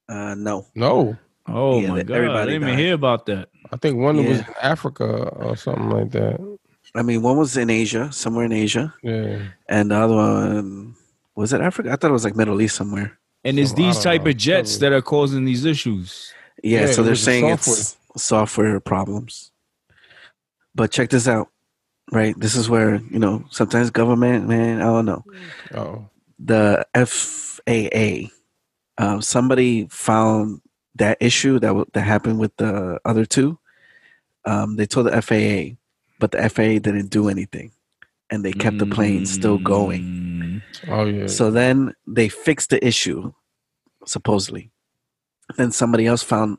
Speaker 2: uh, no,
Speaker 6: No,
Speaker 3: Oh
Speaker 2: Yeah,
Speaker 3: my
Speaker 2: that-
Speaker 3: god!
Speaker 2: everybody
Speaker 3: I didn't even
Speaker 2: died.
Speaker 3: hear about that.
Speaker 6: I think one was
Speaker 2: Yeah.
Speaker 6: in Africa or something like that.
Speaker 2: I mean one was in Asia, somewhere in Asia,
Speaker 6: Yeah.
Speaker 2: and the other one was it Africa? I thought it was like Middle East somewhere.
Speaker 3: And it's
Speaker 6: So, I
Speaker 3: these
Speaker 6: don't
Speaker 3: type
Speaker 6: know.
Speaker 3: of jets that are causing these issues.
Speaker 2: Yeah,
Speaker 6: Yeah,
Speaker 2: so
Speaker 6: it
Speaker 2: they're
Speaker 6: was the
Speaker 2: saying it's software problems. But check this out, right? This is where, you know, sometimes government, man, I don't know.
Speaker 6: Oh.
Speaker 2: The FAA, um, somebody found that issue that, w- that happened with the other two. Um, they told the FAA, but the FAA didn't do anything. And they kept the plane still going.
Speaker 3: Mm.
Speaker 6: Oh yeah.
Speaker 2: So then they fixed the issue, supposedly. Then somebody else found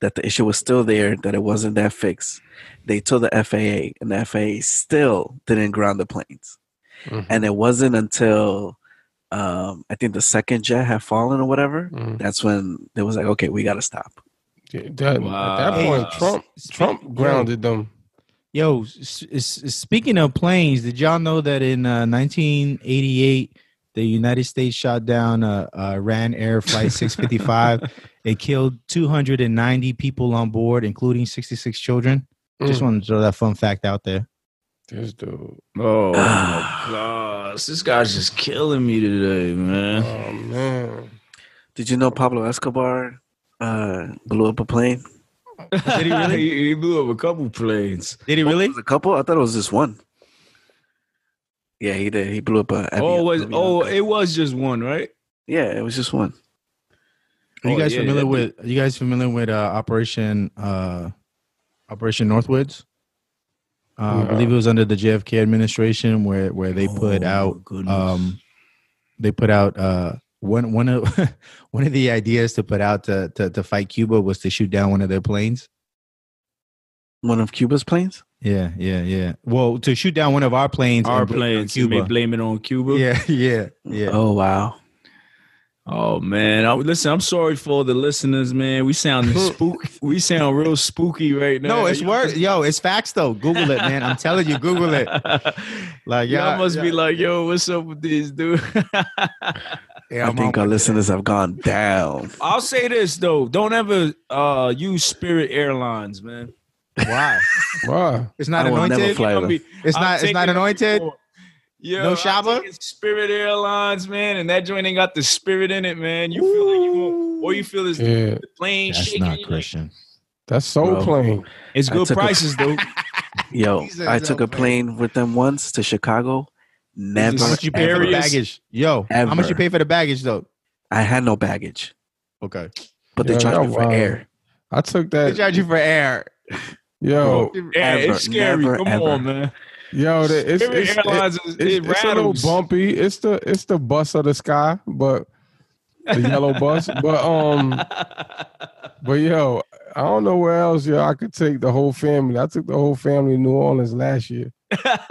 Speaker 2: that the issue was still there, that it wasn't that fixed. They told the FAA, and the FAA still didn't ground the planes.
Speaker 6: Mhm.
Speaker 2: And it wasn't until um, I think the second jet had fallen or whatever.
Speaker 6: Mhm.
Speaker 2: That's when they was like, okay, we got to stop.
Speaker 6: Yeah, that- At that
Speaker 3: Wow.
Speaker 6: point, Trump Trump grounded them.
Speaker 1: Yo, s- s- s- speaking of planes, did y'all know that in uh, 1988 the United States shot down uh, uh, Iran Air Flight 655? it killed 290 people on board, including 66 children. Just
Speaker 6: Mm.
Speaker 1: wanted to throw that fun fact out there.
Speaker 6: This dude.
Speaker 3: Oh
Speaker 1: Ah,
Speaker 3: my gosh, this guy's just killing me today,
Speaker 6: Oh
Speaker 3: man.
Speaker 6: man.
Speaker 2: Did you know Pablo Escobar uh, blew up a plane?
Speaker 1: he really?
Speaker 3: he, he blew up a couple planes.
Speaker 1: Did he
Speaker 2: It
Speaker 1: really?
Speaker 2: was a couple? I thought it was just one. Yeah, he did. He blew up a.
Speaker 3: oh,
Speaker 2: avion-
Speaker 3: it was oh,
Speaker 2: avion.
Speaker 3: it was just one, right?
Speaker 2: Yeah, it was just one.
Speaker 1: Are you
Speaker 3: Oh,
Speaker 1: guys
Speaker 3: yeah,
Speaker 1: familiar
Speaker 3: yeah.
Speaker 1: with? Are you guys familiar with uh, Operation uh, Operation Northwoods? Uh, I
Speaker 6: No.
Speaker 1: believe it was under the JFK administration where where they put
Speaker 3: Oh,
Speaker 1: out
Speaker 3: goodness.
Speaker 1: um, they put out uh, one one of one of the ideas to put out to, to to fight Cuba was to shoot down one of their planes.
Speaker 2: One of Cuba's planes?
Speaker 1: Yeah, yeah, yeah. Well, to shoot down one of our planes,
Speaker 3: our
Speaker 1: and blame it on
Speaker 3: planes. You may blame it on Cuba.
Speaker 1: Yeah, yeah, yeah.
Speaker 2: Oh wow.
Speaker 3: Oh man, I, listen, I'm sorry for the listeners, man. We sound spook. We sound real spooky right now.
Speaker 1: No, it's worse. Yo, it's facts though. Google it, man. I'm telling you, Google it. Like,
Speaker 3: Y'all
Speaker 1: yeah,
Speaker 3: must
Speaker 1: yeah.
Speaker 3: be like, yo, what's up with this, dude?
Speaker 1: Yeah,
Speaker 2: I
Speaker 1: I'm
Speaker 2: think
Speaker 1: on with
Speaker 2: our
Speaker 1: it.
Speaker 2: listeners have gone down.
Speaker 3: I'll say this though: don't ever uh, use Spirit Airlines, man.
Speaker 1: Why?
Speaker 6: Wow.
Speaker 1: It's not
Speaker 2: I will never
Speaker 1: anointed.
Speaker 2: fly
Speaker 3: You know
Speaker 2: them.
Speaker 3: me,
Speaker 1: It's
Speaker 3: I'm
Speaker 1: not. It's
Speaker 3: taking
Speaker 1: not
Speaker 3: it
Speaker 1: anointed.
Speaker 3: before. Yo,
Speaker 1: No
Speaker 3: I'm
Speaker 1: Shaba?
Speaker 3: taking Spirit Airlines, man, and that joint ain't got the spirit in it, man. You feel like you won't, or you feel is the
Speaker 6: Yeah.
Speaker 3: plane
Speaker 1: That's
Speaker 3: shaking.
Speaker 1: not
Speaker 3: you like-
Speaker 1: Christian.
Speaker 6: That's so
Speaker 2: Bro.
Speaker 6: plain.
Speaker 3: It's
Speaker 2: I
Speaker 3: good
Speaker 2: took a-
Speaker 3: prices, though.
Speaker 2: Yo,
Speaker 1: These are
Speaker 2: I took
Speaker 1: so
Speaker 2: a plane with them once to Chicago. Never.
Speaker 1: How much you pay for the
Speaker 2: ever.
Speaker 3: Areas.
Speaker 1: baggage? Yo, how much you
Speaker 2: Ever.
Speaker 1: pay for the baggage though?
Speaker 2: I had no baggage,
Speaker 1: Okay.
Speaker 2: but they
Speaker 6: Yeah,
Speaker 2: charged
Speaker 6: y'all
Speaker 2: me for
Speaker 6: wild.
Speaker 2: air.
Speaker 6: I took
Speaker 1: They
Speaker 6: that.
Speaker 1: charge you for air.
Speaker 6: Yo,
Speaker 3: Yeah,
Speaker 2: Ever,
Speaker 3: it's scary.
Speaker 2: never,
Speaker 3: Come
Speaker 2: ever.
Speaker 3: on, man.
Speaker 6: yo, the, it's,
Speaker 3: Spirit
Speaker 6: it's, it-
Speaker 3: Airlines is it,
Speaker 6: it's, it's a little
Speaker 3: rattles.
Speaker 6: bumpy. It's the it's the bus of the sky, but the yellow bus. But um, but yo, I don't know where else yo I could take the whole family. I took the whole family to New Orleans last year.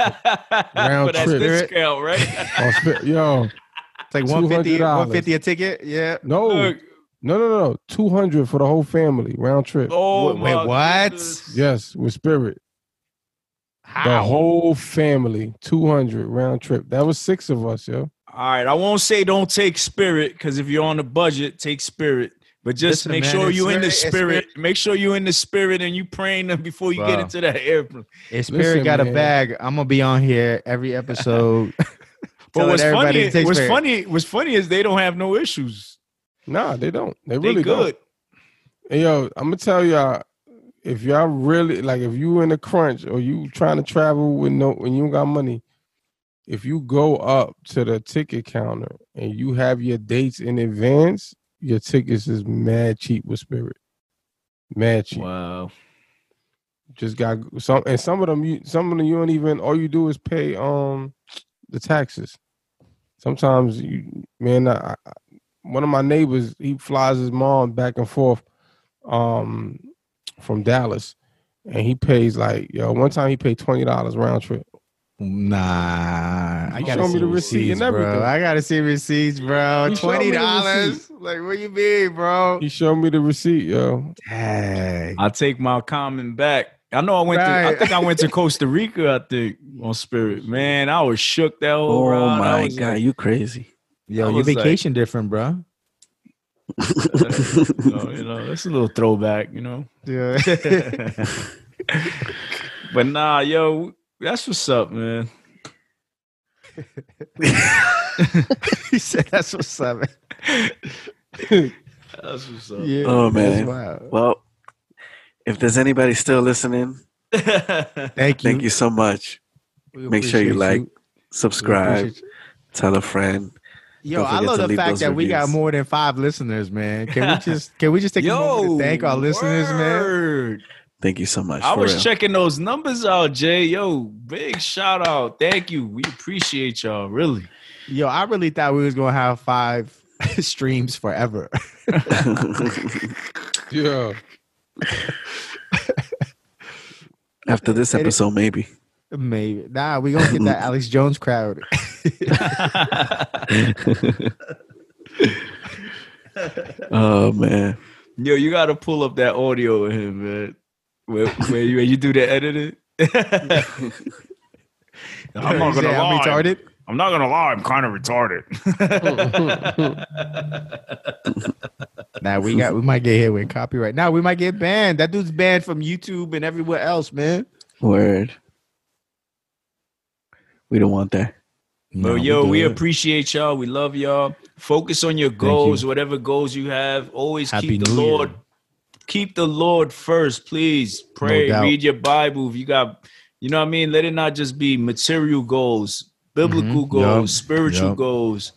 Speaker 6: Round
Speaker 3: but that's
Speaker 6: trip.
Speaker 3: discount, right?
Speaker 6: I spent- yo,
Speaker 1: It's like 150,
Speaker 6: $200.
Speaker 1: 150 a ticket. Yeah.
Speaker 6: no,
Speaker 3: Look,
Speaker 6: no, no, no, two hundred for the whole family round trip.
Speaker 3: oh
Speaker 1: Wait, wait,
Speaker 3: my
Speaker 1: what?
Speaker 3: goodness.
Speaker 6: Yes, with Spirit, the whole family, two hundred round trip. That was six of us, yo.
Speaker 3: All right, I won't say don't take spirit because if you're on a budget, take spirit. But just
Speaker 7: Listen,
Speaker 3: make
Speaker 7: man,
Speaker 3: sure
Speaker 7: it's
Speaker 3: you in the
Speaker 7: very- it's
Speaker 3: spirit. Make sure you in the spirit and you praying before you get
Speaker 7: Bro.
Speaker 3: into that airplane.
Speaker 7: If
Speaker 6: Listen,
Speaker 7: Spirit got
Speaker 6: man.
Speaker 7: a bag, I'm gonna be on here every episode.
Speaker 3: But
Speaker 7: telling
Speaker 3: what's
Speaker 7: everybody
Speaker 3: funny?
Speaker 7: to take
Speaker 3: What's
Speaker 7: spirit.
Speaker 3: funny? What's funny is they don't have no issues.
Speaker 6: Nah, they don't. They
Speaker 3: They
Speaker 6: really don't.
Speaker 3: good.
Speaker 6: And yo, I'm gonna tell y'all, if y'all really like, if you in a crunch or you trying to travel with no, and you don't got money, if you go up to the ticket counter and you have your dates in advance, your tickets is mad cheap with Spirit, mad cheap.
Speaker 3: Wow.
Speaker 6: Just got some, and some of them, you some of them you don't even. All you do is pay um the taxes. Sometimes you, man, I, I, one of my neighbors he flies his mom back and forth um from Dallas, and he pays like yo. One time he paid twenty dollars round trip.
Speaker 7: nah, I
Speaker 6: You
Speaker 7: gotta
Speaker 6: show
Speaker 7: see
Speaker 6: me the receipt
Speaker 7: receipts,
Speaker 6: and everything.
Speaker 7: bro. I gotta see receipts, bro.
Speaker 6: You show me
Speaker 7: Twenty
Speaker 6: the
Speaker 7: dollars. Like, what you mean, bro?
Speaker 6: He showed me the receipt, yo.
Speaker 7: Dang.
Speaker 3: I take my comment back. I know I went. To, I
Speaker 7: Right.
Speaker 3: think I went to Costa Rica. I think on Spirit, man. I was shook that whole
Speaker 2: Oh
Speaker 3: ride. I
Speaker 2: my
Speaker 3: was
Speaker 2: god,
Speaker 3: like,
Speaker 2: you crazy.
Speaker 7: Yo,
Speaker 3: I
Speaker 7: your
Speaker 3: was like-
Speaker 7: vacation different, bro.
Speaker 3: you know, you know, it's a little throwback, you know.
Speaker 7: Yeah.
Speaker 3: but nah, yo, that's what's up, man.
Speaker 7: he said that's what's up. man."
Speaker 3: That's what's up.
Speaker 7: Yeah,
Speaker 2: Oh,
Speaker 7: that's
Speaker 2: man.
Speaker 7: wild.
Speaker 2: Well, if there's anybody still listening,
Speaker 7: Thank you.
Speaker 2: thank you so much.
Speaker 7: We
Speaker 2: Make sure you
Speaker 7: appreciate
Speaker 2: like,
Speaker 7: We
Speaker 2: Subscribe,
Speaker 7: appreciate you.
Speaker 2: tell a friend.
Speaker 7: Yo,
Speaker 2: Don't
Speaker 7: I
Speaker 2: forget
Speaker 7: love
Speaker 2: to
Speaker 7: the
Speaker 2: leave
Speaker 7: fact
Speaker 2: those
Speaker 7: that we got
Speaker 2: reviews.
Speaker 7: more than five listeners, man. Can we just can we just take a moment to thank our listeners, man?
Speaker 3: word.
Speaker 2: Thank you so much.
Speaker 3: I
Speaker 2: for
Speaker 3: was
Speaker 2: real.
Speaker 3: checking those numbers out, Jay. Yo, big shout out. Thank you. We appreciate y'all, really.
Speaker 7: Yo, I really thought we was gonna have five streams forever.
Speaker 6: Yeah,
Speaker 2: After this
Speaker 7: It is-
Speaker 2: episode, maybe.
Speaker 7: Maybe. Nah, we gonna get that Alex Jones crowd.
Speaker 2: oh man.
Speaker 3: Yo, you gotta pull up that audio of him, man. Where, where, you, where you do the editing. I'm not
Speaker 7: You say
Speaker 3: gonna
Speaker 7: I'm
Speaker 3: lie.
Speaker 7: retarded.
Speaker 3: I'm not gonna lie, I'm kind of retarded.
Speaker 7: Nah, we got we might get hit with copyright. Now nah, we might get banned. That dude's banned from YouTube and everywhere else, man.
Speaker 2: Word. We don't want that.
Speaker 3: But yo, we appreciate y'all. We love y'all. Focus on your goals, whatever goals you have. Always
Speaker 7: Happy
Speaker 3: keep the
Speaker 7: New
Speaker 3: Lord.
Speaker 7: Year.
Speaker 3: Keep the Lord first, please. Pray,
Speaker 7: doubt.
Speaker 3: read your Bible. If you got, you know what I mean. Let it not just be material goals, biblical
Speaker 7: Mhm.
Speaker 3: goals,
Speaker 7: Yup.
Speaker 3: spiritual
Speaker 7: Yup.
Speaker 3: goals.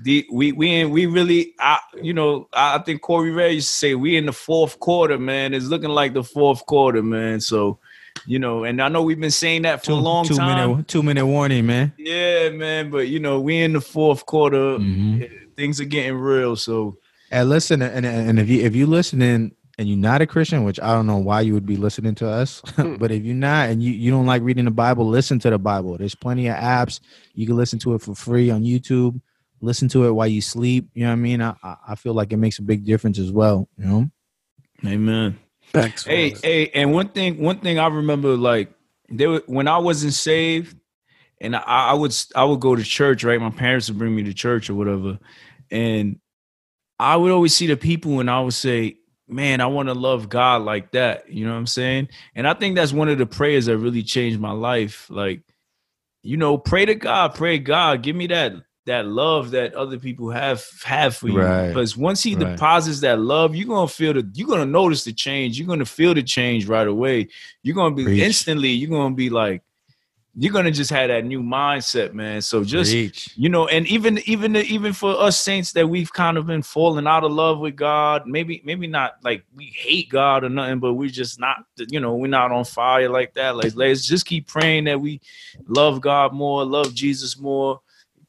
Speaker 3: The, we we in, we really, I, you know, I, I think Corey Ray used to say we in the fourth quarter, man. It's looking like the fourth quarter, man. So, you know, and I know we've been saying that for a long
Speaker 7: two
Speaker 3: time.
Speaker 7: minute two minute warning, man.
Speaker 3: Yeah, man, but you know, we in the fourth quarter.
Speaker 7: Mm.
Speaker 3: Things are getting real, so
Speaker 7: And listen, and and and if you if you listening and you're not a Christian, which I don't know why you would be listening to us, but if you're not and you, you don't like reading the Bible, listen to the Bible. There's plenty of apps. You can listen to it for free on YouTube. Listen to it while you sleep. You know what I mean? I I- I feel like it makes a big difference as well. You know?
Speaker 3: Amen.
Speaker 2: Thanks.
Speaker 3: Hey, hey, and one thing, one thing I remember like there were- when I wasn't saved, and I, I would I would go to church, right? My parents would bring me to church or whatever. And I would always see the people and I would say, Man, I want to love God like that. You know what I'm saying? And I think that's one of the prayers that really changed my life. Like, you know, pray to God, pray God, give me that that love that other people have have for you.
Speaker 7: Right.
Speaker 3: Because once he
Speaker 7: Right.
Speaker 3: deposits that love, you're gonna feel the you're gonna notice the change. You're gonna feel the change right away. You're gonna be
Speaker 7: Preach.
Speaker 3: instantly, you're gonna be like, you're gonna just have that new mindset, man. So just
Speaker 7: Preach.
Speaker 3: you know, and even even even for us saints that we've kind of been falling out of love with God, maybe maybe not like we hate God or nothing, but we're just not, you know, we're not on fire like that. Like let's just keep praying that we love God more, love Jesus more,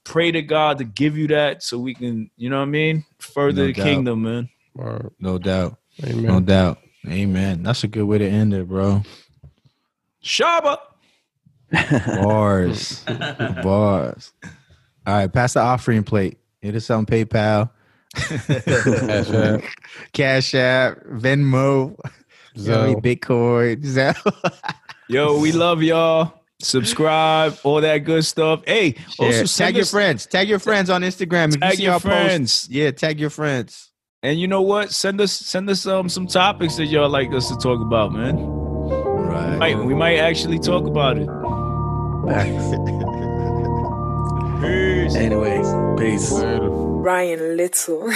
Speaker 3: pray to God to give you that so we can, you know what I mean, further
Speaker 7: No
Speaker 3: the
Speaker 7: doubt.
Speaker 3: kingdom, man.
Speaker 6: Word.
Speaker 7: No doubt. No
Speaker 6: amen.
Speaker 7: doubt. Amen. That's a good way to end it, bro.
Speaker 3: Shaba.
Speaker 7: Bars. Bars. All right, pass the offering plate. It is on PayPal,
Speaker 6: Cash App,
Speaker 7: Cash App, Venmo,
Speaker 6: Zelle.
Speaker 7: Bitcoin, Zelle.
Speaker 3: Yo, we love y'all. subscribe, all that good stuff. Hey, also
Speaker 7: Share.
Speaker 3: send
Speaker 7: tag your
Speaker 3: us-
Speaker 7: friends. Tag your friends on Instagram. If you
Speaker 3: Tag
Speaker 7: see
Speaker 3: your
Speaker 7: our
Speaker 3: friends.
Speaker 7: Post, yeah, tag your friends.
Speaker 3: And you know what? Send us send us um some topics that y'all like us to talk about, man.
Speaker 7: Right.
Speaker 3: Might, we might actually talk about it.
Speaker 2: Facts. Anyways, peace.
Speaker 6: Later.
Speaker 5: Ryan Little.